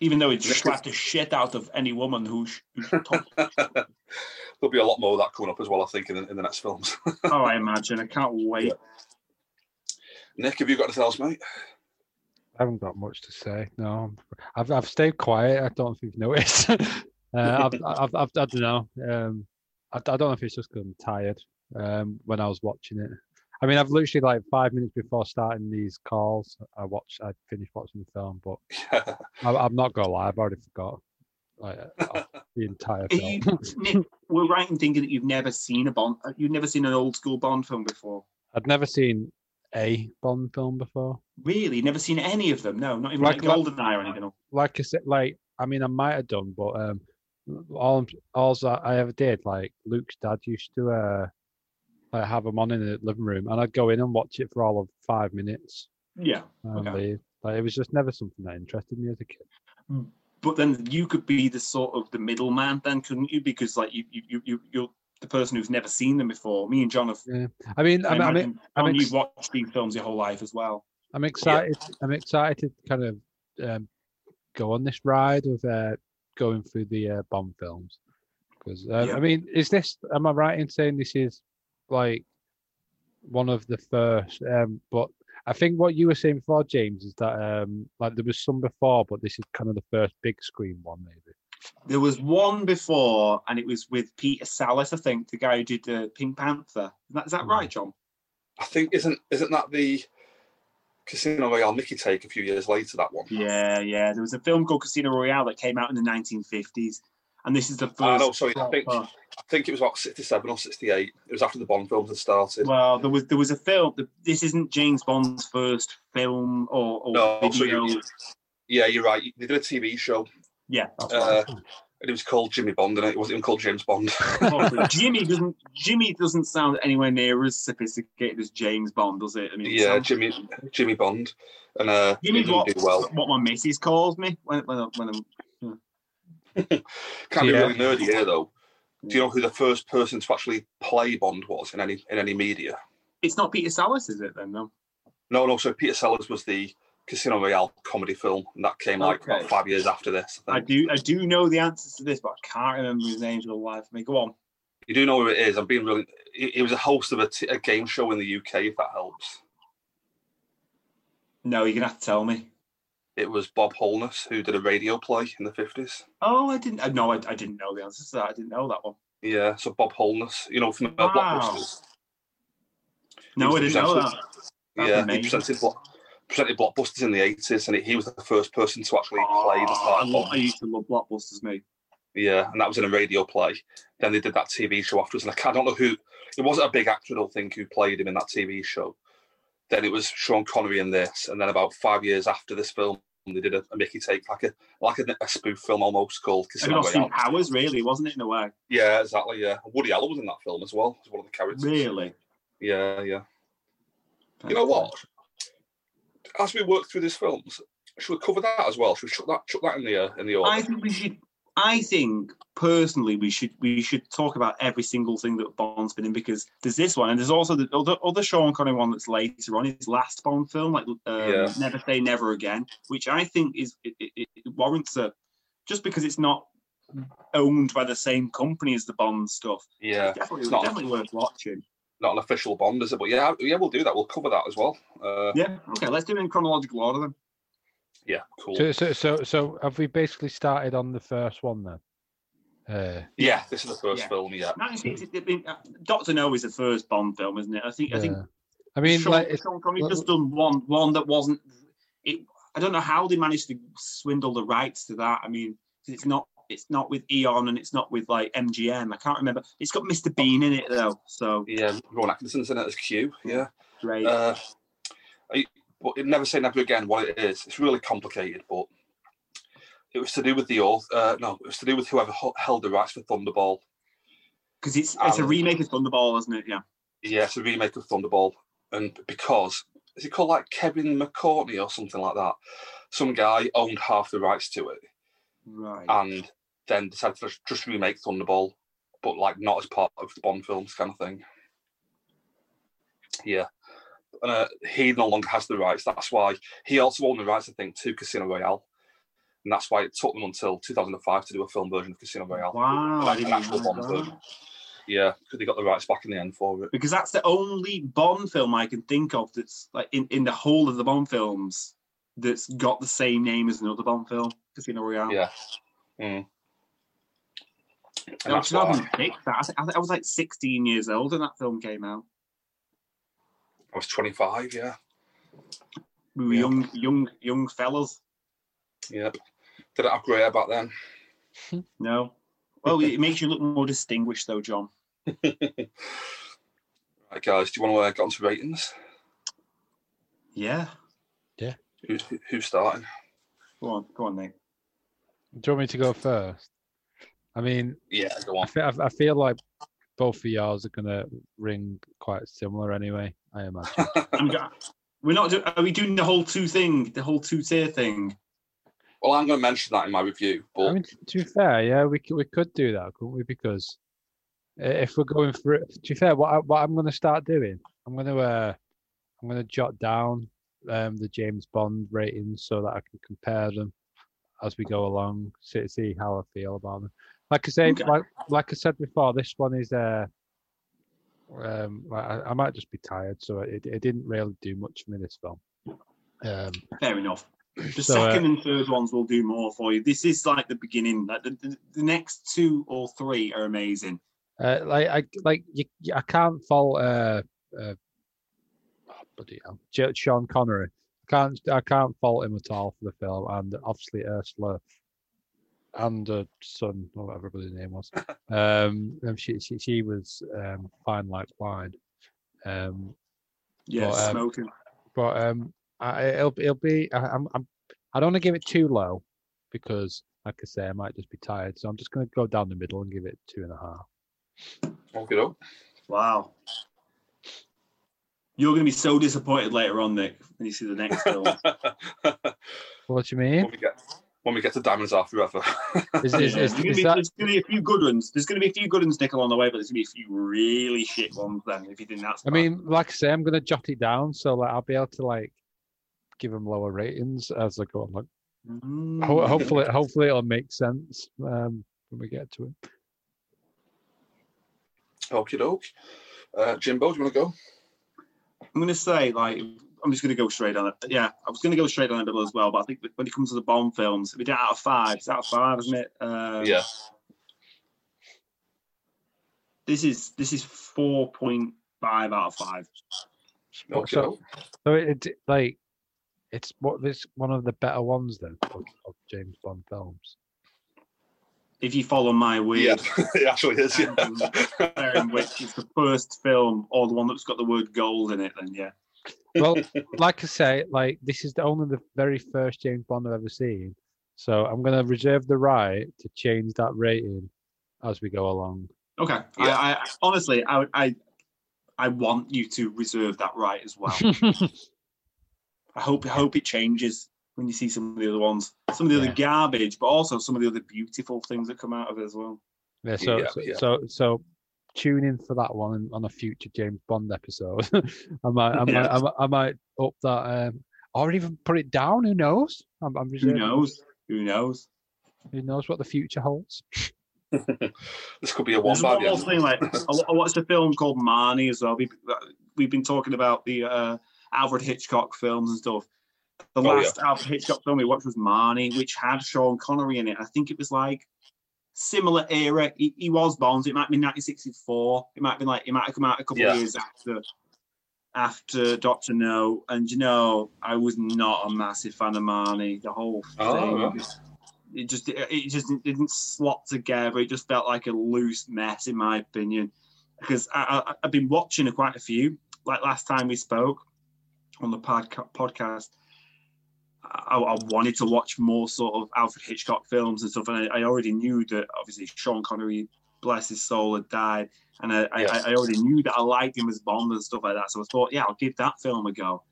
Speaker 3: Even though he'd slap the shit out of any woman who. sh- who talked.
Speaker 1: <laughs> There'll be a lot more of that coming up as well, I think, in the, in the next films. <laughs>
Speaker 3: oh, I imagine. I can't wait.
Speaker 1: Nick, have you got anything else, mate? <laughs>
Speaker 2: I haven't got much to say. No, I've I've stayed quiet. I don't know if you've noticed. <laughs> uh,
Speaker 3: <laughs>
Speaker 2: I've, I've, I've I don't know. Um, I, I don't know if it's just 'cause I'm tired. Um, when I was watching it, I mean, I've literally like five minutes before starting these calls, I watched, I finished watching the film, but I, I'm not gonna lie, I've already forgot like uh, the entire
Speaker 3: <laughs> Are you,
Speaker 2: film.
Speaker 3: Nick, we're right in thinking that you've never seen a Bond, uh, you've never seen an old school Bond film before.
Speaker 2: <laughs> I'd never seen a Bond film before.
Speaker 3: Really, never seen any of them. No, not even
Speaker 2: Like-
Speaker 3: like, Goldeneye or anything.
Speaker 2: like I said, like I mean, I might have done, but um, all I'm- all that I ever did, like Luke's dad used to uh, like have him on in the living room, and I'd go in and watch it for all of five minutes
Speaker 3: Yeah,
Speaker 2: and
Speaker 3: Okay.
Speaker 2: leave. Like it was just never something that interested me as a kid.
Speaker 3: but then you could be the sort of the middleman, then couldn't you? Because like you, you, you, you're the person who's never seen them before. Me and John have.
Speaker 2: I mean,
Speaker 3: I
Speaker 2: I'm, I'm,
Speaker 3: imagine,
Speaker 2: I'm
Speaker 3: John,
Speaker 2: ex-
Speaker 3: you've watched these films your whole life as well.
Speaker 2: I'm excited. I'm excited to kind of um, go on this ride of uh, going through the uh, Bond films because uh,
Speaker 3: Yeah.
Speaker 2: I mean, is this? Am I right in saying this is like one of the first? Um, but I think what you were saying before, James, is that um, like there was some before, but this is kind of the first big screen one, maybe.
Speaker 3: There was one before, and it was with Peter Salis, I think, the guy who did uh, Pink Panther. Is that, is that right, John?
Speaker 1: I think isn't isn't that the Casino Royale Mickey take a few years later? That one.
Speaker 3: Yeah, yeah. There was a film called Casino Royale that came out in the 1950s, and this is the first.
Speaker 1: Ah, no, sorry, I think-
Speaker 3: proper-
Speaker 1: I think it was about sixty-seven or sixty-eight. It was after the Bond films had started.
Speaker 3: Well, there was there was a film. This isn't James Bond's first film or, or
Speaker 1: no, so
Speaker 3: video.
Speaker 1: you, yeah, you're right. They did a TV show,
Speaker 3: yeah, that's right.
Speaker 1: uh, and it was called Jimmy Bond, and it It wasn't even called James Bond.
Speaker 3: Probably. Jimmy doesn't. Jimmy doesn't sound anywhere near as sophisticated as James Bond, does it? I mean, it
Speaker 1: yeah,
Speaker 3: sounds-
Speaker 1: Jimmy Jimmy Bond, and uh, he
Speaker 3: Jimmy's
Speaker 1: didn't
Speaker 3: what,
Speaker 1: do well.
Speaker 3: what my missus calls me when when I- when I'm,
Speaker 1: Can not be
Speaker 2: Yeah.
Speaker 1: really nerdy here though. Do you know who the first person to actually play Bond was in any in any media?
Speaker 3: it's not Peter Salis, is it? Then no.
Speaker 1: No, no. So Peter Sellers was the Casino Royale comedy film, and that came like
Speaker 3: Okay.
Speaker 1: about five years after this. I
Speaker 3: I
Speaker 1: think.
Speaker 3: do I do know the answers to this, but I can't remember his name for the life of me. Go on.
Speaker 1: You do know who it is. I'm being really. He he was a host of a, t- a game show in the UK. If that helps,
Speaker 3: No, you're gonna have to tell me.
Speaker 1: it was Bob Holness who did a radio play in the fifties.
Speaker 3: Oh, I didn't. uh, No, I, I didn't know the answers to that. I didn't know that one.
Speaker 1: Yeah, so Bob Holness, you know from uh,
Speaker 3: Wow.
Speaker 1: Blockbusters. He
Speaker 3: No,
Speaker 1: was
Speaker 3: I
Speaker 1: the
Speaker 3: didn't know that.
Speaker 1: presenter.
Speaker 3: That's
Speaker 1: yeah, he
Speaker 3: amazing.
Speaker 1: presented Block- presented Blockbusters in the eighties, and he was the first person to actually play the
Speaker 3: Oh,
Speaker 1: part
Speaker 3: I,
Speaker 1: of
Speaker 3: love, I
Speaker 1: Bond.
Speaker 3: used to love blockbusters, mate.
Speaker 1: Yeah, and that was in a radio play. Then they did that TV show afterwards, and I, can't, I don't know who. It wasn't a big actor, I don't think, who played him in that TV show. Then it was Sean Connery in this, and then about five years after this film, they did a, a Mickey take, like a like a, a spoof film almost called
Speaker 3: I mean,
Speaker 1: Casino
Speaker 3: Austin
Speaker 1: Royale.
Speaker 3: Powers, really, wasn't it in a way?
Speaker 1: Yeah, exactly. Yeah, Woody Allen was in that film as well. as one of the characters.
Speaker 3: Really.
Speaker 1: Yeah, yeah. You know what? As we work through these films, should we cover that as well? Should we chuck that chuck that in the uh, in the order?
Speaker 3: I think we should. I think personally, we should we should talk about every single thing that Bond's been in because there's this one, and there's also the other, other Sean Connery one that's later on his last Bond film, like um,
Speaker 1: Yeah.
Speaker 3: Never Say Never Again, which I think is it, it, it warrants a just because it's not owned by the same company as the Bond stuff.
Speaker 1: yeah,
Speaker 3: Definitely,
Speaker 1: it's not.
Speaker 3: definitely worth watching.
Speaker 1: not an official Bond, is it? But yeah, yeah, we'll do that. We'll cover that as well. Uh,
Speaker 3: Yeah. Okay, let's do it in chronological order then.
Speaker 1: yeah, cool.
Speaker 2: So, so, so, so, have we basically started on the first one then? Uh,
Speaker 1: Yeah, this is the first
Speaker 3: Yeah.
Speaker 1: film. Yeah,
Speaker 3: 1960 I mean, uh, Doctor No is the first Bond film, isn't it? I think. I think.
Speaker 2: yeah. I mean,
Speaker 3: Sean,
Speaker 2: like, it's,
Speaker 3: Sean Connery
Speaker 2: well-
Speaker 3: just done one one that wasn't. It, I don't know how they managed to swindle the rights to that. I mean, 'cause it's not it's not with Eon and it's not with like MGM. I can't remember. It's got Mr Bean in it though, so
Speaker 1: yeah. Ron Atkinson's in it as Q. Yeah.
Speaker 3: great.
Speaker 1: Uh, I, but it never say never again. What it is, it's really complicated, but it was to do with the author. Uh, no, it was to do with whoever h- held the rights for Thunderball.
Speaker 3: Because it's it's a
Speaker 1: um,
Speaker 3: remake of Thunderball, isn't it? Yeah.
Speaker 1: Yeah, it's a remake of Thunderball, and because is it called like Kevin McCourtney or something like that? Some guy owned half the rights to it.
Speaker 3: Right.
Speaker 1: and then decided to just- just remake Thunderball, but like not as part of the Bond films kind of thing. Yeah. And uh, he no longer has the rights. That's why he also owned the rights, I think, to Casino Royale. And that's why it took them until 2005 to do a film version of Casino Royale.
Speaker 3: wow. I
Speaker 1: Like an
Speaker 3: didn't
Speaker 1: actual
Speaker 3: even
Speaker 1: Bond
Speaker 3: know that.
Speaker 1: version. Yeah, because they got the rights back in the end for it.
Speaker 3: Because that's the only Bond film I can think of that's like in, in the whole of the Bond films that's got the same name as another Bond film, Casino Royale.
Speaker 1: Yeah. Mm. And
Speaker 3: No,
Speaker 1: that's
Speaker 3: 2006. That. I, think, I think I was like 16 years old when that film came out.
Speaker 1: I was 25, yeah.
Speaker 3: We were
Speaker 1: Yeah.
Speaker 3: young, young, young fellas.
Speaker 1: Yeah. Did it have grey hair back then?
Speaker 3: No. Well, it makes you look more distinguished, though, John.
Speaker 1: Right, guys, do you want to uh, get on to ratings?
Speaker 3: Yeah.
Speaker 1: Who, who's starting?
Speaker 3: Go on, go on, Nick.
Speaker 2: do you want me to go first? I mean,
Speaker 1: Yeah, go
Speaker 2: I
Speaker 1: on.
Speaker 2: feel, I feel like both of yours are gonna ring quite similar anyway. I imagine.
Speaker 3: I'm go- we're not. Do- are we doing the whole two thing? The whole two tier thing?
Speaker 1: Well, I'm going to mention that in my review, but
Speaker 2: I mean, t- to be fair, yeah, we could, we could do that, couldn't we? Because i- if we're going for it, to be fair, what, I, what I'm going to start doing, I'm going to uh, I'm going to jot down um, the James Bond ratings so that I can compare them as we go along, see, see how I feel about them. Like I say,
Speaker 3: Okay.
Speaker 2: like like I said before, this one is uh, um, like, I, I might just be tired, so it, it didn't really do much for me this film. Um,
Speaker 3: Fair enough. The
Speaker 2: So, uh,
Speaker 3: second and third ones will do more for you. This is like the beginning. Like the, the, the next two or three are amazing.
Speaker 2: Uh, like I like you, you- I can't fault uh, uh oh, bloody hell, Ja- Sean Connery. I can't I can't fault him at all for the film, and obviously Ursula and her son or whatever his name was. Um, um, she she she was um fine like wine. Um,
Speaker 3: Yeah,
Speaker 2: Well, um,
Speaker 3: smoking.
Speaker 2: but um, I, it'll it'll be I, I'm I'm I don't want to give it too low because like I say I might just be tired, so I'm just going to go down the middle and give it two and a half.
Speaker 1: Okay, <laughs> no.
Speaker 3: Wow. You're going to be so disappointed later on, Nick, when you see
Speaker 2: <laughs>
Speaker 3: the next film.
Speaker 2: What do you
Speaker 1: <laughs>
Speaker 2: mean?
Speaker 1: when we get when we get to diamonds are forever. <laughs>
Speaker 2: Is, is,
Speaker 3: Yeah,
Speaker 2: is,
Speaker 3: there's gonna
Speaker 2: is
Speaker 3: be-
Speaker 2: that
Speaker 3: there's going to be a few good ones. There's going to be a few good ones, Nick, along the way, but there's going to be a few really shit ones then. If you think that's,
Speaker 2: I
Speaker 3: bad.
Speaker 2: mean, like I say, I'm gonna jot it down, so like I'll be able to like give them lower ratings as I go along.
Speaker 3: Mm.
Speaker 2: Ho- hopefully, hopefully it'll make sense um, when we get to it.
Speaker 1: Okie doke. Uh, Jimbo, do you want to go?
Speaker 3: I'm going to say like I'm just going to go straight on it. Yeah, I was going to go straight on the middle as well, but I think when it comes to the Bond films, if we do it out of five, it's out of five, isn't it? Uh,
Speaker 1: yeah.
Speaker 3: This is this is four point five out of five.
Speaker 2: Well,
Speaker 1: Okie
Speaker 2: so-
Speaker 1: doke. <laughs>
Speaker 2: So it, it like it's what this one of the better ones then of, of James Bond films.
Speaker 3: If you follow my
Speaker 1: Yeah,
Speaker 3: weird,
Speaker 1: it actually is. Yeah.
Speaker 3: um,
Speaker 1: <laughs>
Speaker 3: therein which is the first film or the one that's got the word gold in it, then yeah.
Speaker 2: Well, like I say, like this is the only the very first James Bond I've ever seen, so I'm gonna reserve the right to change that rating as we go along.
Speaker 3: Okay. I,
Speaker 1: Yeah.
Speaker 3: I, I honestly, I, would- I, I want you to reserve that right as well. I hope, I hope it changes when you see some of the other ones, some of the
Speaker 2: Yeah.
Speaker 3: other garbage, but also some of the other beautiful things that come out of it as well.
Speaker 2: Yeah, so
Speaker 1: Yeah,
Speaker 2: so,
Speaker 1: yeah.
Speaker 2: so so tune in for that one on a future James Bond episode. <laughs> I might I might, I might I might up that um, or even put it down. Who knows? I'm, I'm
Speaker 3: Who
Speaker 2: reserving-
Speaker 3: knows? Who knows?
Speaker 2: Who knows what the future holds?
Speaker 1: This could be a one
Speaker 3: There's
Speaker 1: by
Speaker 3: one
Speaker 1: the
Speaker 3: more
Speaker 1: end. <laughs>
Speaker 3: thing. Like I wa- I watched a film called Marnie as well. We've, we've been talking about the uh, Alfred Hitchcock films and stuff. The
Speaker 1: Oh, yeah.
Speaker 3: last Alfred Hitchcock film we watched was Marnie, which had Sean Connery in it. I think it was like similar era. He, he was Bond. It might be 1964. It might be like it might have come out a couple
Speaker 1: Yeah.
Speaker 3: of years after after Doctor No. And you know, I was not a massive fan of Marnie. The whole thing
Speaker 1: Oh, right.
Speaker 3: it just it, it just didn't- didn't slot together. It just felt like a loose mess, in my opinion. Because I, I, I've been watching quite a few. Like last time we spoke on the podca- podcast, I, I wanted to watch more sort of Alfred Hitchcock films and stuff, and I, I already knew that obviously Sean Connery, bless his soul, had died, and I, I
Speaker 1: Yes.
Speaker 3: I, I already knew that I liked him as Bond and stuff like that. So I thought, yeah, I'll give that film a go.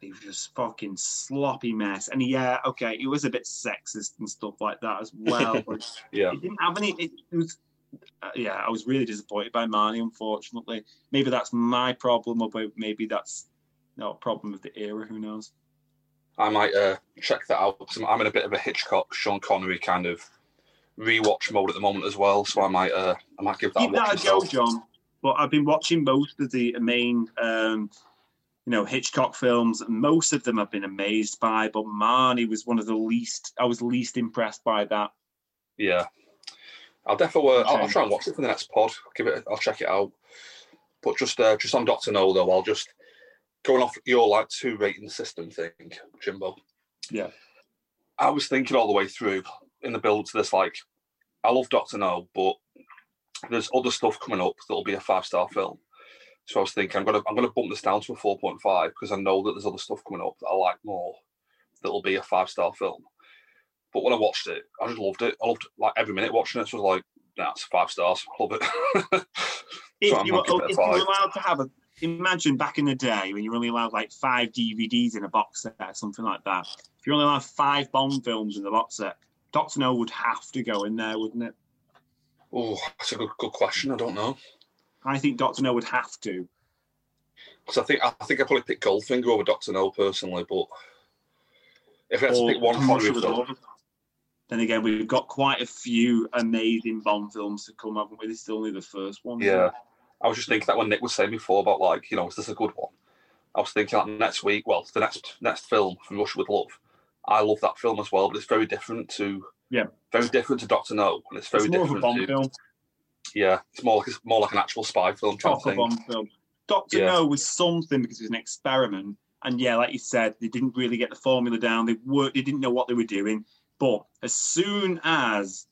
Speaker 3: He was just fucking sloppy mess, and yeah, okay, it was a bit sexist and stuff like that as well. but
Speaker 1: Yeah.
Speaker 3: it didn't have any. It, it was, uh, yeah, I was really disappointed by Marnie. Unfortunately, maybe that's my problem, or ba- maybe that's not a problem of the era. Who knows?
Speaker 1: I might uh, check that out. 'cause I'm, I'm in a bit of a Hitchcock, Sean Connery kind of rewatch mode at the moment as well. So I might, uh, I might give that
Speaker 3: Give
Speaker 1: a watch.
Speaker 3: that a go,
Speaker 1: myself.
Speaker 3: John. But I've been watching most of the main, um, you know, Hitchcock films, and most of them I've been amazed by. But Marnie was one of the least. I was least impressed by that.
Speaker 1: Yeah, I'll definitely. Uh, I'll, I'll
Speaker 3: Okay.
Speaker 1: try and watch it for the next pod. Give it. a- I'll check it out. But just, uh, just on Doctor No though, I'll just going off your like two rating system thing, Jimbo.
Speaker 3: Yeah.
Speaker 1: I was thinking all the way through in the build to this. Like, I love Doctor No, but there's other stuff coming up that'll be a five star film. So I was thinking I'm gonna I'm gonna bump this down to a four point five because I know that there's other stuff coming up that I like more that'll be a five star film. But when I watched it, I just loved it. I loved like every minute watching it. So I was like, nah, it's five stars. Love it. <laughs>
Speaker 3: If,
Speaker 1: So I'm
Speaker 3: you,
Speaker 1: not
Speaker 3: were,
Speaker 1: giving it a
Speaker 3: if you were
Speaker 1: five.
Speaker 3: allowed to have a, imagine back in the day when you were only allowed like five DVDs in a box set, or something like that. If you only allowed five Bond films in the box set, Doctor No would have to go in there, wouldn't it?
Speaker 1: oh, that's a good good question. I don't know
Speaker 3: I think Doctor No would have to.
Speaker 1: because I think I think I probably pick Goldfinger over Doctor No personally. But if I had to
Speaker 3: Or
Speaker 1: pick one
Speaker 3: Commercial
Speaker 1: Connery
Speaker 3: with
Speaker 1: film,
Speaker 3: Love. Then again, we've got quite a few amazing Bond films to come, haven't we? This is only the first one. isn't
Speaker 1: Yeah.
Speaker 3: it?
Speaker 1: I was just thinking that when Nick was saying before about like, you know, is this a good one? I was thinking like next week, well, the next next film from Russia with Love, I love that film as well, but it's very different to
Speaker 3: Yeah.
Speaker 1: very different to Doctor No, and it's very
Speaker 3: it's more
Speaker 1: different
Speaker 3: of a bomb
Speaker 1: to
Speaker 3: film.
Speaker 1: yeah, it's more like it's more like an actual spy film. Trying to think.
Speaker 3: proper bomb film. Doctor
Speaker 1: Yeah.
Speaker 3: No was something because it was an experiment, and yeah, like you said, they didn't really get the formula down. They were they didn't know what they were doing. But as soon as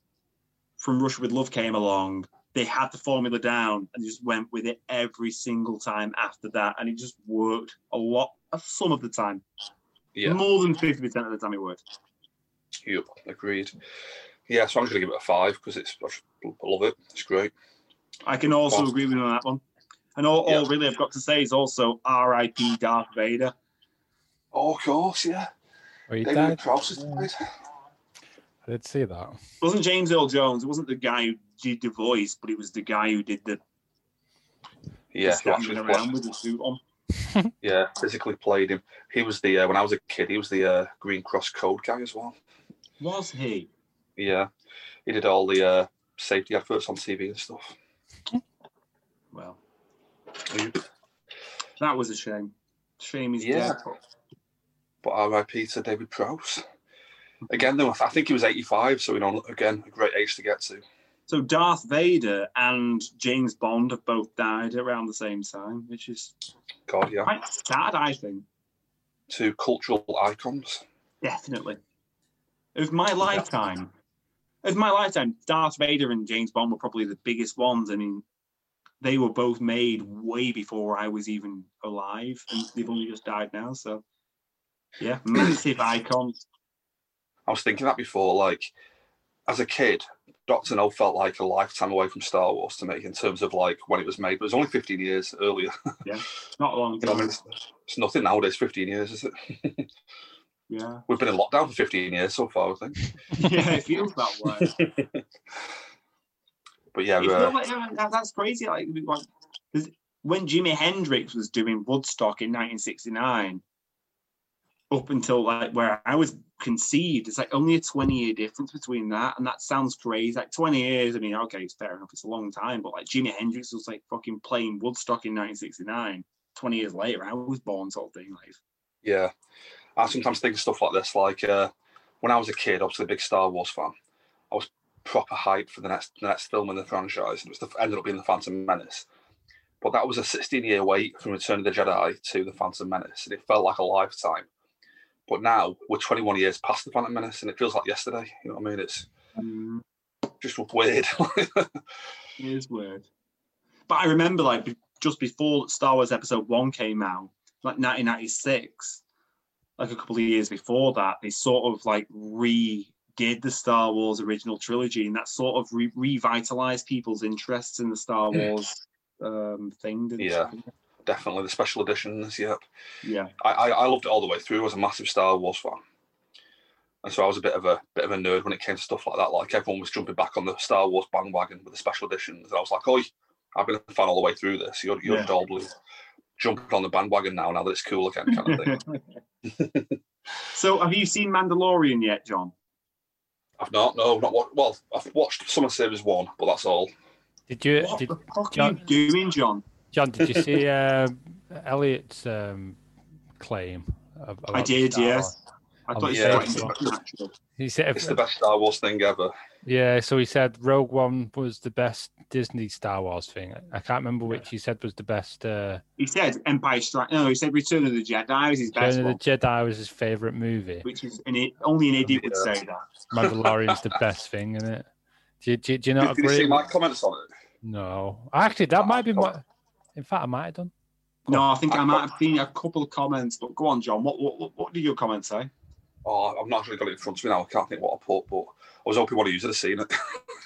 Speaker 3: From Russia with Love came along, they had the formula down and just went with it every single time after that, and it just worked a lot. uh, Some of the time,
Speaker 1: Yeah,
Speaker 3: more than fifty percent of the time, it worked.
Speaker 1: yep, agreed. Yeah, so I'm just gonna give it a five because it's I just love it. It's great.
Speaker 3: I can also
Speaker 1: Well-
Speaker 3: agree with you on that one. And all, all
Speaker 1: Yeah.
Speaker 3: really I've got to say is also R.I.P. Darth Vader.
Speaker 1: Oh, of course, yeah.
Speaker 2: Well, he
Speaker 1: David
Speaker 2: died.
Speaker 1: Prowse is
Speaker 2: Yeah,
Speaker 1: dead.
Speaker 2: I did see that.
Speaker 3: It wasn't James Earl Jones. It wasn't the guy who did the voice, but it was the guy who did the, the
Speaker 1: Yeah, who
Speaker 3: standing
Speaker 1: actually
Speaker 3: around
Speaker 1: played,
Speaker 3: with the suit on.
Speaker 1: yeah, physically played him. He was the uh, when I was a kid, he was the uh, Green Cross Code guy as well.
Speaker 3: Was he?
Speaker 1: Yeah, he did all the uh, safety adverts on TV and stuff.
Speaker 3: Well,
Speaker 1: Yep.
Speaker 3: that was a shame. Shame he's
Speaker 1: Yeah.
Speaker 3: dead.
Speaker 1: But RIP to David Prowse. Again, though, I think he was 85, so you know, again, a great age to get to.
Speaker 3: So Darth Vader and James Bond have both died around the same time, which is
Speaker 1: God, yeah.
Speaker 3: quite sad, I think.
Speaker 1: Two cultural icons.
Speaker 3: Definitely. Of my lifetime, of my lifetime, Darth Vader and James Bond were probably the biggest ones. I mean, they were both made way before I was even alive, and they've only just died now. So, yeah, massive icons.
Speaker 1: I was thinking that before, like, as a kid, Doctor No felt like a lifetime away from Star Wars to me in terms of like when it was made, but it was only 15 years earlier.
Speaker 3: Not long
Speaker 1: You know, I
Speaker 3: ago.
Speaker 1: mean, it's, it's nothing nowadays, 15 years, is it? <laughs>
Speaker 3: Yeah,
Speaker 1: We've been in lockdown for 15 years so far, I think.
Speaker 3: yeah, it feels that way.
Speaker 1: But yeah,
Speaker 3: It's
Speaker 1: uh,
Speaker 3: not like- yeah, that- that's crazy. Like, we- like, 'cause when Jimi Hendrix was doing Woodstock in 1969, up until like where I was conceived, it's like only a 20 year difference between that, and that sounds crazy. Like 20 years, I mean, okay, it's fair enough, it's a long time, but like Jimi Hendrix was like fucking playing Woodstock in 1969. 20 years later, I was born, sort of thing. Like,
Speaker 1: Yeah, I sometimes think of stuff like this. Like uh, when I was a kid, obviously a big Star Wars fan, I was proper hyped for the next the next film in the franchise, and it was the, ended up being the Phantom Menace. But that was a 16 year wait from Return of the Jedi to the Phantom Menace, and it felt like a lifetime. But now we're 21 years past the Phantom Menace, and it feels like yesterday. You know what I mean? It's
Speaker 3: mm,
Speaker 1: just weird. <laughs>
Speaker 3: It is weird. But I remember, like, be- just before Star Wars Episode 1 came out, like 1996, like a couple of years before that, they sort of like redid the Star Wars original trilogy and that sort of re- revitalized people's interests in the Star
Speaker 1: Yeah.
Speaker 3: Wars um, thing. Didn't
Speaker 1: Yeah.
Speaker 3: it?
Speaker 1: Definitely the special editions. Yep.
Speaker 3: Yeah.
Speaker 1: I, I, I loved it all the way through. I was a massive Star Wars fan, and so I was a bit of a bit of a nerd when it came to stuff like that. Like everyone was jumping back on the Star Wars bandwagon with the special editions, and I was like, "Oh, I've been a fan all the way through this. You're you're
Speaker 3: Yeah.
Speaker 1: doubly jumping on the bandwagon now. Now that it's cool again, kind of
Speaker 3: <laughs>
Speaker 1: thing."
Speaker 3: so have you seen Mandalorian yet, John?
Speaker 1: I've not, no, not what. Well, I've watched Summer Series One, but that's all.
Speaker 2: Did you?
Speaker 3: What
Speaker 2: Did,
Speaker 3: the fuck
Speaker 2: John-
Speaker 3: are you doing, John?
Speaker 2: John, did you see uh, Elliot's um, claim? Of,
Speaker 3: I
Speaker 2: about
Speaker 3: did,
Speaker 2: Star Wars?
Speaker 3: yes. I thought you
Speaker 1: Yeah.
Speaker 3: said it was natural.
Speaker 2: He said,
Speaker 1: It's the best Star Wars thing ever.
Speaker 2: yeah. So he said Rogue One was the best Disney Star Wars thing. I can't remember which he said was the best. Uh,
Speaker 3: He said Empire Strike. No, he said Return of the Jedi was his best
Speaker 2: Return
Speaker 3: one.
Speaker 2: of the Jedi was his favorite movie.
Speaker 3: which is an, i- only an idiot would
Speaker 1: Yeah.
Speaker 3: say that.
Speaker 2: Mandalorian's the best thing, isn't it? Do you, do you, do you not
Speaker 1: Did, did you
Speaker 2: agree?
Speaker 1: see my
Speaker 2: with-
Speaker 1: comments on it?
Speaker 2: No, actually, that
Speaker 1: Oh,
Speaker 2: might be
Speaker 1: come
Speaker 2: what. In fact, I might have done.
Speaker 3: No, I think I might have seen a couple of comments, but go on, John. What what, what- what do your comments say?
Speaker 1: Oh, I've not actually got it in front of me now. I can't think what I put, but I was hoping one of you would have seen it.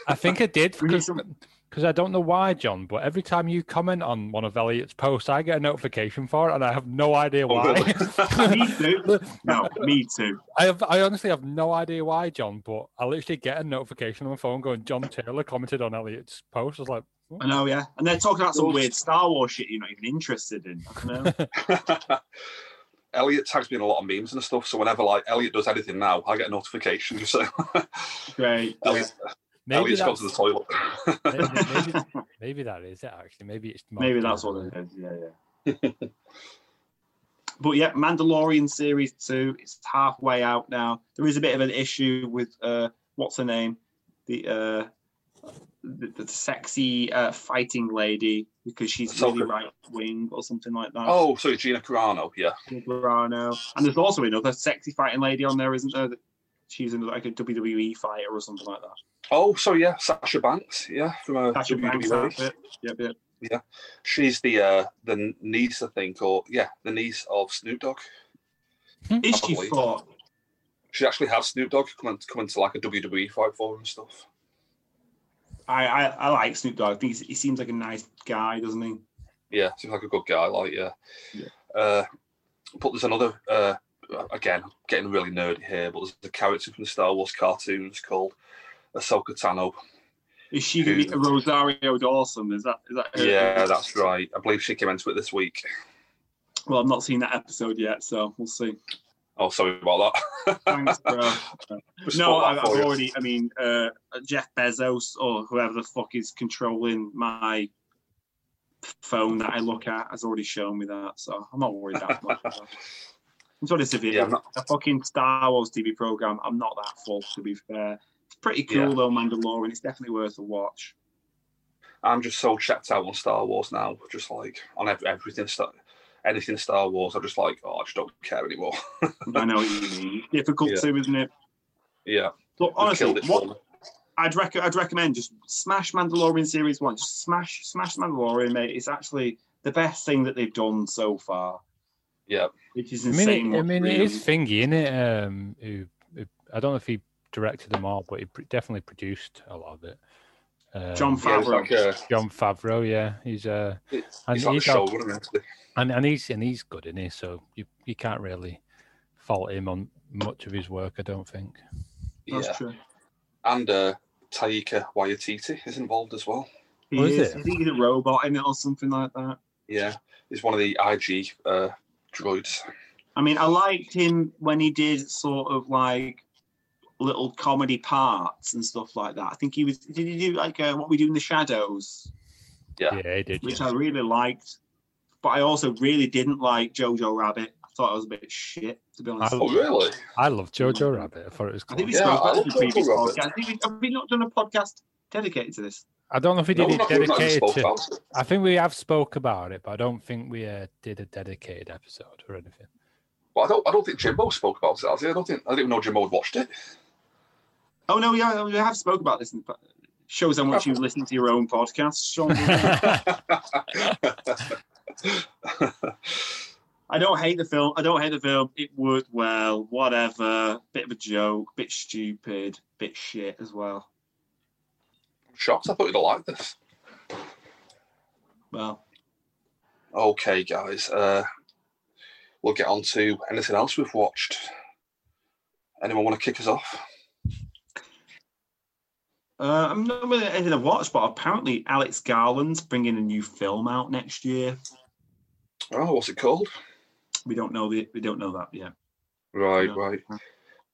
Speaker 2: I think I did
Speaker 3: We need some-
Speaker 2: because I don't know why, John. But every time you comment on one of Elliot's posts, I get a notification for it, and I have no idea
Speaker 1: Oh,
Speaker 2: why.
Speaker 3: <laughs> me too. No, me too.
Speaker 2: <laughs> I have, I honestly have no idea why, John. But I literally get a notification on my phone going, "John Taylor commented on Elliot's post." I was like,
Speaker 3: I know, yeah. And they're talking about some weird Star Wars shit you're not even interested in. I don't <laughs> know.
Speaker 1: <laughs> Elliot tags me in a lot of memes and stuff, so whenever like Elliot does anything now, I get a notification. <laughs> Just saying,
Speaker 3: Great.
Speaker 1: Elliot's,
Speaker 2: "Maybe
Speaker 1: Elliot's gone
Speaker 2: that's,
Speaker 1: to the toilet.
Speaker 2: maybe, maybe, maybe that is it. Actually, maybe it's
Speaker 3: Maybe
Speaker 1: <laughs>
Speaker 2: marketing.
Speaker 3: that's what it is. Yeah, yeah. But yeah, Mandalorian series two. It's halfway out now. There is a bit of an issue with uh, what's her name, the uh, the, the sexy uh, fighting lady, because she's
Speaker 1: Ahsoka.
Speaker 3: really right wing or something like that.
Speaker 1: Oh, sorry, Gina Carano. Yeah,
Speaker 3: Negrano. And there's also another sexy fighting lady on there, isn't there? that- She's in like a WWE fighter or something like that.
Speaker 1: Oh, so yeah, Sasha Banks, yeah, from uh,
Speaker 3: Sasha Banks
Speaker 1: WWE.
Speaker 3: outfit. Yep, yep.
Speaker 1: She's the uh, the niece, I think, or yeah, the niece of Snoop Dogg.
Speaker 3: Is she
Speaker 1: Probably.
Speaker 3: for?
Speaker 1: She actually had Snoop Dogg come in, come into like a WWE fight for her and stuff.
Speaker 3: I, I I like Snoop Dogg. I think he's, he seems like a nice guy, doesn't he?
Speaker 1: Yeah, seems like a good guy. Like yeah,
Speaker 3: Yeah.
Speaker 1: Uh, but there's another. Uh, again, I'm getting really nerdy here, but there's a character from the Star Wars cartoons called Ahsoka
Speaker 3: Oh,
Speaker 1: Tano.
Speaker 3: Is she gonna be
Speaker 1: Who-
Speaker 3: a Rosario Dawson? Is that is that? her?
Speaker 1: Yeah, that's right. I believe she came into it this week.
Speaker 3: Well, I've not seen that episode yet, so we'll see.
Speaker 1: Oh, sorry about that. <laughs>
Speaker 3: Thanks, bro.
Speaker 1: Just
Speaker 3: no,
Speaker 1: thought
Speaker 3: I,
Speaker 1: that
Speaker 3: I've
Speaker 1: for you.
Speaker 3: already. I mean, uh, Jeff Bezos or whoever the fuck is controlling my phone that I look at has already shown me that, so I'm not worried that much. about it. I'm sort of severe.
Speaker 1: Yeah, I'm not-
Speaker 3: A fucking Star Wars TV program. I'm not that full, to be fair. It's pretty cool
Speaker 1: Yeah.
Speaker 3: though, Mandalorian. It's definitely worth a watch.
Speaker 1: I'm just so checked out on Star Wars now. Just like on ev- everything, Star, anything Star Wars. I'm just like, oh, I just don't care anymore. <laughs>
Speaker 3: I know what you mean. It's Difficult
Speaker 1: Yeah.
Speaker 3: too, isn't it?
Speaker 1: yeah,
Speaker 3: But
Speaker 1: they've
Speaker 3: honestly,
Speaker 1: killed it
Speaker 3: what,
Speaker 1: for me.
Speaker 3: I'd rec- I'd recommend just smash Mandalorian series one. Just smash smash Mandalorian, mate. It's actually the best thing that they've done so far,
Speaker 1: Yeah,
Speaker 3: which is
Speaker 2: I mean,
Speaker 3: insane.
Speaker 2: it, I
Speaker 3: what
Speaker 2: mean,
Speaker 3: they're
Speaker 2: it is
Speaker 3: doing.
Speaker 2: Thingy, isn't it? Um, who, who, I don't know if he directed them all, but he pr- definitely produced a lot of it. Um,
Speaker 3: John
Speaker 1: yeah, it's
Speaker 3: Favreau.
Speaker 1: like uh,
Speaker 2: John Favreau, yeah, he's uh,
Speaker 1: it's,
Speaker 2: And
Speaker 1: it's like a
Speaker 2: he's
Speaker 1: show,
Speaker 2: got-
Speaker 1: wouldn't it?
Speaker 2: and and he's and he's good, isn't he? So you you can't really fault him on much of his work, I don't think.
Speaker 1: Yeah,
Speaker 3: That's true.
Speaker 1: and uh, Taika Waititi is involved as well.
Speaker 3: He
Speaker 2: Oh,
Speaker 3: is,
Speaker 2: is
Speaker 3: is
Speaker 2: it?
Speaker 3: I think he's a robot in it or something like that.
Speaker 1: Yeah, he's one of the IG uh, droids.
Speaker 3: I mean, I liked him when he did sort of like little comedy parts and stuff like that. I think he was. Did he do like uh, what we do in the shadows,
Speaker 1: Yeah.
Speaker 2: Yeah, he did.
Speaker 3: which
Speaker 2: yeah.
Speaker 3: I really liked, but I also really didn't like Jojo Rabbit. I thought it was a bit shit, to be honest.
Speaker 2: I
Speaker 1: Oh,
Speaker 2: <laughs>
Speaker 1: really?
Speaker 2: I love Jojo Rabbit. I thought it was cool.
Speaker 3: I think we
Speaker 1: Yeah,
Speaker 3: spoke
Speaker 1: I
Speaker 3: about this
Speaker 1: love
Speaker 3: in the previous
Speaker 1: Jojo Rabbit.
Speaker 3: podcast. I think we, have we not done a podcast dedicated to this?
Speaker 2: I don't know if we
Speaker 1: No,
Speaker 2: did
Speaker 1: we're
Speaker 2: it
Speaker 1: not- we're not even
Speaker 2: dedicated.
Speaker 1: spoke
Speaker 2: to-
Speaker 1: about it.
Speaker 2: I think we have spoke about it, but I don't think we uh, did a dedicated episode or anything.
Speaker 1: Well, I don't. I don't think Jimbo spoke about it. has he? I don't think. I didn't even know Jimbo had watched
Speaker 2: <laughs>
Speaker 1: it. <laughs>
Speaker 3: Oh no, yeah, we have spoke about this. In the, shows
Speaker 1: <laughs>
Speaker 3: how much you listen to your own podcast, Sean. I don't hate the film. I don't hate the film. It worked well. Whatever. Bit of a joke. Bit stupid. Bit shit as well.
Speaker 1: Shocked. I thought you'd have liked this.
Speaker 3: Well,
Speaker 1: Okay, guys. Uh, we'll get on to anything else we've watched. Anyone want to kick us off?
Speaker 3: uh, I'm not really anything to watch, but apparently Alex Garland's bringing a new film out next year.
Speaker 1: Oh, what's it called?
Speaker 3: We don't know the. We don't know that yet.
Speaker 1: Right,
Speaker 3: Yeah.
Speaker 1: right.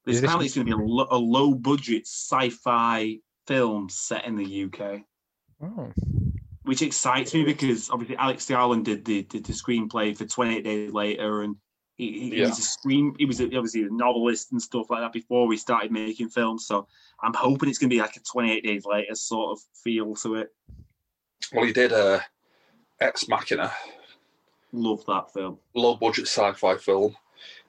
Speaker 3: This
Speaker 2: Is this-
Speaker 3: apparently it's going to be a, lo- a low budget sci fi film set in the UK,
Speaker 2: Oh,
Speaker 3: which excites me because obviously Alex Garland did the did the screenplay for Twenty Eight Days Later, and he, he,
Speaker 1: Yeah.
Speaker 3: he's a screen he was a, obviously a novelist and stuff like that before we started making films. So I'm hoping it's going to be like a Twenty Eight Days Later sort of feel to it.
Speaker 1: Well, he did uh, Ex Machina,
Speaker 3: Love that film.
Speaker 1: low budget sci fi film,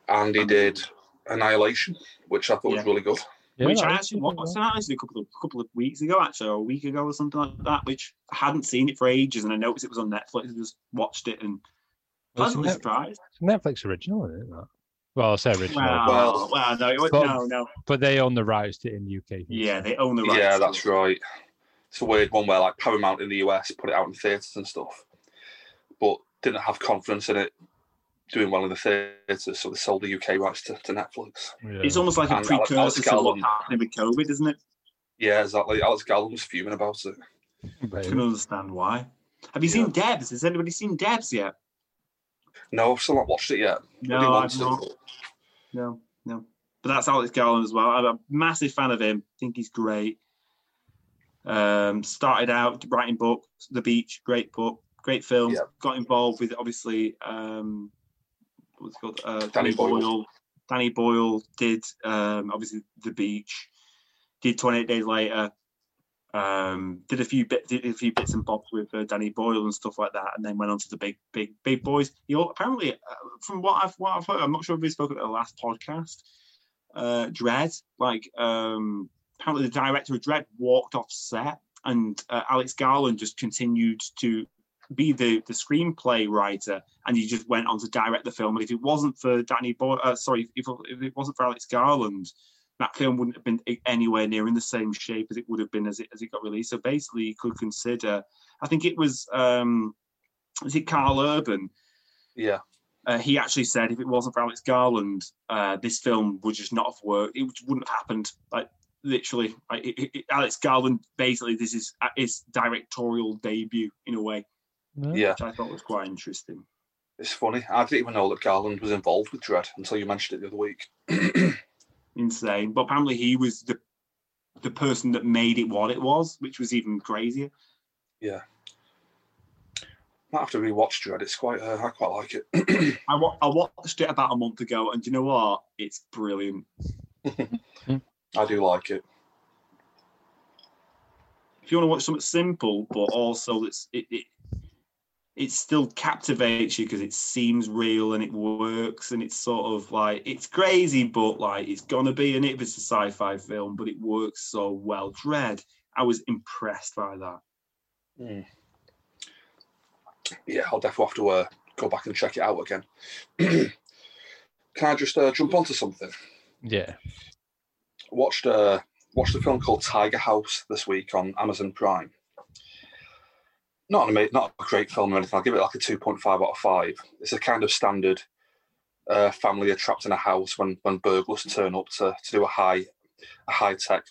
Speaker 1: and he did Annihilation, which I thought
Speaker 3: Yeah.
Speaker 1: was really good.
Speaker 2: yeah,
Speaker 3: which
Speaker 2: that
Speaker 3: I
Speaker 2: is
Speaker 3: actually
Speaker 2: good as well.
Speaker 3: watched that actually a couple of couple of weeks ago, actually, or a week ago or something like that, which I hadn't seen it for ages and I noticed it was on Netflix and just watched it and
Speaker 2: Well, <laughs> it's a
Speaker 3: pleasantly
Speaker 2: Net-
Speaker 3: surprised.
Speaker 2: it's a Netflix original, isn't it? That? Well, I say original,
Speaker 3: Wow,
Speaker 2: but-
Speaker 1: Well-
Speaker 3: well, no, it was,
Speaker 2: But-
Speaker 3: no, no.
Speaker 2: but they own the rights to it in the UK.
Speaker 3: Yeah, they own the rights.
Speaker 1: yeah,
Speaker 3: to
Speaker 1: that's
Speaker 3: it.
Speaker 1: right. It's a weird one where like Paramount in the US put it out in theatres and stuff, but didn't have confidence in it doing well in the theatres, so they sold the UK rights to, to Netflix.
Speaker 2: Yeah.
Speaker 3: It's almost like a
Speaker 1: And Alex- Alex
Speaker 3: precursor to what's
Speaker 1: Garland.
Speaker 3: happening with COVID, isn't it?
Speaker 1: Yeah, exactly. Alex Garland was fuming about it.
Speaker 3: I
Speaker 2: But-
Speaker 3: can understand why. Have you seen Debs? Has anybody seen Debs yet?
Speaker 1: No, I've still not watched it yet.
Speaker 3: No,
Speaker 1: Really want
Speaker 3: I've
Speaker 1: to.
Speaker 3: not. No, no. But that's Alex Garland as well. I'm a massive fan of him. think he's great. Um, started out writing books, The Beach, great book, great film.
Speaker 1: Yeah.
Speaker 3: Got involved with obviously um, what's it called uh,
Speaker 1: Danny Boyle.
Speaker 3: Danny Boyle did um, obviously the beach. Did 28 days later. Um, did a few bit, did a few bits and bobs with uh, Danny Boyle and stuff like that, and then went on to the big, big, big boys. He al- apparently, uh, from what I've what I've heard, I'm not sure if we spoke about the last podcast. Uh, Dread, like um, apparently the director of Dread walked off set, and uh, Alex Garland just continued to be the the screenplay writer, and he just went on to direct the film. And if it wasn't for Danny Boy, uh, sorry, if, if it wasn't for Alex Garland, that film wouldn't have been a- anywhere near in the same shape as it would have been as it as it got released. So basically, you could consider. I think it was um, is it Carl Urban
Speaker 1: Yeah,
Speaker 3: uh, he actually said if it wasn't for Alex Garland, uh, this film would just not have worked. It just wouldn't have happened. Like literally, like, it, it- it- Alex Garland. Basically, this is uh, his directorial debut in a way,
Speaker 1: yeah.
Speaker 3: which I thought was quite interesting.
Speaker 1: It's funny. I didn't even know that Garland was involved with Dread until you mentioned it the other week. <clears throat>
Speaker 3: Insane, but apparently he was the the person that made it what it was, which was even crazier.
Speaker 1: Might have to rewatch Dread. It's quite. Uh, I quite like it. <clears throat>
Speaker 3: I, wa- I watched it about a month ago, and you know what? It's brilliant.
Speaker 1: I do like it.
Speaker 3: if you want to watch something simple but also that's it, it it still captivates you because it seems real and it works and it's sort of like it's crazy but like it's gonna be and if it's a sci-fi film but it works so well dread i was impressed by that
Speaker 1: Yeah, I'll definitely have to uh, go back and check it out again. <clears throat> Can I just uh, jump onto something?
Speaker 2: Yeah.
Speaker 1: watched uh watched a film called Tiger House this week on Amazon Prime. Not an ama- not a great film or anything. I'll give it like a two point five out of five. It's a kind of standard uh, family are trapped in a house when when burglars turn up to, to do a high a high tech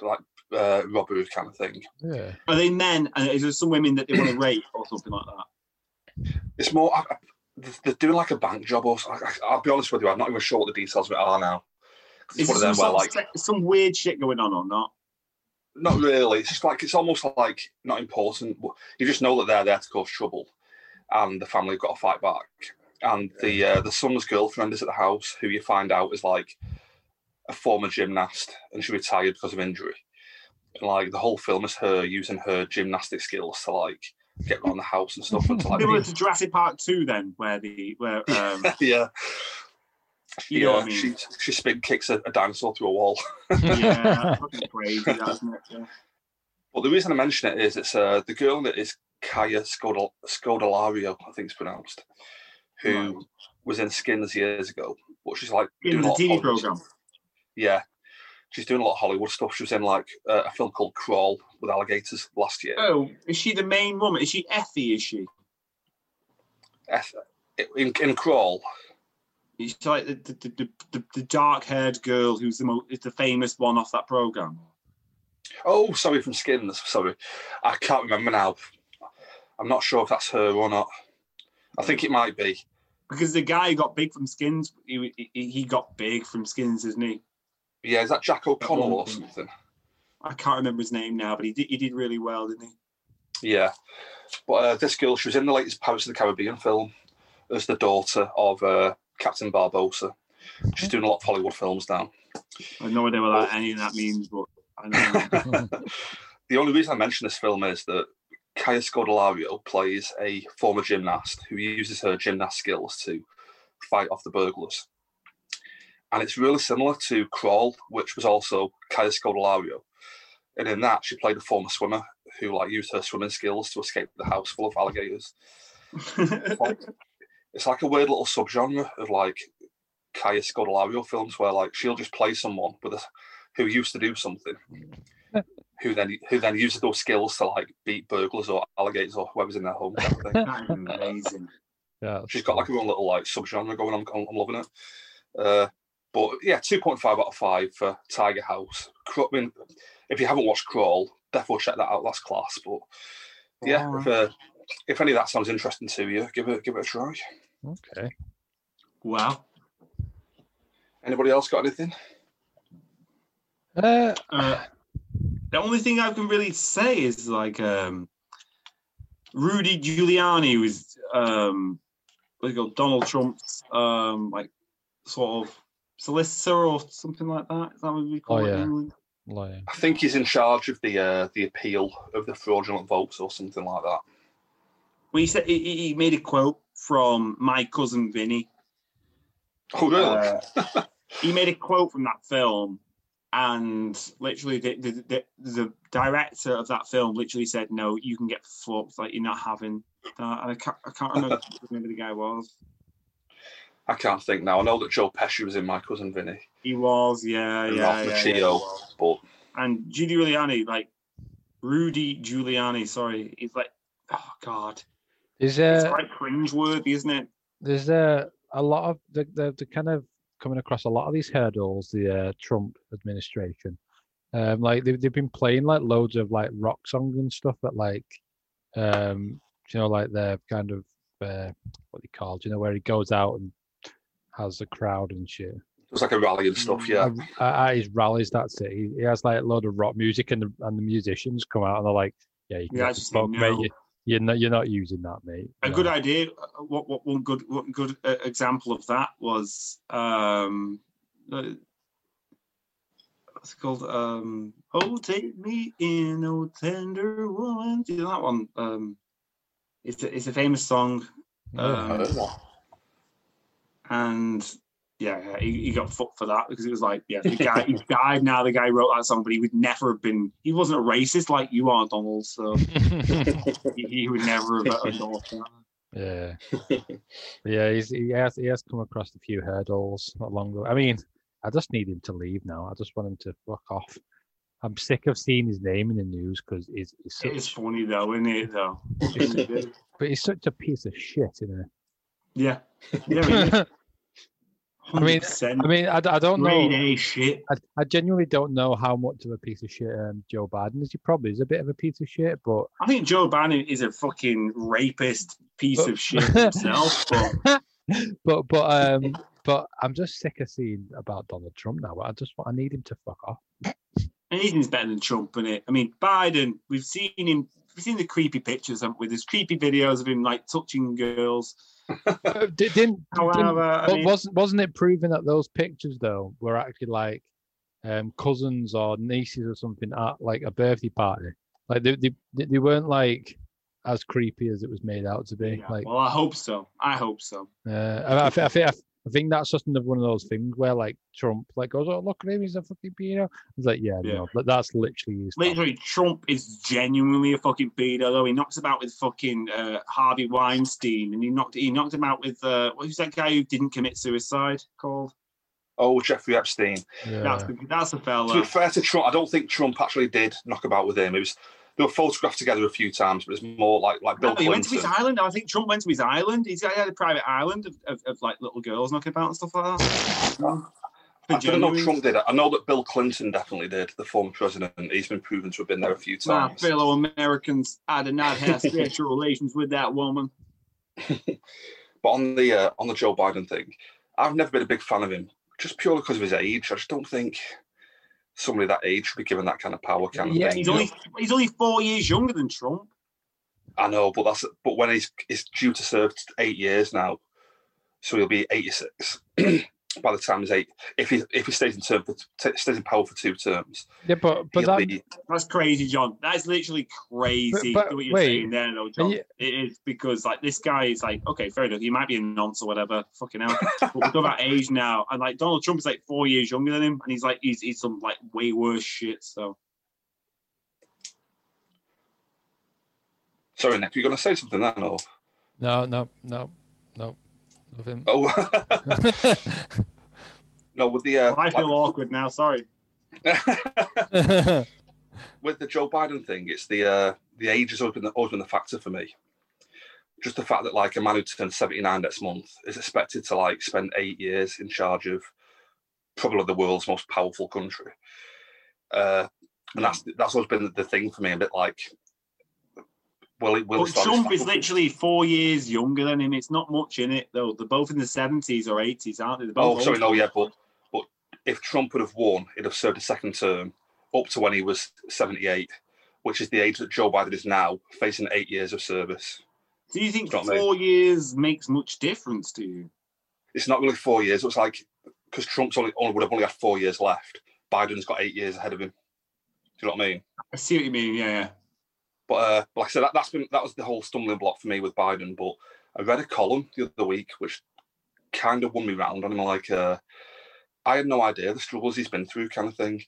Speaker 1: like uh, robbery kind of thing.
Speaker 2: Yeah.
Speaker 3: are they men and is there some women that they want to rape or something like that
Speaker 1: It's more I, I- they're doing like a bank job or so- I, I- I'll be honest with you, I'm not even sure what the details of it are now. 'Cause
Speaker 3: is
Speaker 1: It's
Speaker 3: there
Speaker 1: one of
Speaker 3: some,
Speaker 1: them where
Speaker 3: sort of
Speaker 1: like
Speaker 3: sex- some weird shit going on or not
Speaker 1: Not really. It's just like it's almost like not important. You just know that they're there to cause trouble, and the family have got to fight back. And the uh, the son's girlfriend is at the house, who you find out is like a former gymnast, and she retired because of injury. And like the whole film is her using her gymnastic skills to like get around the house and stuff. And
Speaker 3: <laughs>
Speaker 1: to, like,
Speaker 3: similar to jurassic park 2 then where the where um
Speaker 1: <laughs> yeah,
Speaker 3: you know
Speaker 1: yeah.
Speaker 3: what i mean
Speaker 1: She she spin kicks a, a dinosaur through a wall. <laughs>
Speaker 3: yeah that's fucking crazy that, isn't it? Yeah.
Speaker 1: Well, the reason I mention it is it's uh, the girl that is Kaya Scodel- Scodelario, I think it's pronounced, who
Speaker 3: Right.
Speaker 1: was in Skins years ago. But she's like
Speaker 3: in
Speaker 1: doing a
Speaker 3: the
Speaker 1: lot of
Speaker 3: TV
Speaker 1: Hollywood-
Speaker 3: program.
Speaker 1: Yeah, she's doing a lot of Hollywood stuff. She was in like uh, a film called Crawl with alligators last year.
Speaker 3: Oh, is she the main woman? Is she Effie? Is she?
Speaker 1: Eth- In, in Crawl,
Speaker 3: She's like the the, the, the, the dark haired girl who's the most the famous one off that program.
Speaker 1: oh, sorry, from Skins. Sorry, I can't remember now. I'm not sure if that's her or not. I think it might be.
Speaker 3: Because the guy who got big from Skins, he, he, he got big from Skins, isn't he?
Speaker 1: Yeah, is that Jack O'Connell or
Speaker 3: one.
Speaker 1: something?
Speaker 3: I can't remember his name now, but he did, he did really well, didn't he?
Speaker 1: Yeah. But uh, this girl, she was in the latest Pirates of the Caribbean film as the daughter of uh, Captain Barbosa. She's doing a lot of Hollywood films now.
Speaker 3: I have no idea what that, any of that means, but I know. <laughs>
Speaker 1: The only reason I mention this film is that Kaya Scodelario plays a former gymnast who uses her gymnast skills to fight off the burglars. And it's really similar to Crawl, which was also Kaya Scodelario. And in that, she played a former swimmer who like used her swimming skills to escape the house full of alligators. it's like a weird little subgenre of like Kaya Scodelario films where like she'll just play someone with a who used to do something, who then who then uses those skills to like beat burglars or alligators or whoever's in their home. Kind of
Speaker 3: <laughs>
Speaker 1: thing.
Speaker 3: that is amazing.
Speaker 2: Yeah. that's
Speaker 1: She's got
Speaker 2: cool.
Speaker 1: like her own little like subgenre going. I'm, I'm loving it. Uh, but yeah, two point five out of five for Tiger House. Cra- I mean, if you haven't watched Crawl, definitely check that out. That's class. But yeah, if, uh, if any of that sounds interesting to you, give it give it a try.
Speaker 2: Okay.
Speaker 3: Wow.
Speaker 1: Anybody else got anything?
Speaker 2: Uh,
Speaker 3: Uh, the only thing I can really say is like um, Rudy Giuliani was um, they go Donald Trump's um like sort of solicitor or something like that. Is that what we call
Speaker 2: Oh,
Speaker 3: it in
Speaker 2: yeah.
Speaker 3: England?
Speaker 2: Liar.
Speaker 1: I think he's in charge of the uh, the appeal of the fraudulent votes or something like that.
Speaker 3: Well, he said he, he- he made a quote from my cousin Vinny.
Speaker 1: Oh, really?
Speaker 3: Uh,
Speaker 1: <laughs>
Speaker 3: he made a quote from that film, and literally the, the, the, the director of that film literally said, "No, you can get fucked. Like you're not having." That. And I can't, I
Speaker 1: <laughs>
Speaker 3: can't remember who the guy was.
Speaker 1: I can't think now. I know that Joe Pesci was in My Cousin Vinny,
Speaker 3: He was, yeah,
Speaker 1: And
Speaker 3: yeah,
Speaker 1: Ralph
Speaker 3: yeah, yeah, he
Speaker 1: Macchio.
Speaker 3: was.
Speaker 1: but
Speaker 3: And Judy Giuliani, like Rudy Giuliani. Sorry, he's like, oh god,
Speaker 2: Is
Speaker 3: it's
Speaker 2: uh,
Speaker 3: quite cringeworthy, isn't it?
Speaker 2: there's uh, a lot of the, the, the kind of coming across a lot of these hurdles the uh, Trump administration. Um, like they've, they've been playing like loads of like rock songs and stuff at like um you know like their kind of uh, what they called you know where he goes out and has a crowd and shit Um,
Speaker 1: it was like a rally and stuff.
Speaker 3: Mm.
Speaker 1: Yeah,
Speaker 2: at, at his rallies that's it he, he has like a load of rock music and the, and the musicians come out and they're like yeah you can
Speaker 3: Yeah, I
Speaker 2: get the
Speaker 3: just say
Speaker 2: fuck,
Speaker 3: no.
Speaker 2: mate you, you're not you're not using that mate
Speaker 3: a
Speaker 2: No.
Speaker 3: good idea. uh, What, what one good one good uh, example of that was um, uh, what's it called? Um, oh, take me in, oh tender woman. Do you know that one? Um, it's a, it's a famous song,
Speaker 2: Yeah.
Speaker 1: I
Speaker 3: um,
Speaker 1: don't know.
Speaker 3: and yeah, yeah, he, he got fucked for that because it was like, yeah, the guy he died. Now the guy who wrote that song, but he would never have been. He wasn't a racist like you are, Donald. So he, he would never have endorsed that.
Speaker 2: <laughs>
Speaker 3: <laughs>
Speaker 2: Yeah, yeah, he's, he has he has come across a few hurdles along the. I mean, I just need him to leave now. I just want him to fuck off. I'm sick of seeing his name in the news because he's, he's
Speaker 3: It is
Speaker 2: such,
Speaker 3: funny though, isn't it? Though.
Speaker 2: but he's such a piece of shit. You <laughs>
Speaker 3: Yeah. Yeah.
Speaker 2: know.
Speaker 3: I
Speaker 2: mean-
Speaker 3: mean,
Speaker 2: I mean, I, d- I don't
Speaker 3: grade
Speaker 2: know.
Speaker 3: A shit.
Speaker 2: I, I genuinely don't know how much of a piece of shit um, Joe Biden is. He probably is a bit of a piece of shit, but
Speaker 3: I think Joe Bannon is a fucking rapist piece
Speaker 2: But-
Speaker 3: of shit
Speaker 2: <laughs>
Speaker 3: himself. But
Speaker 2: but but um, but I'm just sick of seeing about Donald Trump now. I just want I need him to fuck off.
Speaker 3: anything's better than Trump in it. I mean, Biden. We've seen him. We've seen the creepy pictures, haven't we? There's creepy videos of him like touching girls.
Speaker 2: Uh, di- didn't, didn't
Speaker 3: However, I
Speaker 2: But
Speaker 3: mean,
Speaker 2: wasn't wasn't it proven that those pictures though were actually like um, cousins or nieces or something at like a birthday party? Like they they, they they weren't like as creepy as it was made out to be.
Speaker 3: yeah,
Speaker 2: Like
Speaker 3: well, I hope so. I hope so.
Speaker 2: uh, I, I, thi- I, thi- I, think that's just another one of those things where like Trump like goes, oh look at him, he's a fucking pedo. It's like yeah,
Speaker 3: Yeah.
Speaker 2: no, but that's literally his. family.
Speaker 3: Literally, Trump is genuinely a fucking pedo. Though he knocks about with fucking uh, Harvey Weinstein, and he knocked he knocked him out with uh, what was that guy who didn't commit suicide called?
Speaker 1: Oh, Jeffrey Epstein.
Speaker 3: That's
Speaker 2: Yeah.
Speaker 3: the, that's the
Speaker 1: To
Speaker 3: fella.
Speaker 1: be fair to Trump, I don't think Trump actually did knock about with him. It was they were photographed together a few times, but it's more like like Bill
Speaker 3: No, he went to
Speaker 1: Clinton.
Speaker 3: his island. I think Trump went to his island. He's he had a private island of, of, of like little girls knocking about and stuff like that.
Speaker 1: I don't know if
Speaker 3: Pajamas.
Speaker 1: Trump did it. I know that Bill Clinton definitely did, the former president. He's been proven to have been there a few
Speaker 3: My
Speaker 1: times.
Speaker 3: fellow Americans, I did not have sexual relations with that woman.
Speaker 1: But on the uh, on the Joe Biden thing, I've never been a big fan of him, just purely because of his age. I just don't think somebody that age should be given that kind of power. Kind of
Speaker 2: Yeah,
Speaker 1: thing.
Speaker 3: He's
Speaker 1: you
Speaker 3: only
Speaker 1: know?
Speaker 3: he's only four years younger than Trump.
Speaker 1: I know, but that's but when he's he's due to serve eight years now, so he'll be eighty six <clears throat> by the time he's eight. If he if he stays in term for, t- stays in power for two terms,
Speaker 2: yeah, but but
Speaker 1: he'll
Speaker 2: that
Speaker 1: be
Speaker 3: That's crazy, John. That's literally crazy.
Speaker 2: But- but
Speaker 3: what you're
Speaker 2: wait,
Speaker 3: saying there, though, John.
Speaker 2: you-
Speaker 3: It is because like this guy is like, okay, fair enough. He might be a nonce or whatever.
Speaker 2: <laughs>
Speaker 3: Fucking hell. but we're talking about age now, and like Donald Trump is like four years younger than him, and he's like he's, he's some like way worse shit. So
Speaker 1: sorry, Nick. You're going to say something then, or
Speaker 2: no no no no.
Speaker 5: <laughs>
Speaker 2: Nothing. <laughs>
Speaker 1: oh <laughs> no with the uh,
Speaker 3: Well, I feel
Speaker 1: like-
Speaker 3: awkward now. Sorry.
Speaker 1: <laughs> with the Joe Biden thing, it's the uh, the age has always been, always been the factor for me. Just the fact that like a man who turns seventy nine next month is expected to like spend eight years in charge of probably the world's most powerful country, uh, and that's that's always been the thing for me. A bit like, will it? Will it
Speaker 3: But
Speaker 1: start
Speaker 3: Trump
Speaker 1: his-
Speaker 3: is literally four years younger than him. It's not much in it though. They're both in the seventies or eighties, aren't they? They're both
Speaker 1: Oh, sorry, no,
Speaker 3: old.
Speaker 1: yeah, but but if Trump would have won, he'd have served a second term up to when he was seventy eight, which is the age that Joe Biden is now, facing eight years of service.
Speaker 3: Do you think
Speaker 1: Got me.
Speaker 3: four years makes much difference to you?
Speaker 1: It's not going to be four years. It's like because Trump's only, only would have only had four years left. Biden's got eight years ahead of him. Do you know what I mean?
Speaker 3: I see what you mean. Yeah, yeah.
Speaker 1: But uh, like I said, that, that's been that was the whole stumbling block for me with Biden. But I read a column the other week which kind of won me round, and I'm like, uh, I had no idea the struggles he's been through, kind of thing.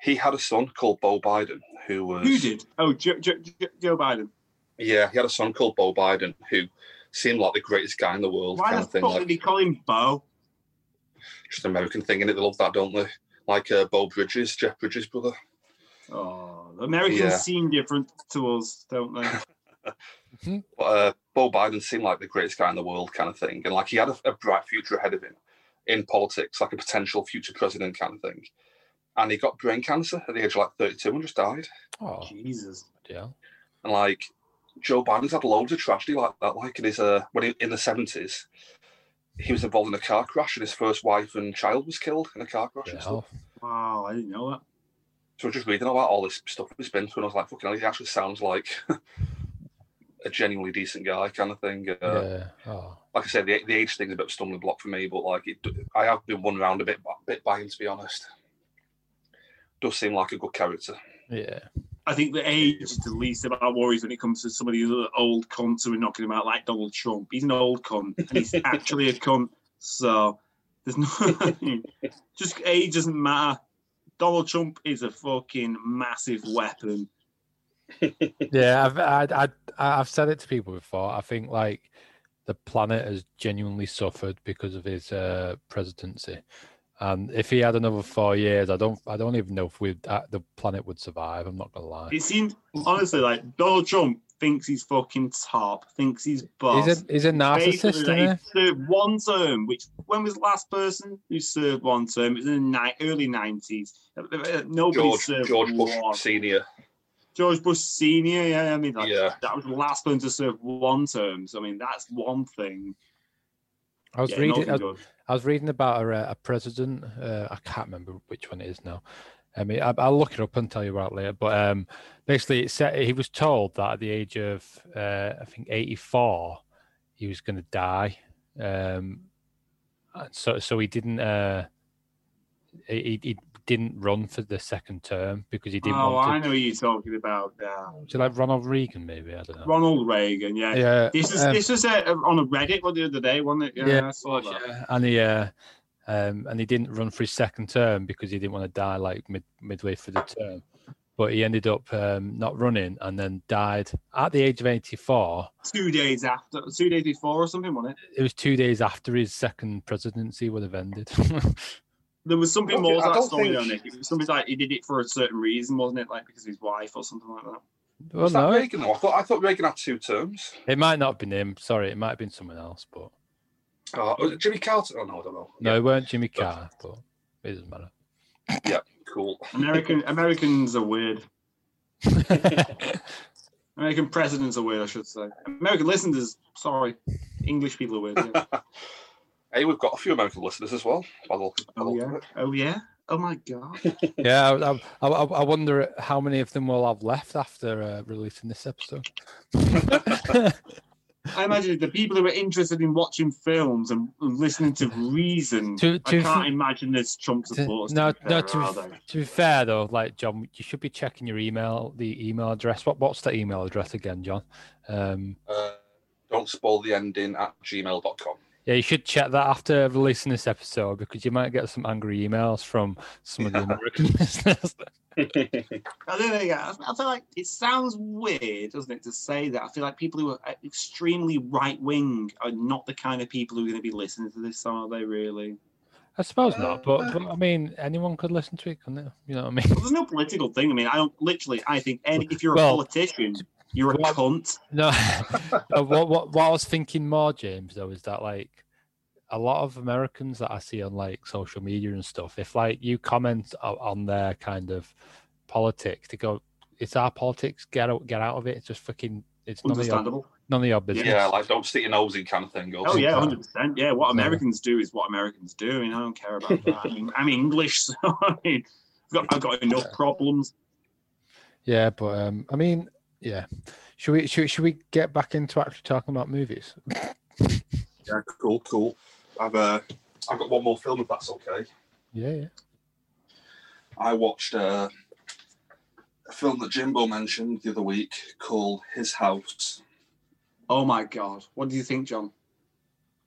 Speaker 1: He had a son called Bo Biden, who was
Speaker 3: Who did? Oh, Joe, Joe, Joe- Joe Biden.
Speaker 1: yeah, he had a son called Bo Biden who seemed like the greatest guy in the world,
Speaker 3: Why
Speaker 1: kind
Speaker 3: the
Speaker 1: of thing.
Speaker 3: fuck did
Speaker 1: Like,
Speaker 3: he call him Bo?
Speaker 1: just an American thing, and they love that, don't they? Like uh, Bo Bridges, Jeff Bridges' brother.
Speaker 3: Oh, the Americans
Speaker 1: Yeah.
Speaker 3: seem different to us, don't <laughs> they?
Speaker 1: But uh, Bo Biden seemed like the greatest guy in the world, kind of thing, and like he had a, a bright future ahead of him in politics, like a potential future president, kind of thing. And he got brain cancer at the age of like 32 and just died.
Speaker 5: Oh,
Speaker 3: Jesus.
Speaker 5: yeah.
Speaker 1: And like Joe Biden's had loads of tragedy like that. Like in his uh, when he, in the 70s, he was involved in a car crash, and his first wife and child was killed in a car crash. and stuff.
Speaker 5: hell.
Speaker 3: Wow, I didn't know that.
Speaker 1: So I was just reading about all this stuff he's been through, and I was like, fucking hell, he actually sounds like <laughs> a genuinely decent guy, kind of thing. Uh,
Speaker 5: Yeah. Oh.
Speaker 1: Like I said, the, the age thing's a bit of a stumbling block for me, but like it, I have been won round a bit, by- bit by him, to be honest. Does seem like a good character.
Speaker 5: Yeah.
Speaker 3: I think the age is the least of our worries when it comes to some of these other old cunts who we're knocking about, like Donald Trump. He's an old cunt, and <laughs> he's actually a cunt. So there's no <laughs> just age doesn't matter. Donald Trump is a fucking massive weapon.
Speaker 5: <laughs> Yeah. I've I'd, I'd, I've said it to people before. I think like the planet has genuinely suffered because of his uh, presidency, and if he had another four years, I don't I don't even know if we uh, the planet would survive. I'm not gonna lie.
Speaker 3: It seems honestly like Donald Trump thinks he's fucking top, thinks he's boss.
Speaker 5: He's a he's a narcissist,
Speaker 3: Basically,
Speaker 5: isn't he?
Speaker 3: like, he served one term, which when was the last person who served one term? It was in the ni- early nineties. Uh, Nobody
Speaker 1: George
Speaker 3: served
Speaker 1: George Bush
Speaker 3: one.
Speaker 1: Senior.
Speaker 3: George Bush Senior. Yeah, I mean like,
Speaker 1: Yeah.
Speaker 3: that was the last one to serve one term. So I mean that's one thing.
Speaker 5: I was
Speaker 3: Yeah,
Speaker 5: reading.
Speaker 3: nothing
Speaker 5: I,
Speaker 3: good.
Speaker 5: I was reading about a, uh, a president. Uh, I can't remember which one it is now. I mean, I, I'll look it up and tell you about it later. But um, basically, it said he was told that at the age of uh, I think eighty-four, he was going to die. Um, and so, so he didn't. Uh, he, he didn't run for the second term because he didn't
Speaker 3: Oh,
Speaker 5: want to.
Speaker 3: I know who you're talking about. Yeah.
Speaker 5: Was it like Ronald Reagan, maybe I don't know.
Speaker 3: Ronald Reagan. Yeah.
Speaker 5: yeah,
Speaker 3: This is
Speaker 5: um,
Speaker 3: this was uh, on a Reddit one the other day, wasn't it? Yeah,
Speaker 5: Yeah,
Speaker 3: I saw that.
Speaker 5: Yeah, and he uh, um, and he didn't run for his second term because he didn't want to die like mid midway through the term. But he ended up um, not running and then died at the age of 84.
Speaker 3: Two days after, two days before, or something, wasn't it?
Speaker 5: It was two days after his second presidency would have ended. <laughs>
Speaker 3: There was something
Speaker 1: Okay,
Speaker 3: more
Speaker 1: I
Speaker 3: to that
Speaker 1: don't
Speaker 3: story,
Speaker 1: think-
Speaker 3: though, Nick. It was something like he did it for a certain reason, wasn't it? Like because of his wife or something like that.
Speaker 1: <laughs>
Speaker 5: well,
Speaker 1: Was that
Speaker 5: Oh, no, it,
Speaker 1: Reagan though? I thought I thought Reagan had two terms.
Speaker 5: it might not have been him. Sorry, it might have been someone else. But
Speaker 1: Uh, was it Jimmy Carter. Oh no, I don't know.
Speaker 5: no, it weren't Jimmy Carr. But it doesn't matter.
Speaker 1: Cool.
Speaker 3: American Americans are weird. American presidents are weird, I should say. American listeners, sorry, English people are weird. Yeah.
Speaker 1: <laughs> Hey, we've got a few American listeners as well. by the look- by the
Speaker 3: oh
Speaker 1: look
Speaker 3: yeah,
Speaker 1: of it.
Speaker 3: oh yeah, oh my
Speaker 1: <laughs>
Speaker 3: god.
Speaker 5: <laughs> yeah, I, I- I, I wonder how many of them will have left after uh, releasing this episode.
Speaker 3: I imagine the people who are interested in watching films and and listening to reason.
Speaker 5: To- to-
Speaker 3: I can't imagine there's Trump
Speaker 5: To-
Speaker 3: supporters.
Speaker 5: no,
Speaker 3: to be
Speaker 5: no.
Speaker 3: fair,
Speaker 5: To,
Speaker 3: are
Speaker 5: be-
Speaker 3: they?
Speaker 5: to be fair though, like John, you should be checking your email, the email address. What what's the email address again, John? Um,
Speaker 1: Uh, don't spoil the ending at
Speaker 3: <laughs>
Speaker 1: gmail.com.
Speaker 5: yeah, you should check that after releasing this episode because you might get some angry emails from some of the American <laughs> listeners.
Speaker 3: I don't know. Yeah, I I feel like it sounds weird, doesn't it, to say that? I feel like people who are uh, extremely right wing are not the kind of people who are going to be listening to this, are they? Really?
Speaker 5: I suppose not, but, but I mean, anyone could listen to it, couldn't they? You know what I mean?
Speaker 3: Well, there's no political thing. I mean, I don't literally. I think any, if you're a
Speaker 5: Well,
Speaker 3: politician, you're a
Speaker 5: well,
Speaker 3: cunt.
Speaker 5: <laughs> No, no, what, what what I was thinking more, James, though, is that like a lot of Americans that I see on like social media and stuff, if like you comment o- on their kind of politics, they go, "It's our politics. Get out, get out of it. It's just fucking. It's none of your
Speaker 3: Understandable.
Speaker 5: none of your business."
Speaker 1: Yeah, like don't stick your nose in kind of thing.
Speaker 3: Oh
Speaker 1: also.
Speaker 3: yeah,
Speaker 5: Yeah.
Speaker 3: hundred percent. Yeah, what
Speaker 5: Yeah.
Speaker 3: Americans do is what Americans do. I mean, I don't care about that. I mean, I'm English, <laughs> so I mean, I've got, I've got enough problems.
Speaker 5: Yeah, but um, I mean,
Speaker 2: Yeah. Should we should, should we get back into actually talking about movies?
Speaker 1: Yeah, cool, cool. I've uh, I've got one more film if that's okay.
Speaker 2: Yeah, yeah.
Speaker 1: I watched uh, a film that Jimbo mentioned the other week called His House.
Speaker 3: Oh my god, what do you think, John?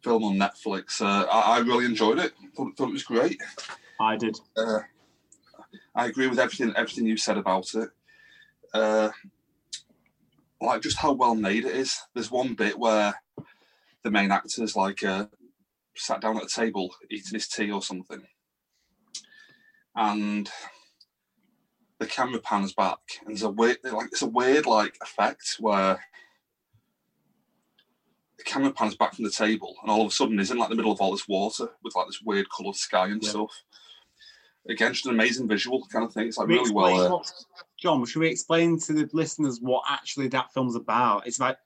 Speaker 1: Film on Netflix. Uh, I, I really enjoyed it. Thought, thought it was great.
Speaker 3: I did.
Speaker 1: Uh, I agree with everything everything you said about it. Uh, like just how well made it is. There's one bit where the main actor's like uh, sat down at a table eating his tea or something, and the camera pans back, and there's a weird like it's a weird like effect where the camera pans back from the table, and all of a sudden he's in like the middle of all this water with like this weird coloured sky and
Speaker 3: Yeah.
Speaker 1: stuff. Again, just an amazing visual kind of thing. It's like
Speaker 3: Should we
Speaker 1: really
Speaker 3: explain
Speaker 1: well. uh,
Speaker 3: what- John, should we explain to the listeners what actually that film's about? It's about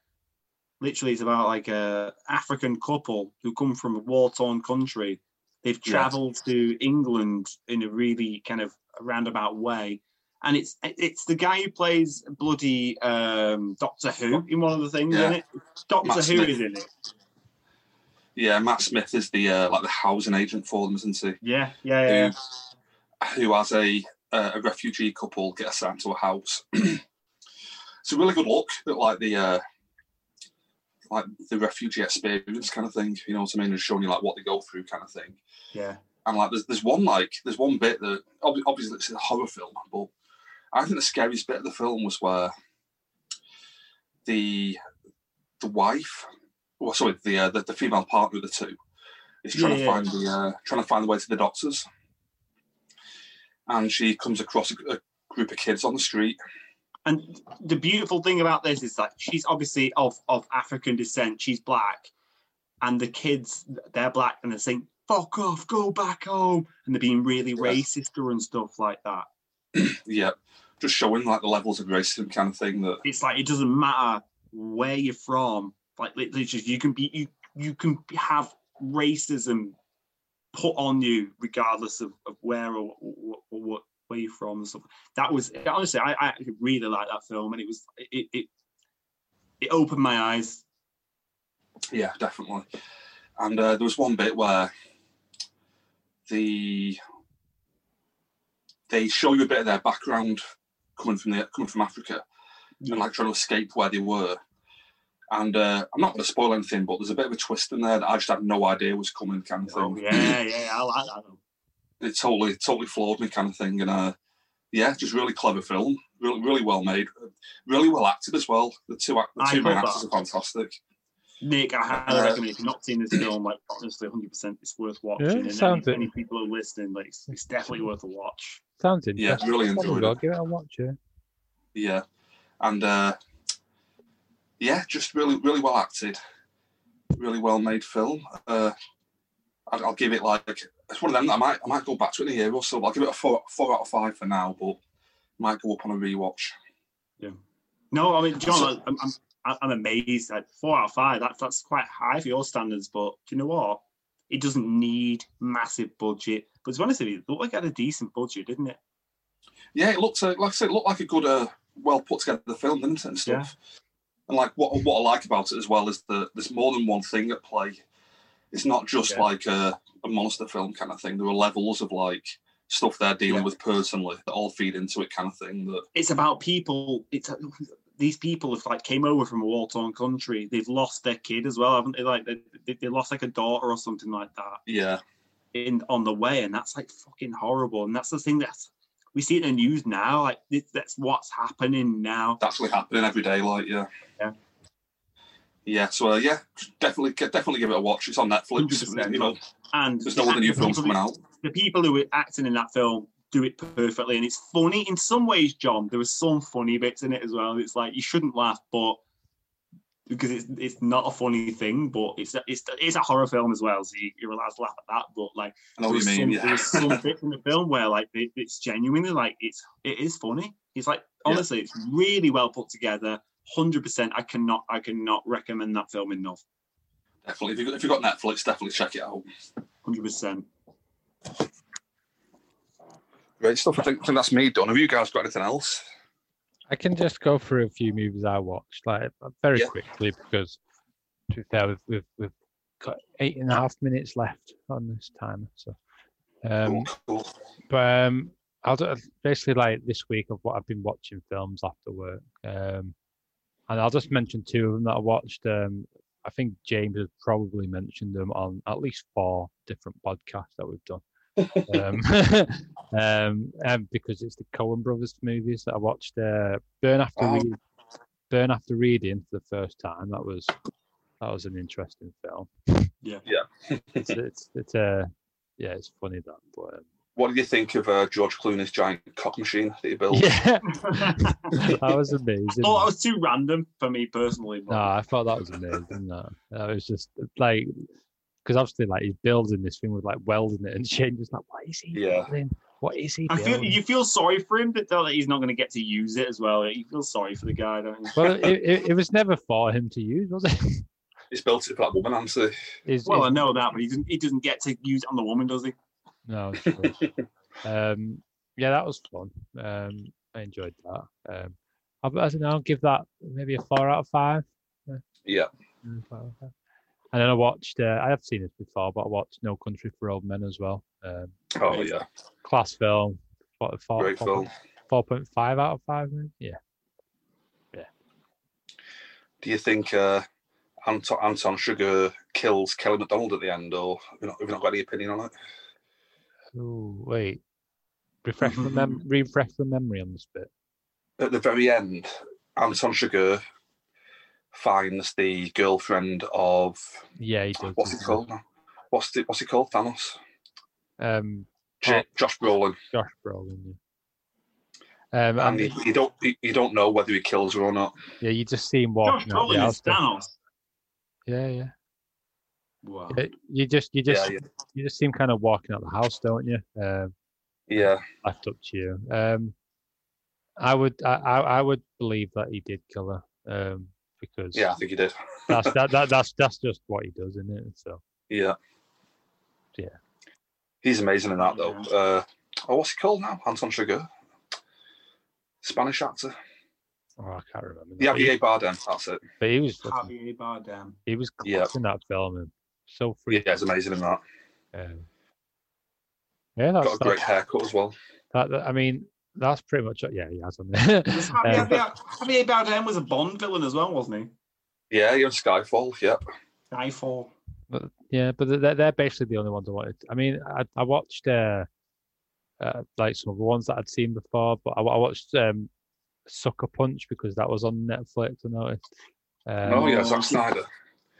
Speaker 3: literally it's about like a African couple who come from a war-torn country. They've
Speaker 1: Yes.
Speaker 3: travelled to England in a really kind of roundabout way. And it's it's the guy who plays bloody um, Doctor Who in one of the things, isn't
Speaker 1: Yeah.
Speaker 3: it? Doctor
Speaker 1: Matt
Speaker 3: Who
Speaker 1: Smith.
Speaker 3: is in it.
Speaker 1: Yeah, Matt Smith is the uh, like the housing agent for them, isn't he?
Speaker 3: Yeah, yeah, yeah.
Speaker 1: Who, who has a uh, a refugee couple get assigned to a house. <clears throat> it's a really good look at like the uh, like the refugee experience kind of thing. You know what I mean? And showing you like what they go through kind of thing.
Speaker 3: yeah.
Speaker 1: And like there's there's one like there's one bit that ob- obviously it's a horror film, but I think the scariest bit of the film was where the the wife, well, sorry, the, uh, the the female partner of the two, is trying
Speaker 3: Yeah,
Speaker 1: to
Speaker 3: yeah.
Speaker 1: find the uh, trying to find the way to the doctors, and she comes across a, a group of kids on the street.
Speaker 3: And the beautiful thing about this is that she's obviously of of African descent. She's black, and the kids they're black, and they're saying "fuck off, go back home," and they're being really
Speaker 1: Yeah.
Speaker 3: racist to her and stuff like that.
Speaker 1: Yeah, just showing like the levels of racism kind of thing that
Speaker 3: It's like it doesn't matter where you're from. Like lit- literally, you can be you you can have racism put on you regardless of, of where or, or, or what where you're from and stuff. That was honestly, I, I actually really liked that film, and it was it it, it opened my eyes
Speaker 1: Yeah, definitely. And uh, there was one bit where the they show you a bit of their background coming from the coming from Africa
Speaker 3: Yeah.
Speaker 1: and like trying to escape where they were. And uh, I'm not going to spoil anything, but there's a bit of a twist in there that I just had no idea was coming, kind of thing.
Speaker 3: Oh yeah, yeah, I like that. Though.
Speaker 1: It totally, totally floored me, kind of thing. And uh, yeah, just really clever film, really, really well made, really well acted as well. The two, act- the
Speaker 3: I
Speaker 1: two main
Speaker 3: love
Speaker 1: actors
Speaker 3: that.
Speaker 1: are fantastic.
Speaker 3: Nick, I highly
Speaker 1: Uh,
Speaker 3: recommend if you've not seen this film, like honestly, hundred percent, it's worth watching.
Speaker 2: Yeah,
Speaker 3: and
Speaker 2: sounds
Speaker 3: any,
Speaker 2: it.
Speaker 3: any people who are listening, like it's, it's definitely worth a watch.
Speaker 2: Sounds
Speaker 1: Yeah,
Speaker 2: interesting.
Speaker 1: really
Speaker 2: I'll
Speaker 1: enjoyed
Speaker 2: go
Speaker 1: it.
Speaker 2: Give it a watch, yeah.
Speaker 1: Yeah, and uh, yeah, just really, really well acted, really well made film. Uh, I'd, I'll give it like it's one of them that I might, I might go back to it in a year or so. I'll give it a four, four out of five for now, but might go up on a rewatch.
Speaker 3: No, I mean, John,
Speaker 1: So-
Speaker 3: I'm, I'm I- I'm amazed. Like four out of five, that's that's quite high for your standards. But do you know what? It doesn't need massive budget. But to be honest with you, it looked like it had a decent budget, didn't it?
Speaker 1: Yeah, it looked uh, like I said, it looked like a good, uh, well put together film, didn't it, and stuff. And like what what I like about it as well is that there's more than one thing at play. It's not just
Speaker 3: Yeah.
Speaker 1: like a, a monster film kind of thing. There are levels of like stuff they're dealing
Speaker 3: Yeah.
Speaker 1: with personally that all feed into it kind of thing. That
Speaker 3: it's about people. It's these people have like came over from a war torn country. They've lost their kid as well, haven't they? Like they, they, they lost like a daughter or something like that
Speaker 1: yeah,
Speaker 3: in on the way, and that's like fucking horrible. And that's the thing that's we see it in the news now. Like this- that's what's happening now.
Speaker 1: that's really happening every day. Like yeah,
Speaker 3: Yeah.
Speaker 1: yeah. So uh, yeah, definitely definitely give it a watch. It's on Netflix.
Speaker 3: 100%.
Speaker 1: You know,
Speaker 3: And
Speaker 1: there's no other new
Speaker 3: the
Speaker 1: films
Speaker 3: people-
Speaker 1: coming out.
Speaker 3: The people who were acting in that film do it perfectly, and it's funny in some ways. John, there were some funny bits in it as well. It's like you shouldn't laugh, but because it's it's not a funny thing, but it's a, it's a- it's a horror film as well, so you, you're allowed to laugh at that. But like,
Speaker 1: I know what you
Speaker 3: there's
Speaker 1: mean.
Speaker 3: some, there's
Speaker 1: <laughs>
Speaker 3: some
Speaker 1: Yeah.
Speaker 3: bits in the film where like it, it's genuinely like it's it is funny. It's like
Speaker 1: Yeah.
Speaker 3: honestly, it's really well put together. Hundred percent. I cannot I cannot recommend that film enough.
Speaker 1: definitely. If you if you've got Netflix, definitely check it out.
Speaker 3: Hundred percent. <laughs>
Speaker 1: Great stuff. I think, I think that's me done. Have you guys got anything else?
Speaker 2: I
Speaker 5: I can just go through a few movies I watched like very
Speaker 1: Yeah.
Speaker 5: quickly because to be fair, we've, we've, we've got eight and a half minutes left on this time. So, um,
Speaker 1: cool, cool.
Speaker 5: but um, I'll do- basically like this week of what I've been watching films after work, um, and I'll just mention two of them that I watched. Um, I think James has probably mentioned them on at least four different podcasts that we've done. um, <laughs> um, and because it's the Coen Brothers movies that I watched, uh, Burn After
Speaker 1: Oh.
Speaker 5: Read, Burn After Reading for the first time. That was that was an interesting film.
Speaker 3: Yeah.
Speaker 1: Yeah.
Speaker 5: it's, it's it's uh, yeah, it's funny that, but um,
Speaker 1: What do you think of uh, George Clooney's giant cock machine that he built?
Speaker 5: Yeah,
Speaker 3: I
Speaker 5: that was amazing.
Speaker 3: thought that Oh, was too random for me personally. but-
Speaker 5: no, I thought that was amazing. That that was just like because obviously, like he's building this thing with like welding it, and Shane just like, what is he
Speaker 1: Yeah.
Speaker 5: building? What is he
Speaker 3: I feel
Speaker 5: building?
Speaker 3: you feel sorry for him, but though that he's not going to get to use it as well. You feel sorry for the guy, don't you?
Speaker 5: Well, it, it, it was never for him to use, was
Speaker 3: <laughs>
Speaker 5: it?
Speaker 1: He's built it for that woman, Anthony.
Speaker 5: His-
Speaker 3: Well, I
Speaker 5: his-
Speaker 3: know that, but he doesn't. He doesn't get to use it on the woman, does he?
Speaker 5: no.
Speaker 3: <laughs>
Speaker 5: true. um, yeah, that was fun. Um, I enjoyed that. Um, I, I don't know. I'll give that maybe a four out of five.
Speaker 1: Yeah.
Speaker 5: Mm, four out of five. And then I watched. Uh, I have seen this before, but I watched No Country for Old Men as well. Um,
Speaker 1: Oh yeah,
Speaker 5: class film. What, four,
Speaker 1: great
Speaker 5: four
Speaker 1: film.
Speaker 5: point- 4.5 out of 5, maybe? Yeah.
Speaker 1: Do you think uh, Anton, Anton Sugar kills Kelly McDonald at the end, or have you not, have you not got any opinion on it?
Speaker 5: Ooh, wait. Refresh
Speaker 1: Mm-hmm.
Speaker 5: my, mem- refresh my memory on this bit.
Speaker 1: At the very end, Anton Sugar finds the girlfriend of
Speaker 5: Yeah, he does.
Speaker 1: what's it
Speaker 5: doesn't he?
Speaker 1: called? now? What's the, what's he called? Thanos.
Speaker 5: Um,
Speaker 1: J- Josh Brolin,
Speaker 5: Josh Brolin. Yeah. Um,
Speaker 1: and
Speaker 5: and
Speaker 1: you, you don't you, you don't know whether he kills her or not.
Speaker 5: yeah, you just see him
Speaker 3: Josh
Speaker 5: walking. out the
Speaker 3: Brolin is
Speaker 5: house, don't
Speaker 3: Thanos.
Speaker 5: you? Yeah, yeah.
Speaker 3: Wow.
Speaker 5: Uh, You just, you just,
Speaker 1: yeah,
Speaker 5: you just seem kind of walking out the house, don't you? Um,
Speaker 1: yeah,
Speaker 5: left up to you. Um, I would, I, I, I would believe that he did kill her. Um, because
Speaker 1: yeah. I think he did.
Speaker 5: that's that, that that's that's just what he does, isn't it? So
Speaker 1: Yeah.
Speaker 5: Yeah.
Speaker 1: He's amazing in that though. Uh, oh, what's he called now? Anton Sugar. Spanish actor.
Speaker 5: oh, I can't remember.
Speaker 1: Yeah,
Speaker 5: now, but he-
Speaker 1: Javier Bardem. That's it.
Speaker 5: But he was fucking-
Speaker 3: Javier Bardem.
Speaker 5: he was
Speaker 1: Yeah.
Speaker 5: class in that film. And so free.
Speaker 1: Yeah, he's amazing in that.
Speaker 5: Um, yeah, that's
Speaker 1: Got a great haircut as well.
Speaker 5: that, that- I mean, that's pretty much. Yeah, he has on there.
Speaker 3: Was
Speaker 5: Um,
Speaker 3: Javier, Ba- Javier Bardem was a Bond villain as well, wasn't
Speaker 1: Yeah, you're in Skyfall. Yeah.
Speaker 3: he? Skyfall.
Speaker 5: Yeah, but th- they're, they're basically the only ones I wanted. I mean, I, I watched uh, uh, like some of the ones that I'd seen before, but I, wa- I watched um, Sucker Punch because that was on Netflix. I noticed. Um,
Speaker 1: oh yeah,
Speaker 3: Oh.
Speaker 1: Zack Snyder.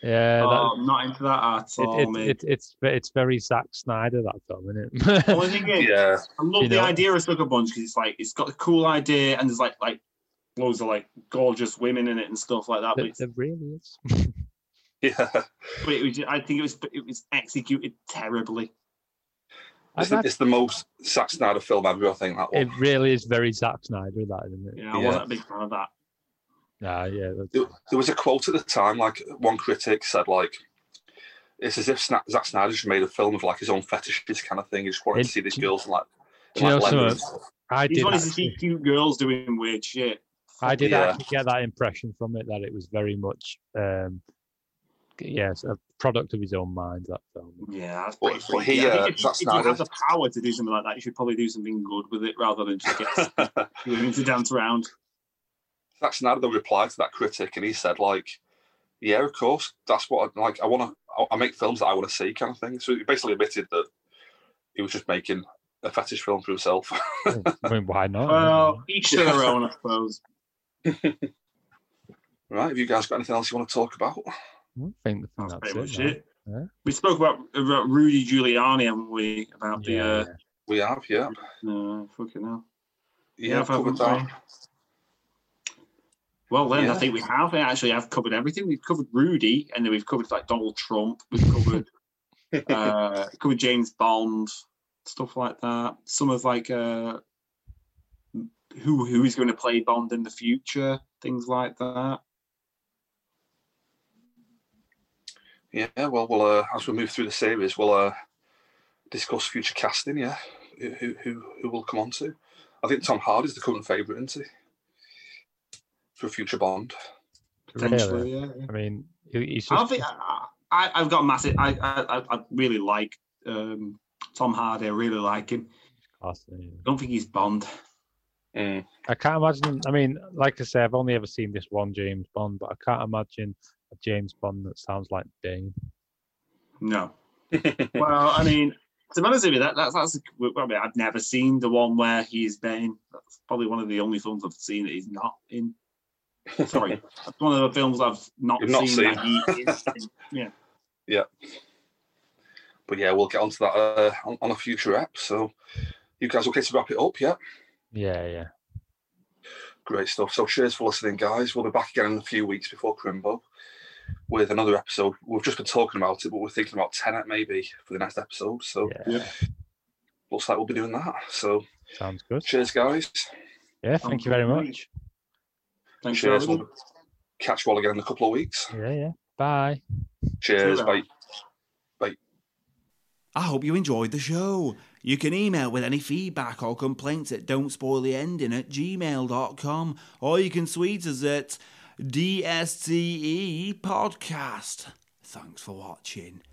Speaker 5: yeah, that,
Speaker 3: oh, I'm not into that at all,
Speaker 5: it,
Speaker 3: mate. <laughs>
Speaker 5: it, it, it's ve- it's very Zack Snyder that film, isn't it? <laughs>
Speaker 3: Only thing is,
Speaker 1: Yeah, <laughs>
Speaker 3: I love
Speaker 5: You
Speaker 3: the
Speaker 5: know-
Speaker 3: idea of Sucker Punch because it's like it's got a cool idea and there's like like loads of like gorgeous women in it and stuff like that. But,
Speaker 5: it,
Speaker 3: it's,
Speaker 5: it really is.
Speaker 1: yeah.
Speaker 3: but it was, I think it was it was executed terribly.
Speaker 5: I'd
Speaker 1: It's the,
Speaker 5: like-
Speaker 1: it's the most Zack Snyder film ever. I think that
Speaker 5: it
Speaker 1: one.
Speaker 5: really is very Zack Snyder that, isn't it?
Speaker 3: You know, I
Speaker 1: Yeah.
Speaker 3: wasn't a big fan of that.
Speaker 5: Nah, yeah,
Speaker 1: There,
Speaker 5: that's-
Speaker 1: there was a quote at the time. Like one critic said, like. It's as if Sna- Zack Snyder just made a film of like his own fetishes kind of thing. He just wanted to
Speaker 5: It-
Speaker 1: see these
Speaker 5: do-
Speaker 1: girls and like,
Speaker 5: do you
Speaker 1: like
Speaker 5: know
Speaker 1: leather
Speaker 5: some
Speaker 1: and stuff.
Speaker 5: I
Speaker 3: He just
Speaker 5: did.
Speaker 3: wanted to see
Speaker 5: Actually,
Speaker 3: cute girls doing weird shit.
Speaker 5: I did
Speaker 1: Yeah.
Speaker 5: actually get that impression from it that it was very much, um, yes, a product of his own mind. That film.
Speaker 3: Yeah, that's
Speaker 1: Well,
Speaker 3: pretty
Speaker 1: well,
Speaker 3: freaky.
Speaker 1: he,
Speaker 3: I think
Speaker 1: uh,
Speaker 3: if, you,
Speaker 1: Zack
Speaker 3: if you
Speaker 1: Snyder-
Speaker 3: have the power to do something like that, you should probably do something good with it rather than just
Speaker 5: <laughs>
Speaker 3: get women to dance around.
Speaker 1: <laughs> Zack Snyder then replied to that critic, and he said like, "Yeah, of course. That's what I, like I want to. I make films that I want to see, kind of thing." So he basically admitted that he was just making a fetish film for himself. <laughs>
Speaker 5: I mean, why not?
Speaker 3: Well, each to their
Speaker 1: Yeah.
Speaker 3: own, I suppose.
Speaker 1: right? Have you guys got anything else you want to talk about?
Speaker 5: I think I think
Speaker 3: That's,
Speaker 5: that's,
Speaker 3: pretty much
Speaker 5: it.
Speaker 3: it.
Speaker 5: Yeah.
Speaker 3: We spoke about, about Rudy Giuliani, haven't we?
Speaker 5: man.
Speaker 3: About the
Speaker 5: Yeah,
Speaker 3: uh,
Speaker 5: yeah.
Speaker 1: We have, yeah,
Speaker 3: No, fucking hell.
Speaker 1: yeah,
Speaker 3: I've had
Speaker 1: covered
Speaker 3: one
Speaker 1: that.
Speaker 3: thing. Well, then
Speaker 1: Yeah.
Speaker 3: I think we have. yeah, Actually, I've covered everything. We've covered Rudy, and then we've covered like Donald Trump. We've
Speaker 1: <laughs>
Speaker 3: covered uh, covered James Bond, stuff like that. Some of like uh, who who is going to play Bond in the future, things like that.
Speaker 1: Yeah, well, we'll uh, as we move through the series, we'll uh, discuss future casting. Yeah, who who who will come on to? I think Tom Hardy's the current favourite, isn't he? for future Bond.
Speaker 3: potentially. Yeah, yeah.
Speaker 2: I mean, he- he's
Speaker 3: I
Speaker 2: just,
Speaker 3: think I, I, I've got a massive. I, I, I- I really like um, Tom Hardy. I really like him.
Speaker 2: class, isn't he?
Speaker 3: I don't think he's Bond.
Speaker 1: Mm.
Speaker 2: I can't imagine. I mean, like I say, I've only ever seen this one James Bond, but I can't imagine a James Bond that sounds like Bing.
Speaker 3: No. well, I mean, to be honest with you, that, that, that's I mean, I've never seen the one where he's Bane. That's probably one of the only films I've seen that he's not in.
Speaker 1: <laughs>
Speaker 3: Sorry, that's one of the films I've not
Speaker 1: You've
Speaker 3: seen,
Speaker 1: not
Speaker 3: that he is in. Yeah,
Speaker 1: But yeah, we'll get onto that uh, on, on a future app. So you guys okay to wrap it up? Yeah,
Speaker 2: Yeah, yeah.
Speaker 1: great stuff. So cheers for listening, guys. We'll be back again in a few weeks before Crimbo with another episode. We've just been talking about it, but we're thinking about Tenet maybe for the next episode. So
Speaker 2: Yeah,
Speaker 3: Yeah.
Speaker 1: looks like we'll be doing that. So
Speaker 2: sounds good.
Speaker 1: cheers, guys.
Speaker 2: Yeah, <laughs> thank you very
Speaker 3: great.
Speaker 2: much.
Speaker 3: thanks for
Speaker 1: Cheers.
Speaker 3: having me.
Speaker 1: We'll catch you all again in a couple of weeks.
Speaker 2: Yeah, yeah. Bye.
Speaker 1: Cheers.
Speaker 3: then.
Speaker 1: Bye.
Speaker 6: I hope you enjoyed the show. You can email with any feedback or complaints at don'tspoiltheending at gmail.com or you can tweet us at DSTE Podcast. E Thanks for watching.